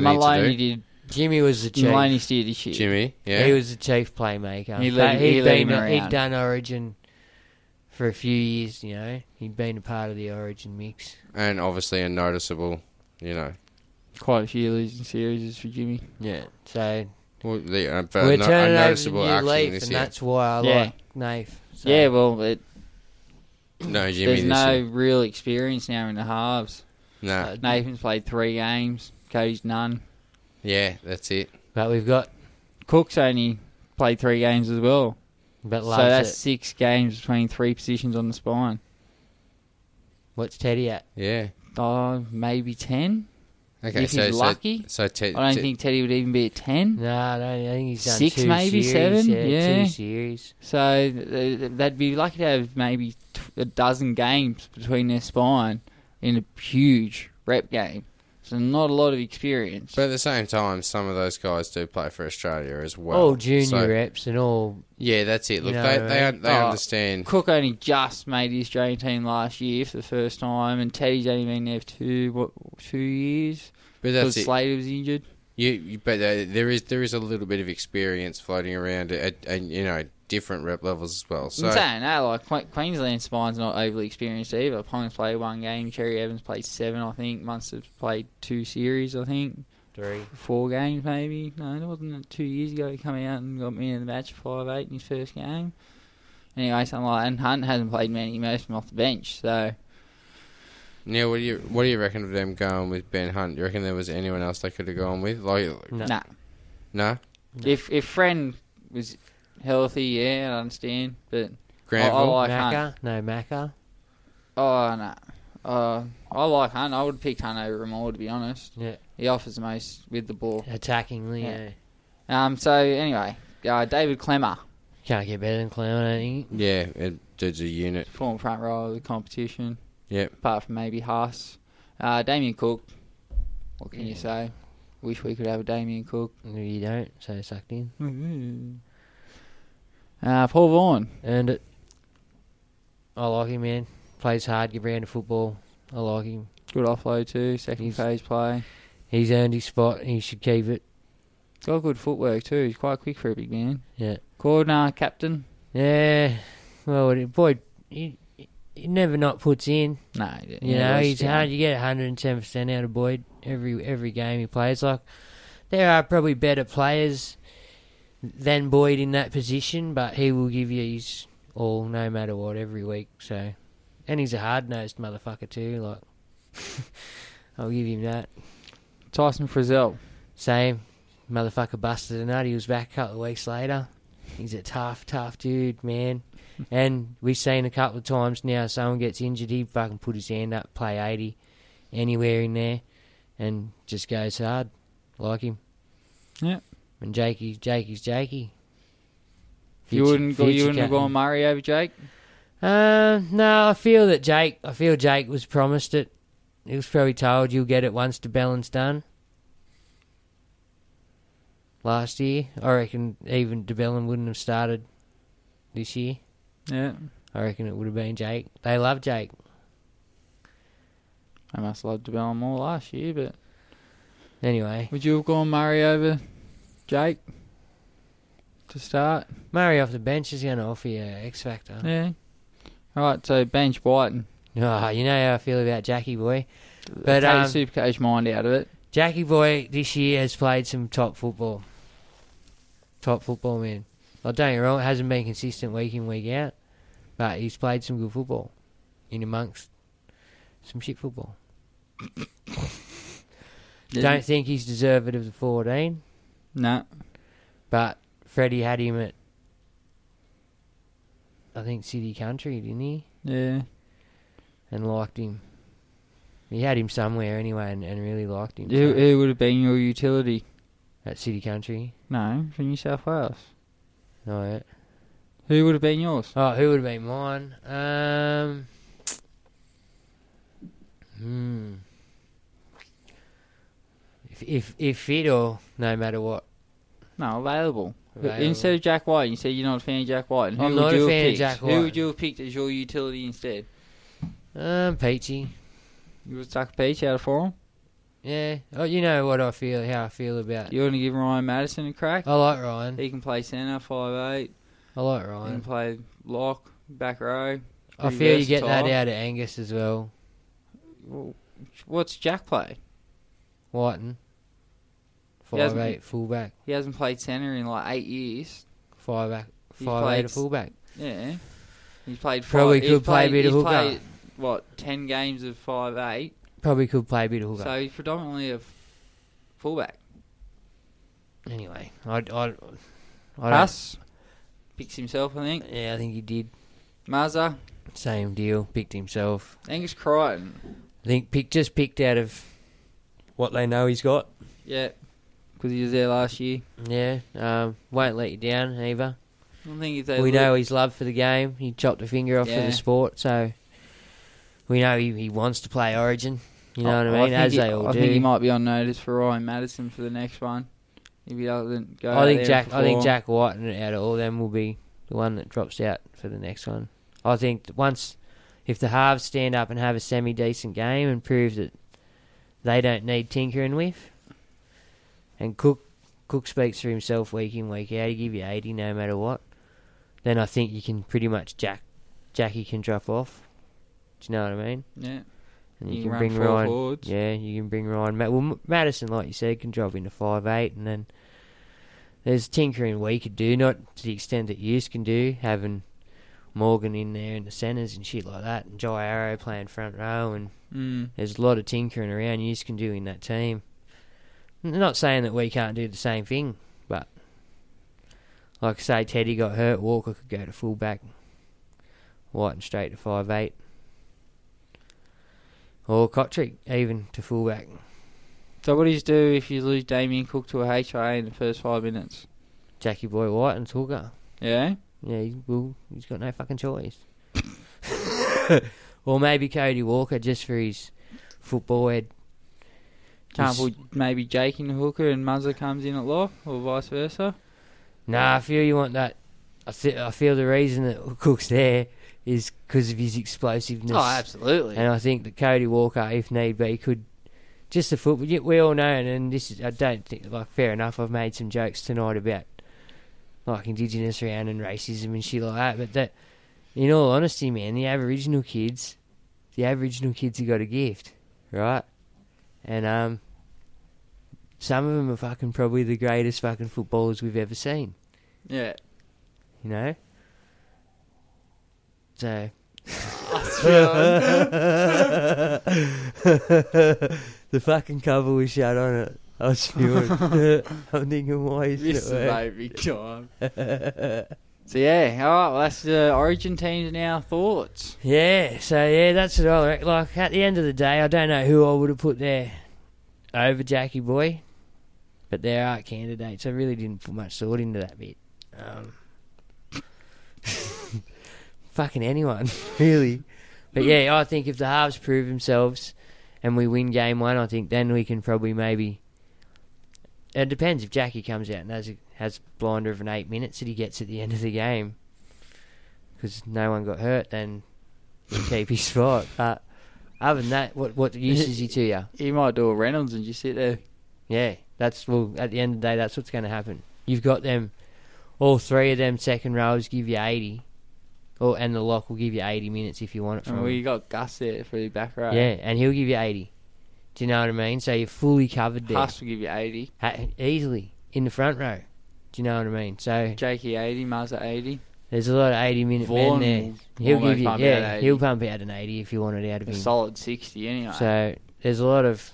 need
Maloney
to do.
Jimmy was the
did.
chief.
Maloney steered his ship.
Jimmy, yeah.
He was the chief playmaker.
He
But
led-
he'd
he led him
been a- he'd
around.
done Origin for a few years. You know, he'd been a part of the Origin mix.
and obviously a noticeable, you know,
Quite a few losing series for Jimmy.
Yeah. So
Well, the, uh, but
we're
no-
turning
a
over to
noticeable
a new
action
leaf, and
this year.
that's why I
Yeah.
like Nafe. So,
Yeah, well, it,
No, Jimmy
there's
this
no
year.
real experience now in the halves.
No.
Uh,
Nathan's played three games. Cody's none.
Yeah, that's it.
But we've got
Cook's only played three games as well.
but
So
loves
that's
it.
six games between three positions on the spine.
What's Teddy at?
Yeah.
Oh, maybe ten.
Okay,
if
so
he's
so-
lucky.
So, Ted,
I don't
Ted-
think Teddy would even be at ten.
No, I don't. I think he's done
Six,
two
maybe,
series,
seven?
two
Yeah.
series.
So th- th- they'd be lucky to have maybe t- a dozen games between their spine in a huge rep game. So not a lot of experience.
But at the same time, some of those guys do play for Australia as well.
Oh,
all junior
So-
reps and all.
Yeah, that's it. Look,
know,
they they,
right?
they
Oh.
understand.
Cook only just made the Australian team last year for the first time, and Teddy's only been there for two what two years
But
because
that's it.
Slater was injured.
You, you but uh, there is there is a little bit of experience floating around at, at you know different rep levels as well. So
I'm saying that like Que- Queensland spine's not overly experienced either. Pong's played one game, Cherry Evans played seven, I think. Munster's played two series, I think,
Three.
four games maybe. No, it wasn't it two years ago he come out and got me in the match five eight in his first game. Anyway, something like that. And Hunt hasn't played many, most of them off the bench, so.
Neil, what do you what do you reckon of them going with Ben Hunt? Do you reckon there was anyone else they could have gone with? Like
No.
Nah.
no,
If if friend was healthy, yeah, I understand. But
Granville.
oh, I, I like Hunt.
Macca? No, Macca.
Oh no, uh, I like Hunt. I would pick Hunt over him all, to be honest.
Yeah.
He offers the most with the ball.
Attackingly, yeah.
Yeah. Um. So anyway, uh, David Clemmer,
Can't get better than Clown, I think.
yeah, it, dude's a unit.
former front row of the competition,
Yep.
apart from maybe Haas. Uh, Damien Cook. What can you say? Wish we could have a Damien Cook.
No, you don't, so sucked in. Mm-hmm.
Uh, Paul Vaughan.
Earned it. I like him, man. Plays hard, good brand of football. I like him.
Good offload too. Second
He's-
phase play.
He's earned his spot. He should keep it.
Got good footwork too. He's quite quick for a big man.
Yeah.
Cordner, captain.
Yeah. Well, it- boy, he, he never not puts in.
No,
You know, he's hard. You get 110 percent out of Boyd every every game he plays. Like there are probably better players than Boyd in that position, but he will give you his all no matter what every week. So, and he's a hard nosed motherfucker too. Like I'll give him that.
Tyson Frizzell.
Same motherfucker busted a nut. He was back a couple of weeks later. He's a tough, tough dude, man. And we've seen a couple of times now someone gets injured, he fucking put his hand up, play 80 anywhere in there, and just goes hard. Like him.
Yeah.
And Jakey, Jakey's Jakey.
You wouldn't go. You
future
wouldn't have
captain.
gone Murray over Jake.
Um, no, I feel that Jake. I feel Jake was promised it. He was probably told you'll get it once DeBellin's done. Last year, I reckon even DeBellin wouldn't have started this year.
Yeah,
I reckon it would have been Jake. They love Jake.
I must have loved DeBellin more last year. But
Anyway,
would you have gone Murray over Jake to start?
Murray off the bench is going to offer you X Factor.
Yeah. All right. So bench Whiten.
Ah, you know how I feel about Jackie Boy. But
Take
um,
the Supercoach mind out of it.
Jackie Boy this year has played some top football. Top football, man. Like, don't get me wrong, it hasn't been consistent week in, week out, but he's played some good football in amongst some shit football. Don't think he's deserved of the 14,
No.
but Freddie had him at, I think, City Country, didn't he?
Yeah.
And liked him. He had him somewhere anyway and, and really liked him.
Who,
so,
who would have been your utility?
At City Country.
No, for New South Wales.
Right.
Who would have been yours?
Oh, who would have been mine? Um, hmm. If if if fit or no matter what,
No, available.
Available.
Instead of Jack White, you said you're not a fan of Jack White. Who
I'm
would
not a
you have
fan of
picked?
Jack
Who
White.
would you have picked as your utility instead?
um, peachy.
You would suck Peach out of form.
Yeah. Oh, you know what I feel, how I feel about.
You want to give Ryan Madison a crack?
I like Ryan.
He can play centre, five eight.
I like
He can
Ryan.
play lock, back row.
I
pretty
feel you get that
versatile.
out of Angus as well.
Well, What's Jack played?
Whiten.
He hasn't-
Five eight fullback.
He hasn't played centre in like eight years.
Five back.
He
Five eight a
plays-
fullback.
Yeah, he's played. Five,
Probably
he's
could play a
played-
bit of
he's
hooker.
Played, what ten games of five eight?
Probably could play a bit of hooker.
So he's predominantly a fullback.
anyway, I, I, I don't-
Us picks himself, I think.
Yeah, I think he did.
Mazza,
Same deal. Picked himself.
Angus Crichton.
I think pick just picked out of what they know he's got.
Yeah, because he was there last year.
Yeah, um, won't let you down either.
I don't think if they
we
look-
know his love for the game. He chopped a finger off for
Yeah.
the sport, so we know he, he wants to play Origin. You know what I mean?
think
As
he-
they all
Oh, I
do.
think he might be on notice for Ryan Madison for the next one. If he doesn't go,
I
out
think
there
Jack.
and
I think
perform.
Jack White and out of all them will be the one that drops out for the next one. I think that once if the halves stand up and have a semi decent game and prove that they don't need tinkering with, and Cook Cook speaks for himself week in week out, he give you eighty no matter what. Then I think you can pretty much Jack Jackie can drop off. Do you know what I mean?
Yeah.
And you,
You
can,
can run
bring
four
Ryan.
forwards.
Yeah, you can bring Ryan. Ma- Well, M- Madison, like you said, can drop into five eight, and then there's tinkering we could do, not to the extent that you can do, having Morgan in there in the centres and shit like that, and Jai Arrow playing front row, and
Mm.
there's a lot of tinkering around you can do in that team. N- Not saying that we can't do the same thing, but like I say, Teddy got hurt, Walker could go to fullback, White and straight to five eight. Or Kotrick, even to fullback.
So what do you do if you lose Damien Cook to a HIA in the first five minutes?
Jackie Boy White and Hooker.
Yeah.
Yeah, he will, he's got no fucking choice. or maybe Cody Walker just for his football head.
Can't
He's-
put maybe Jake in the hooker and Muzza comes in at lock, or vice versa.
Nah, I feel you want that. I, th- I feel the reason that Cook's there is because of his explosiveness.
Oh, absolutely.
And I think that Cody Walker, if need be, could just the football. yeah, We all know, and, and this is I don't think like fair enough. I've made some jokes tonight about like Indigenous around and racism and shit like that. But that, in all honesty, man, the Aboriginal kids, the Aboriginal kids have got a gift, right? And um, some of them are fucking probably the greatest fucking footballers we've ever seen.
Yeah.
You know. So. the fucking cover was shut on it. I was feeling. I'm thinking, why is
This is
it? working?
mate, big time. so yeah, all right. Well, that's the Origin teams now. Thoughts?
Yeah, so yeah, that's what I reckon. Like at the end of the day, I don't know who I would have put there over Jackie Boy, but there are candidates. I really didn't put much thought into that bit. Um, fucking anyone, really. But yeah, I think if the halves prove themselves and we win game one, I think then we can probably maybe. It depends if Jackie comes out and has a, has a blinder of an eight minutes that he gets at the end of the game, because no one got hurt, then we keep his spot. But other than that, what what use is he to you?
You might do a Reynolds and just sit there.
Yeah, that's well. At the end of the day, that's what's going to happen. You've got them, all three of them second rows give you eighty, or and the lock will give you eighty minutes if you want it from.
And
him.
we got Gus there for the back row.
Yeah, and he'll give you 80. Do you know what I mean? So you're fully covered there.
Huss will give you eighty.
Ha- easily in the front row. Do you know what I mean? So
Jakey eighty. Mazza eighty.
there's a lot of 80 minute
Vaughan
men
will-
there. He'll
Vaughan will
give you,
pump out
yeah,
80.
he'll pump out an 80 if you want it out of
A
him.
solid sixty anyway.
Mm. So there's a lot of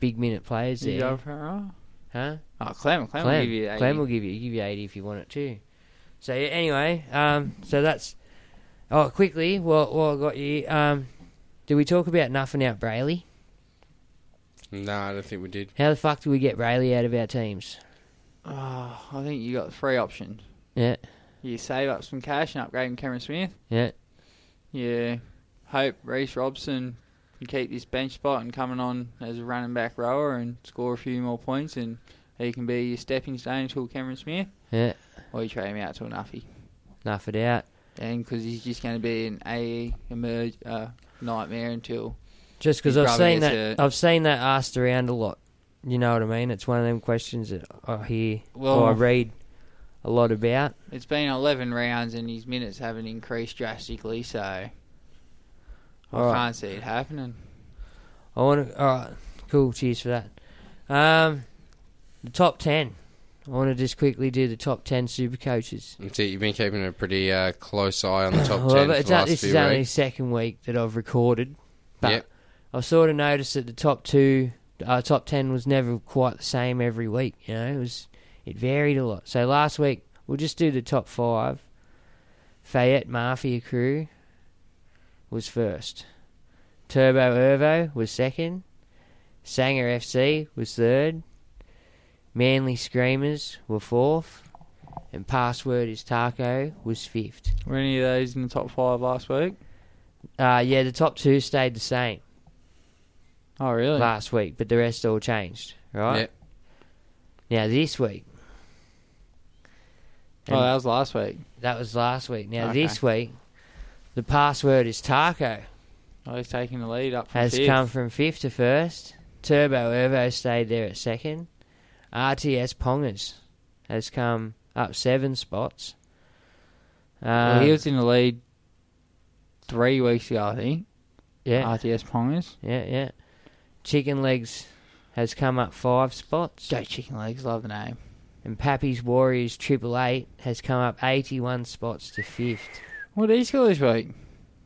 big minute players
you go
there.
for a row.
Huh?
Oh, Clem, Clem, will
Clem.
give you eighty.
Clem will give you give you eighty if you want it too. So yeah, anyway, um, so that's oh quickly. Well, well, I got you. Um, did we talk about nothing out Brayley?
No, I don't think we did.
How the fuck do we get Brayley out of our teams?
Oh, I think you got three options.
Yeah,
You save up some cash and upgrade Cameron Smith.
yeah,
Yeah. Hope Reese Robson can keep this bench spot and coming on as a running back rower and score a few more points and he can be your stepping stone until Cameron Smith
yeah.
or you trade him out to an Uffy.
Nuff it out.
And because he's just going to be an AE emerge uh, nightmare until.
Just because
You'd
I've
rather
seen
get
that,
hurt.
I've seen that asked around a lot. You know what I mean? It's one of them questions that I hear
Well-
or I read a lot about.
It's been 11 rounds and his minutes haven't increased drastically, so I
All right.
can't see it happening.
I want to. All right, cool. Cheers for that. Um, the top ten. I want to just quickly do the top ten super coaches.
That's it. You've been keeping a pretty uh, close eye on the top
Well,
ten for
but
the
it's not-
last
this
few
is only
weeks.
second week that I've recorded, but
Yep.
I sort of noticed that the top two, uh, top ten was never quite the same every week. You know, it was it varied a lot. So last week we'll just do the top five. Fayette Mafia Crew was first. Turbo Irvo was second. Sanger FC was third. Manly Screamers were fourth. And Password is Taco was fifth.
Were any of those in the top five last week?
Uh, yeah, the top two stayed the same.
Oh, really?
Last week, but the rest all changed, right?
Yep.
Now, this week.
Oh, that was last week.
That was last week. Now,
Okay.
this week, the password is Taco.
Oh, he's taking the lead up from
has
fifth.
come from fifth to first. Turbo Ervo stayed there at second. RTS Pongers has come up seven spots.
Well,
Um,
he was in the lead three weeks ago, I think.
Yeah.
RTS Pongers.
Yeah, yeah. Chicken Legs has come up five spots. Go
Chicken Legs, love the name.
And Pappy's Warriors Triple Eight has come up 81 spots to fifth.
What did he score this week?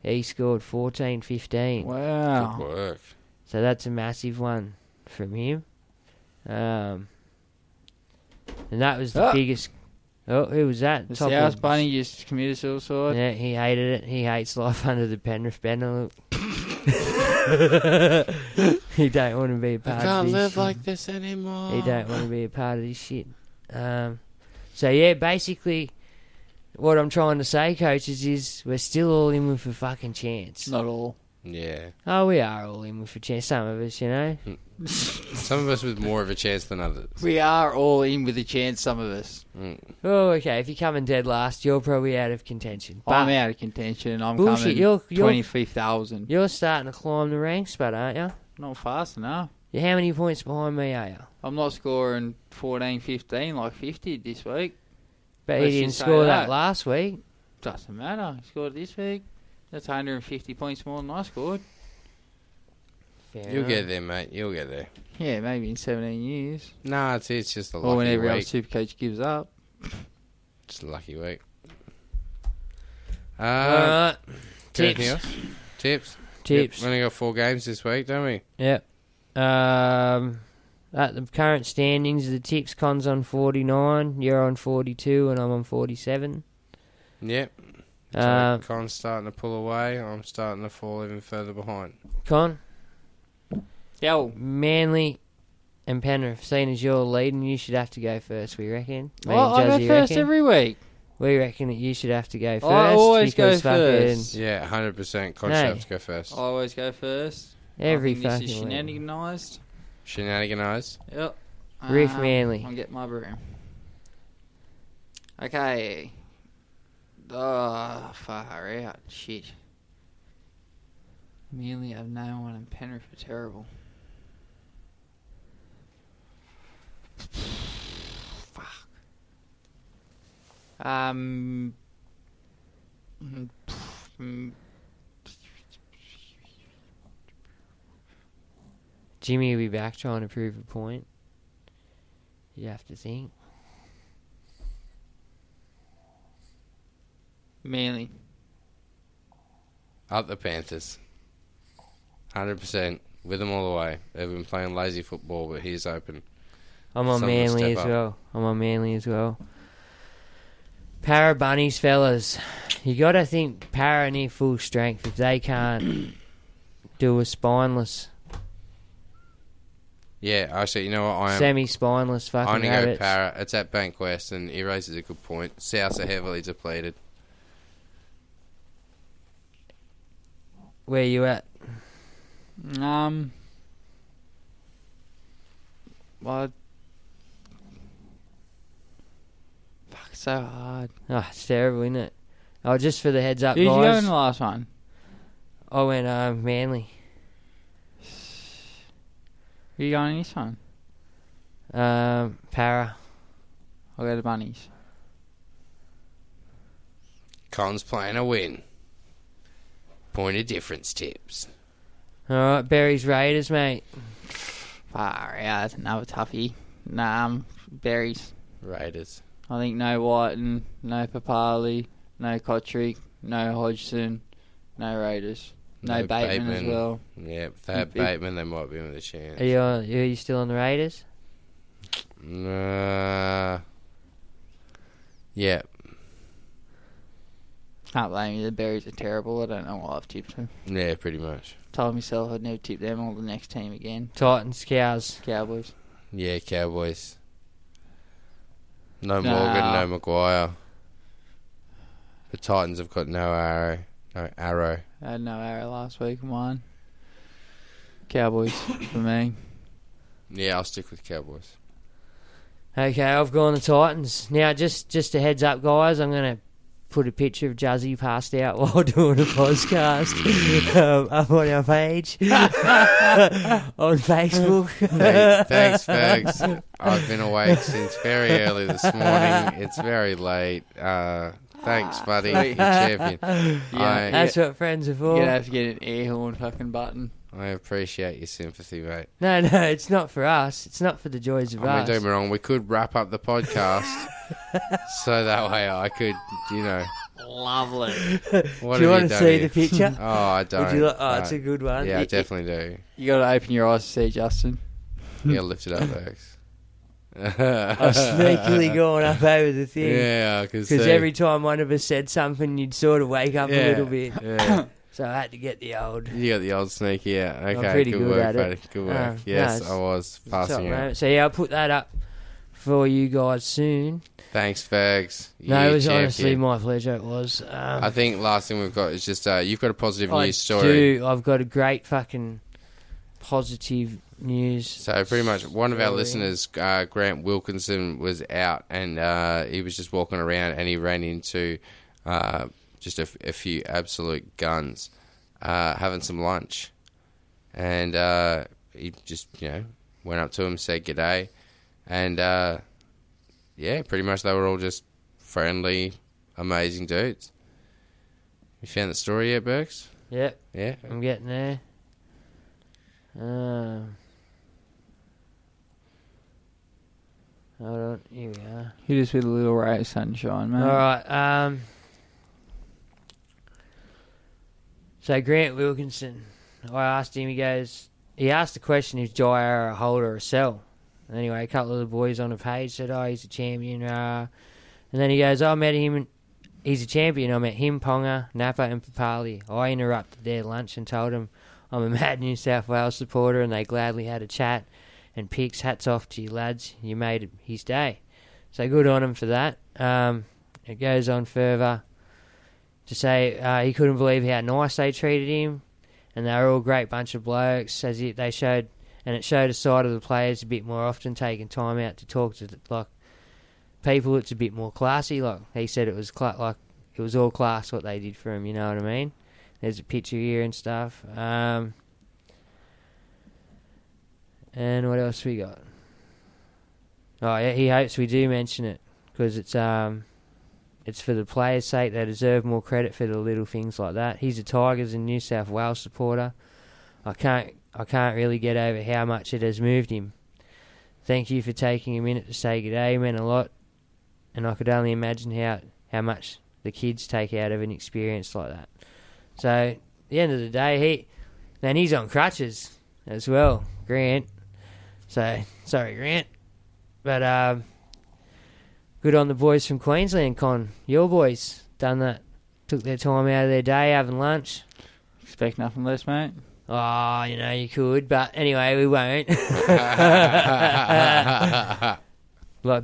He scored 14 15.
Wow.
Good work.
So that's a massive one from him. Um, and that was the
Ah.
biggest. Oh, who was that?
The
Top
South
of-
Bunny just committed suicide.
Yeah, he hated it. He hates life under the Penrith banner. he don't want to be a part
can't
of this.
live
shit.
like this anymore.
He don't want to be a part of this shit. Um, so yeah, basically, what I'm trying to say, coaches, is we're still all in with a fucking chance.
Not all.
Yeah.
Oh, we are all in with a chance. Some of us, you know.
Hmm. Some of us with more of a chance than others.
We are all in with a chance, some of us.
Oh, okay. If you come in dead last, you're probably out of contention. But
I'm out of contention. I'm
Bullshit,
coming
you're- you're-
25,000.
You're starting to climb the ranks, but aren't you?
Not fast enough.
You're how many points behind me are you?
I'm not scoring 14, 15 like 50 this week.
But
Let's
he didn't
just say
score that.
that.
last week.
Doesn't matter. He scored this week. That's 150 points more than I scored.
Fair
You'll
enough.
get there, mate. You'll get there.
Yeah, maybe in 17 years.
Nah, it's, it's just a lucky
Or when every other
week.
supercoach gives up.
Just a lucky week. Uh,
Alright.
anything
Tips.
else? Tips.
Tips.
Yep, we only got four games this week, don't we?
Yep. Um, at the current standings, the tips cons on 49, you're on 42, and I'm on 47.
Yep. So
Uh,
Con's starting to pull away. I'm starting to fall even further behind.
Con,
Yo.
Manly, and Penrith, seeing as you're leading, you should have to go first, we reckon. Me
Well, I
and
go
Jazzy
first
reckon.
every week.
We reckon that you should have to go first.
always go
because fucking
first.
Yeah, 100%. Con
No.
should have to go first.
I always go first.
Every
I think this is
fucking week.
shenaniganized.
Shenaniganize.
Yep.
Riff Manly.
I'll get my broom. Okay. Oh, far out. Shit. Merely have no one in Penrith are terrible. Fuck. Um. mm,
Jimmy will be back trying to prove a point. You have to think.
Manly.
Up the Panthers. 100%. With them all the way. They've been playing lazy football, but he's open.
I'm on
Someone
Manly
step
as
up.
well. I'm on Manly as well. Para bunnies, fellas, you got to think Para near full strength. If they can't do a spineless,
Yeah, actually, you know what? I am.
semi-spineless
I'm
fucking
going to go
rabbits.
Para. It's at Bankwest, and he raises a good point. Souths are heavily depleted.
Where you at?
Um. What? Fuck, so hard.
Oh, it's terrible, isn't it? Oh, just for the heads up,
Who Did you go
guys.
in the last one?
I went uh, Manly.
Who you going in this one?
Um, para.
I go to Bunnies.
Con's playing a win. Point of difference tips.
All right, Barry's Raiders, mate.
Far out, that's another toughie. Nah, um, berries.
Raiders.
I think no Whiten, no Papali, no Kotrick, no Hodgson, no Raiders.
No, Bateman, as well.
Yeah, if they had
Big-
Bateman, they might be with a chance.
Are you, on, are you still on the Raiders?
Nah. Yeah.
Can't blame you. The berries are terrible. I don't know why I've tipped them.
Yeah, pretty much.
Told myself I'd never tip them or the next team again.
Titans, Cows.
Cowboys.
Yeah, Cowboys. No
Nah.
Morgan, no Maguire. The Titans have got no arrow. No arrow.
I had no arrow last week. Mine. Cowboys for me.
Yeah, I'll stick with Cowboys.
Okay, I've gone the Titans. Now, just just a heads up, guys. I'm going to put a picture of Juzzy passed out while doing a podcast um, up on our page on Facebook.
Uh, Hey, thanks, Fags. I've been awake since very early this morning. It's very late. Uh, thanks, buddy. You're champion. I,
Ah, That's what friends are for.
You're gonna have to get an air horn fucking button.
I appreciate your sympathy, mate.
No, no, it's not for us. It's not for the joys of
I mean,
us.
don't get me wrong. We could wrap up the podcast, so that way I could, you know.
Lovely.
What
Do you
have
want
done
to see
here?
the picture?
Oh, I don't.
Would you like- oh, it's
No.
a good one.
Yeah, I
It-
definitely
You gotta open your eyes to see Justin.
do. Yeah, lift it up, Max.
I was sneakily going up over the thing.
Yeah, I can see.
Because every time one of us said something, you'd sort of wake up
Yeah,
a little bit.
yeah.
So I had to get the old.
You got the old sneaky out. Okay,
pretty
good,
good
work,
at it.
buddy. Good work.
Uh, no,
yes,
it's-
I was
top
passing out.
moment. So yeah, I'll put that up for you guys soon.
Thanks, Fags.
No,
You
it was
champion.
honestly my pleasure. It was. Um,
I think last thing we've got is just uh, you've got a positive
Oh, I
news story.
do. I've got a great fucking positive news.
So pretty much, one of our
story.
listeners, uh, Grant Wilkinson, was out and uh, he was just walking around and he ran into uh, just a, f- a few absolute guns uh, having some lunch, and uh, he just you know went up to him, said g'day, and uh, yeah, pretty much they were all just friendly, amazing dudes. You found the story yet, Burks?
Yep,
Yeah.
I'm getting there. Um, hold on, here we are.
Hit us with a little ray of sunshine, man.
All right. Um, so Grant Wilkinson, I asked him. He goes. He asked the question: Is Jair a hold or a sell? And anyway, a couple of the boys on the page said, "Oh, he's a champion." Uh, and then he goes, "I met him. And he's a champion. I met him, Ponga, Napa, and Papali. I interrupted their lunch and told them I'm a mad New South Wales supporter, and they gladly had a chat. And picks hats off to you lads. You made his day." So good on him for that. Um, it goes on further to say uh, he couldn't believe how nice they treated him, and they were all a great bunch of blokes. As it, they showed, and it showed a side of the players a bit more often, taking time out to talk to the, like people. It's a bit more classy. Like he said, it was cla like it was all class what they did for him. You know what I mean? There's a picture here and stuff. Um, and what else we got? Oh, yeah, he hopes we do mention it because it's um, it's for the players' sake. They deserve more credit for the little things like that. He's a Tigers and New South Wales supporter. I can't I can't really get over how much it has moved him. Thank you for taking a minute to say good day. Meant a lot, and I could only imagine how how much the kids take out of an experience like that. So, at the end of the day, he man, he's on crutches as well, Grant. So, sorry, Grant. But um, good on the boys from Queensland Con. Your boys done that. Took their time out of their day having lunch.
Expect nothing less, mate.
Oh, you know, you could, but anyway, we won't. like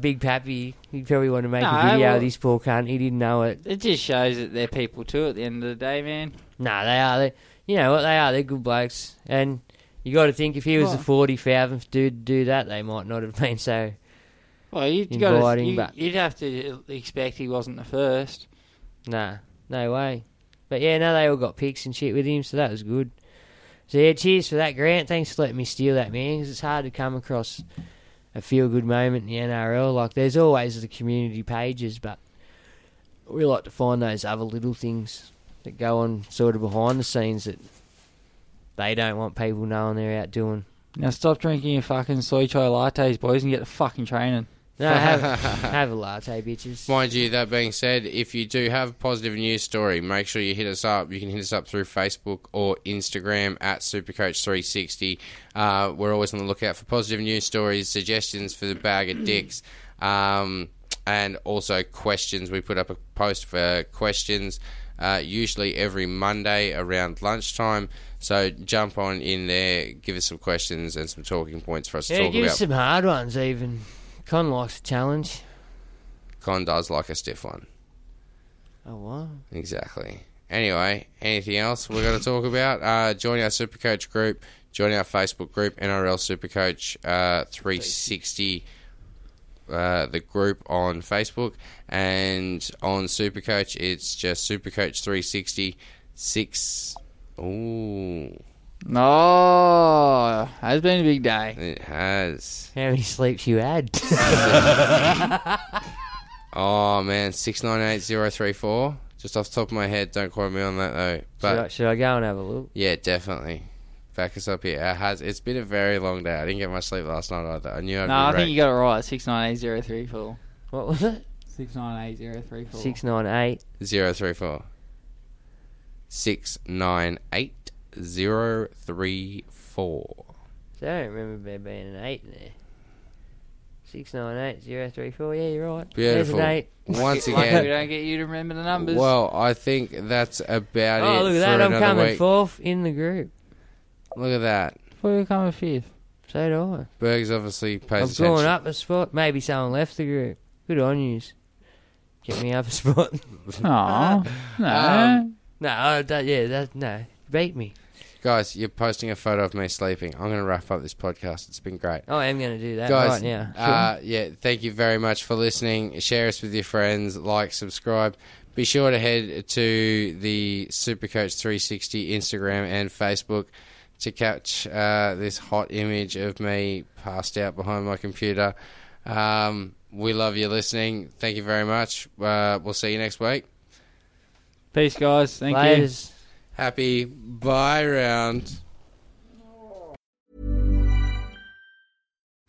Big Pappy, he probably want to make
No,
a video
well-
of this poor cunt. He didn't know it.
It just shows that they're people too at the end of the day, man.
Nah, they are. They, you know what? They are. They're good blokes. And you got to think if he was the
Right.
40,000th dude to do that, they might not have been so.
Well, you'd,
Inviting,
you,
but-
you'd have to expect he wasn't the first.
Nah, no way. But yeah, no, they all got picks and shit with him, so that was good. So yeah, cheers for that, Grant. Thanks for letting me steal that, man, 'cause it's hard to come across a feel good moment in the NRL. Like, there's always the community pages, but we like to find those other little things that go on sort of behind the scenes that they don't want people knowing they're out doing.
Now stop drinking your fucking soy chai lattes, boys, and get the fucking training.
No, have, have a latte, bitches.
Mind you, that being said, if you do have a positive news story, make sure you hit us up. You can hit us up through Facebook or Instagram at Supercoach360. Uh, we're always on the lookout for positive news stories, suggestions for the bag
Mm.
of dicks, um, and also questions. We put up a post for questions. Uh, usually every Monday around lunchtime. So jump on in there, give us some questions and some talking points for us to
Yeah,
talk
give
about.
us some hard ones, even. Con likes a challenge.
Con does like a stiff one.
Oh, what?
Exactly. Anyway, anything else we're going to talk about? Uh, join our Supercoach group, join our Facebook group, NRL Supercoach uh, 360, uh, the group on Facebook. And on Supercoach, it's just Supercoach 360 6. Ooh,
No, Oh, has been a big day.
it has.
How many sleeps you had?
Oh, man, 698034. Just off the top of my head, don't quote me on that, though. But
should, I, should I go and have a look?
Yeah, definitely. Back us up here. It has. It's been a very long day. I didn't get much sleep last night either. I knew
No,
I'd be
I
wrecked.
think you got it right. Six nine eight zero three four.
What was it?
Six nine eight zero three four.
698.
zero three four six nine eight zero three four.
So I don't remember there being an 8 in there. 698034. Yeah, you're right. There's
Beautiful.
an 8.
Once
Lucky we
again.
don't get you to remember the numbers.
Well, I think that's about it.
Oh, look
for
at that. I'm
another
coming
week.
fourth in the group.
Look at that.
we were coming fifth.
So do I.
Berg's obviously pays
I've
attention.
gone up a spot. Maybe someone left the group. Good on yous. Get me up a spot.
Aw, no. Um,
no, I don't, yeah, that no. Beat me.
Guys, you're posting a photo of me sleeping. I'm going to wrap up this podcast. It's been great.
I am going to do that
guys
right now.
uh, yeah thank you very much for listening share us with your friends like subscribe be sure to head to the supercoach 360 instagram and facebook to catch uh, this hot image of me passed out behind my computer um, we love you listening thank you very much uh, we'll see you next week
Peace, guys. Thank you.
Laters.
happy bye round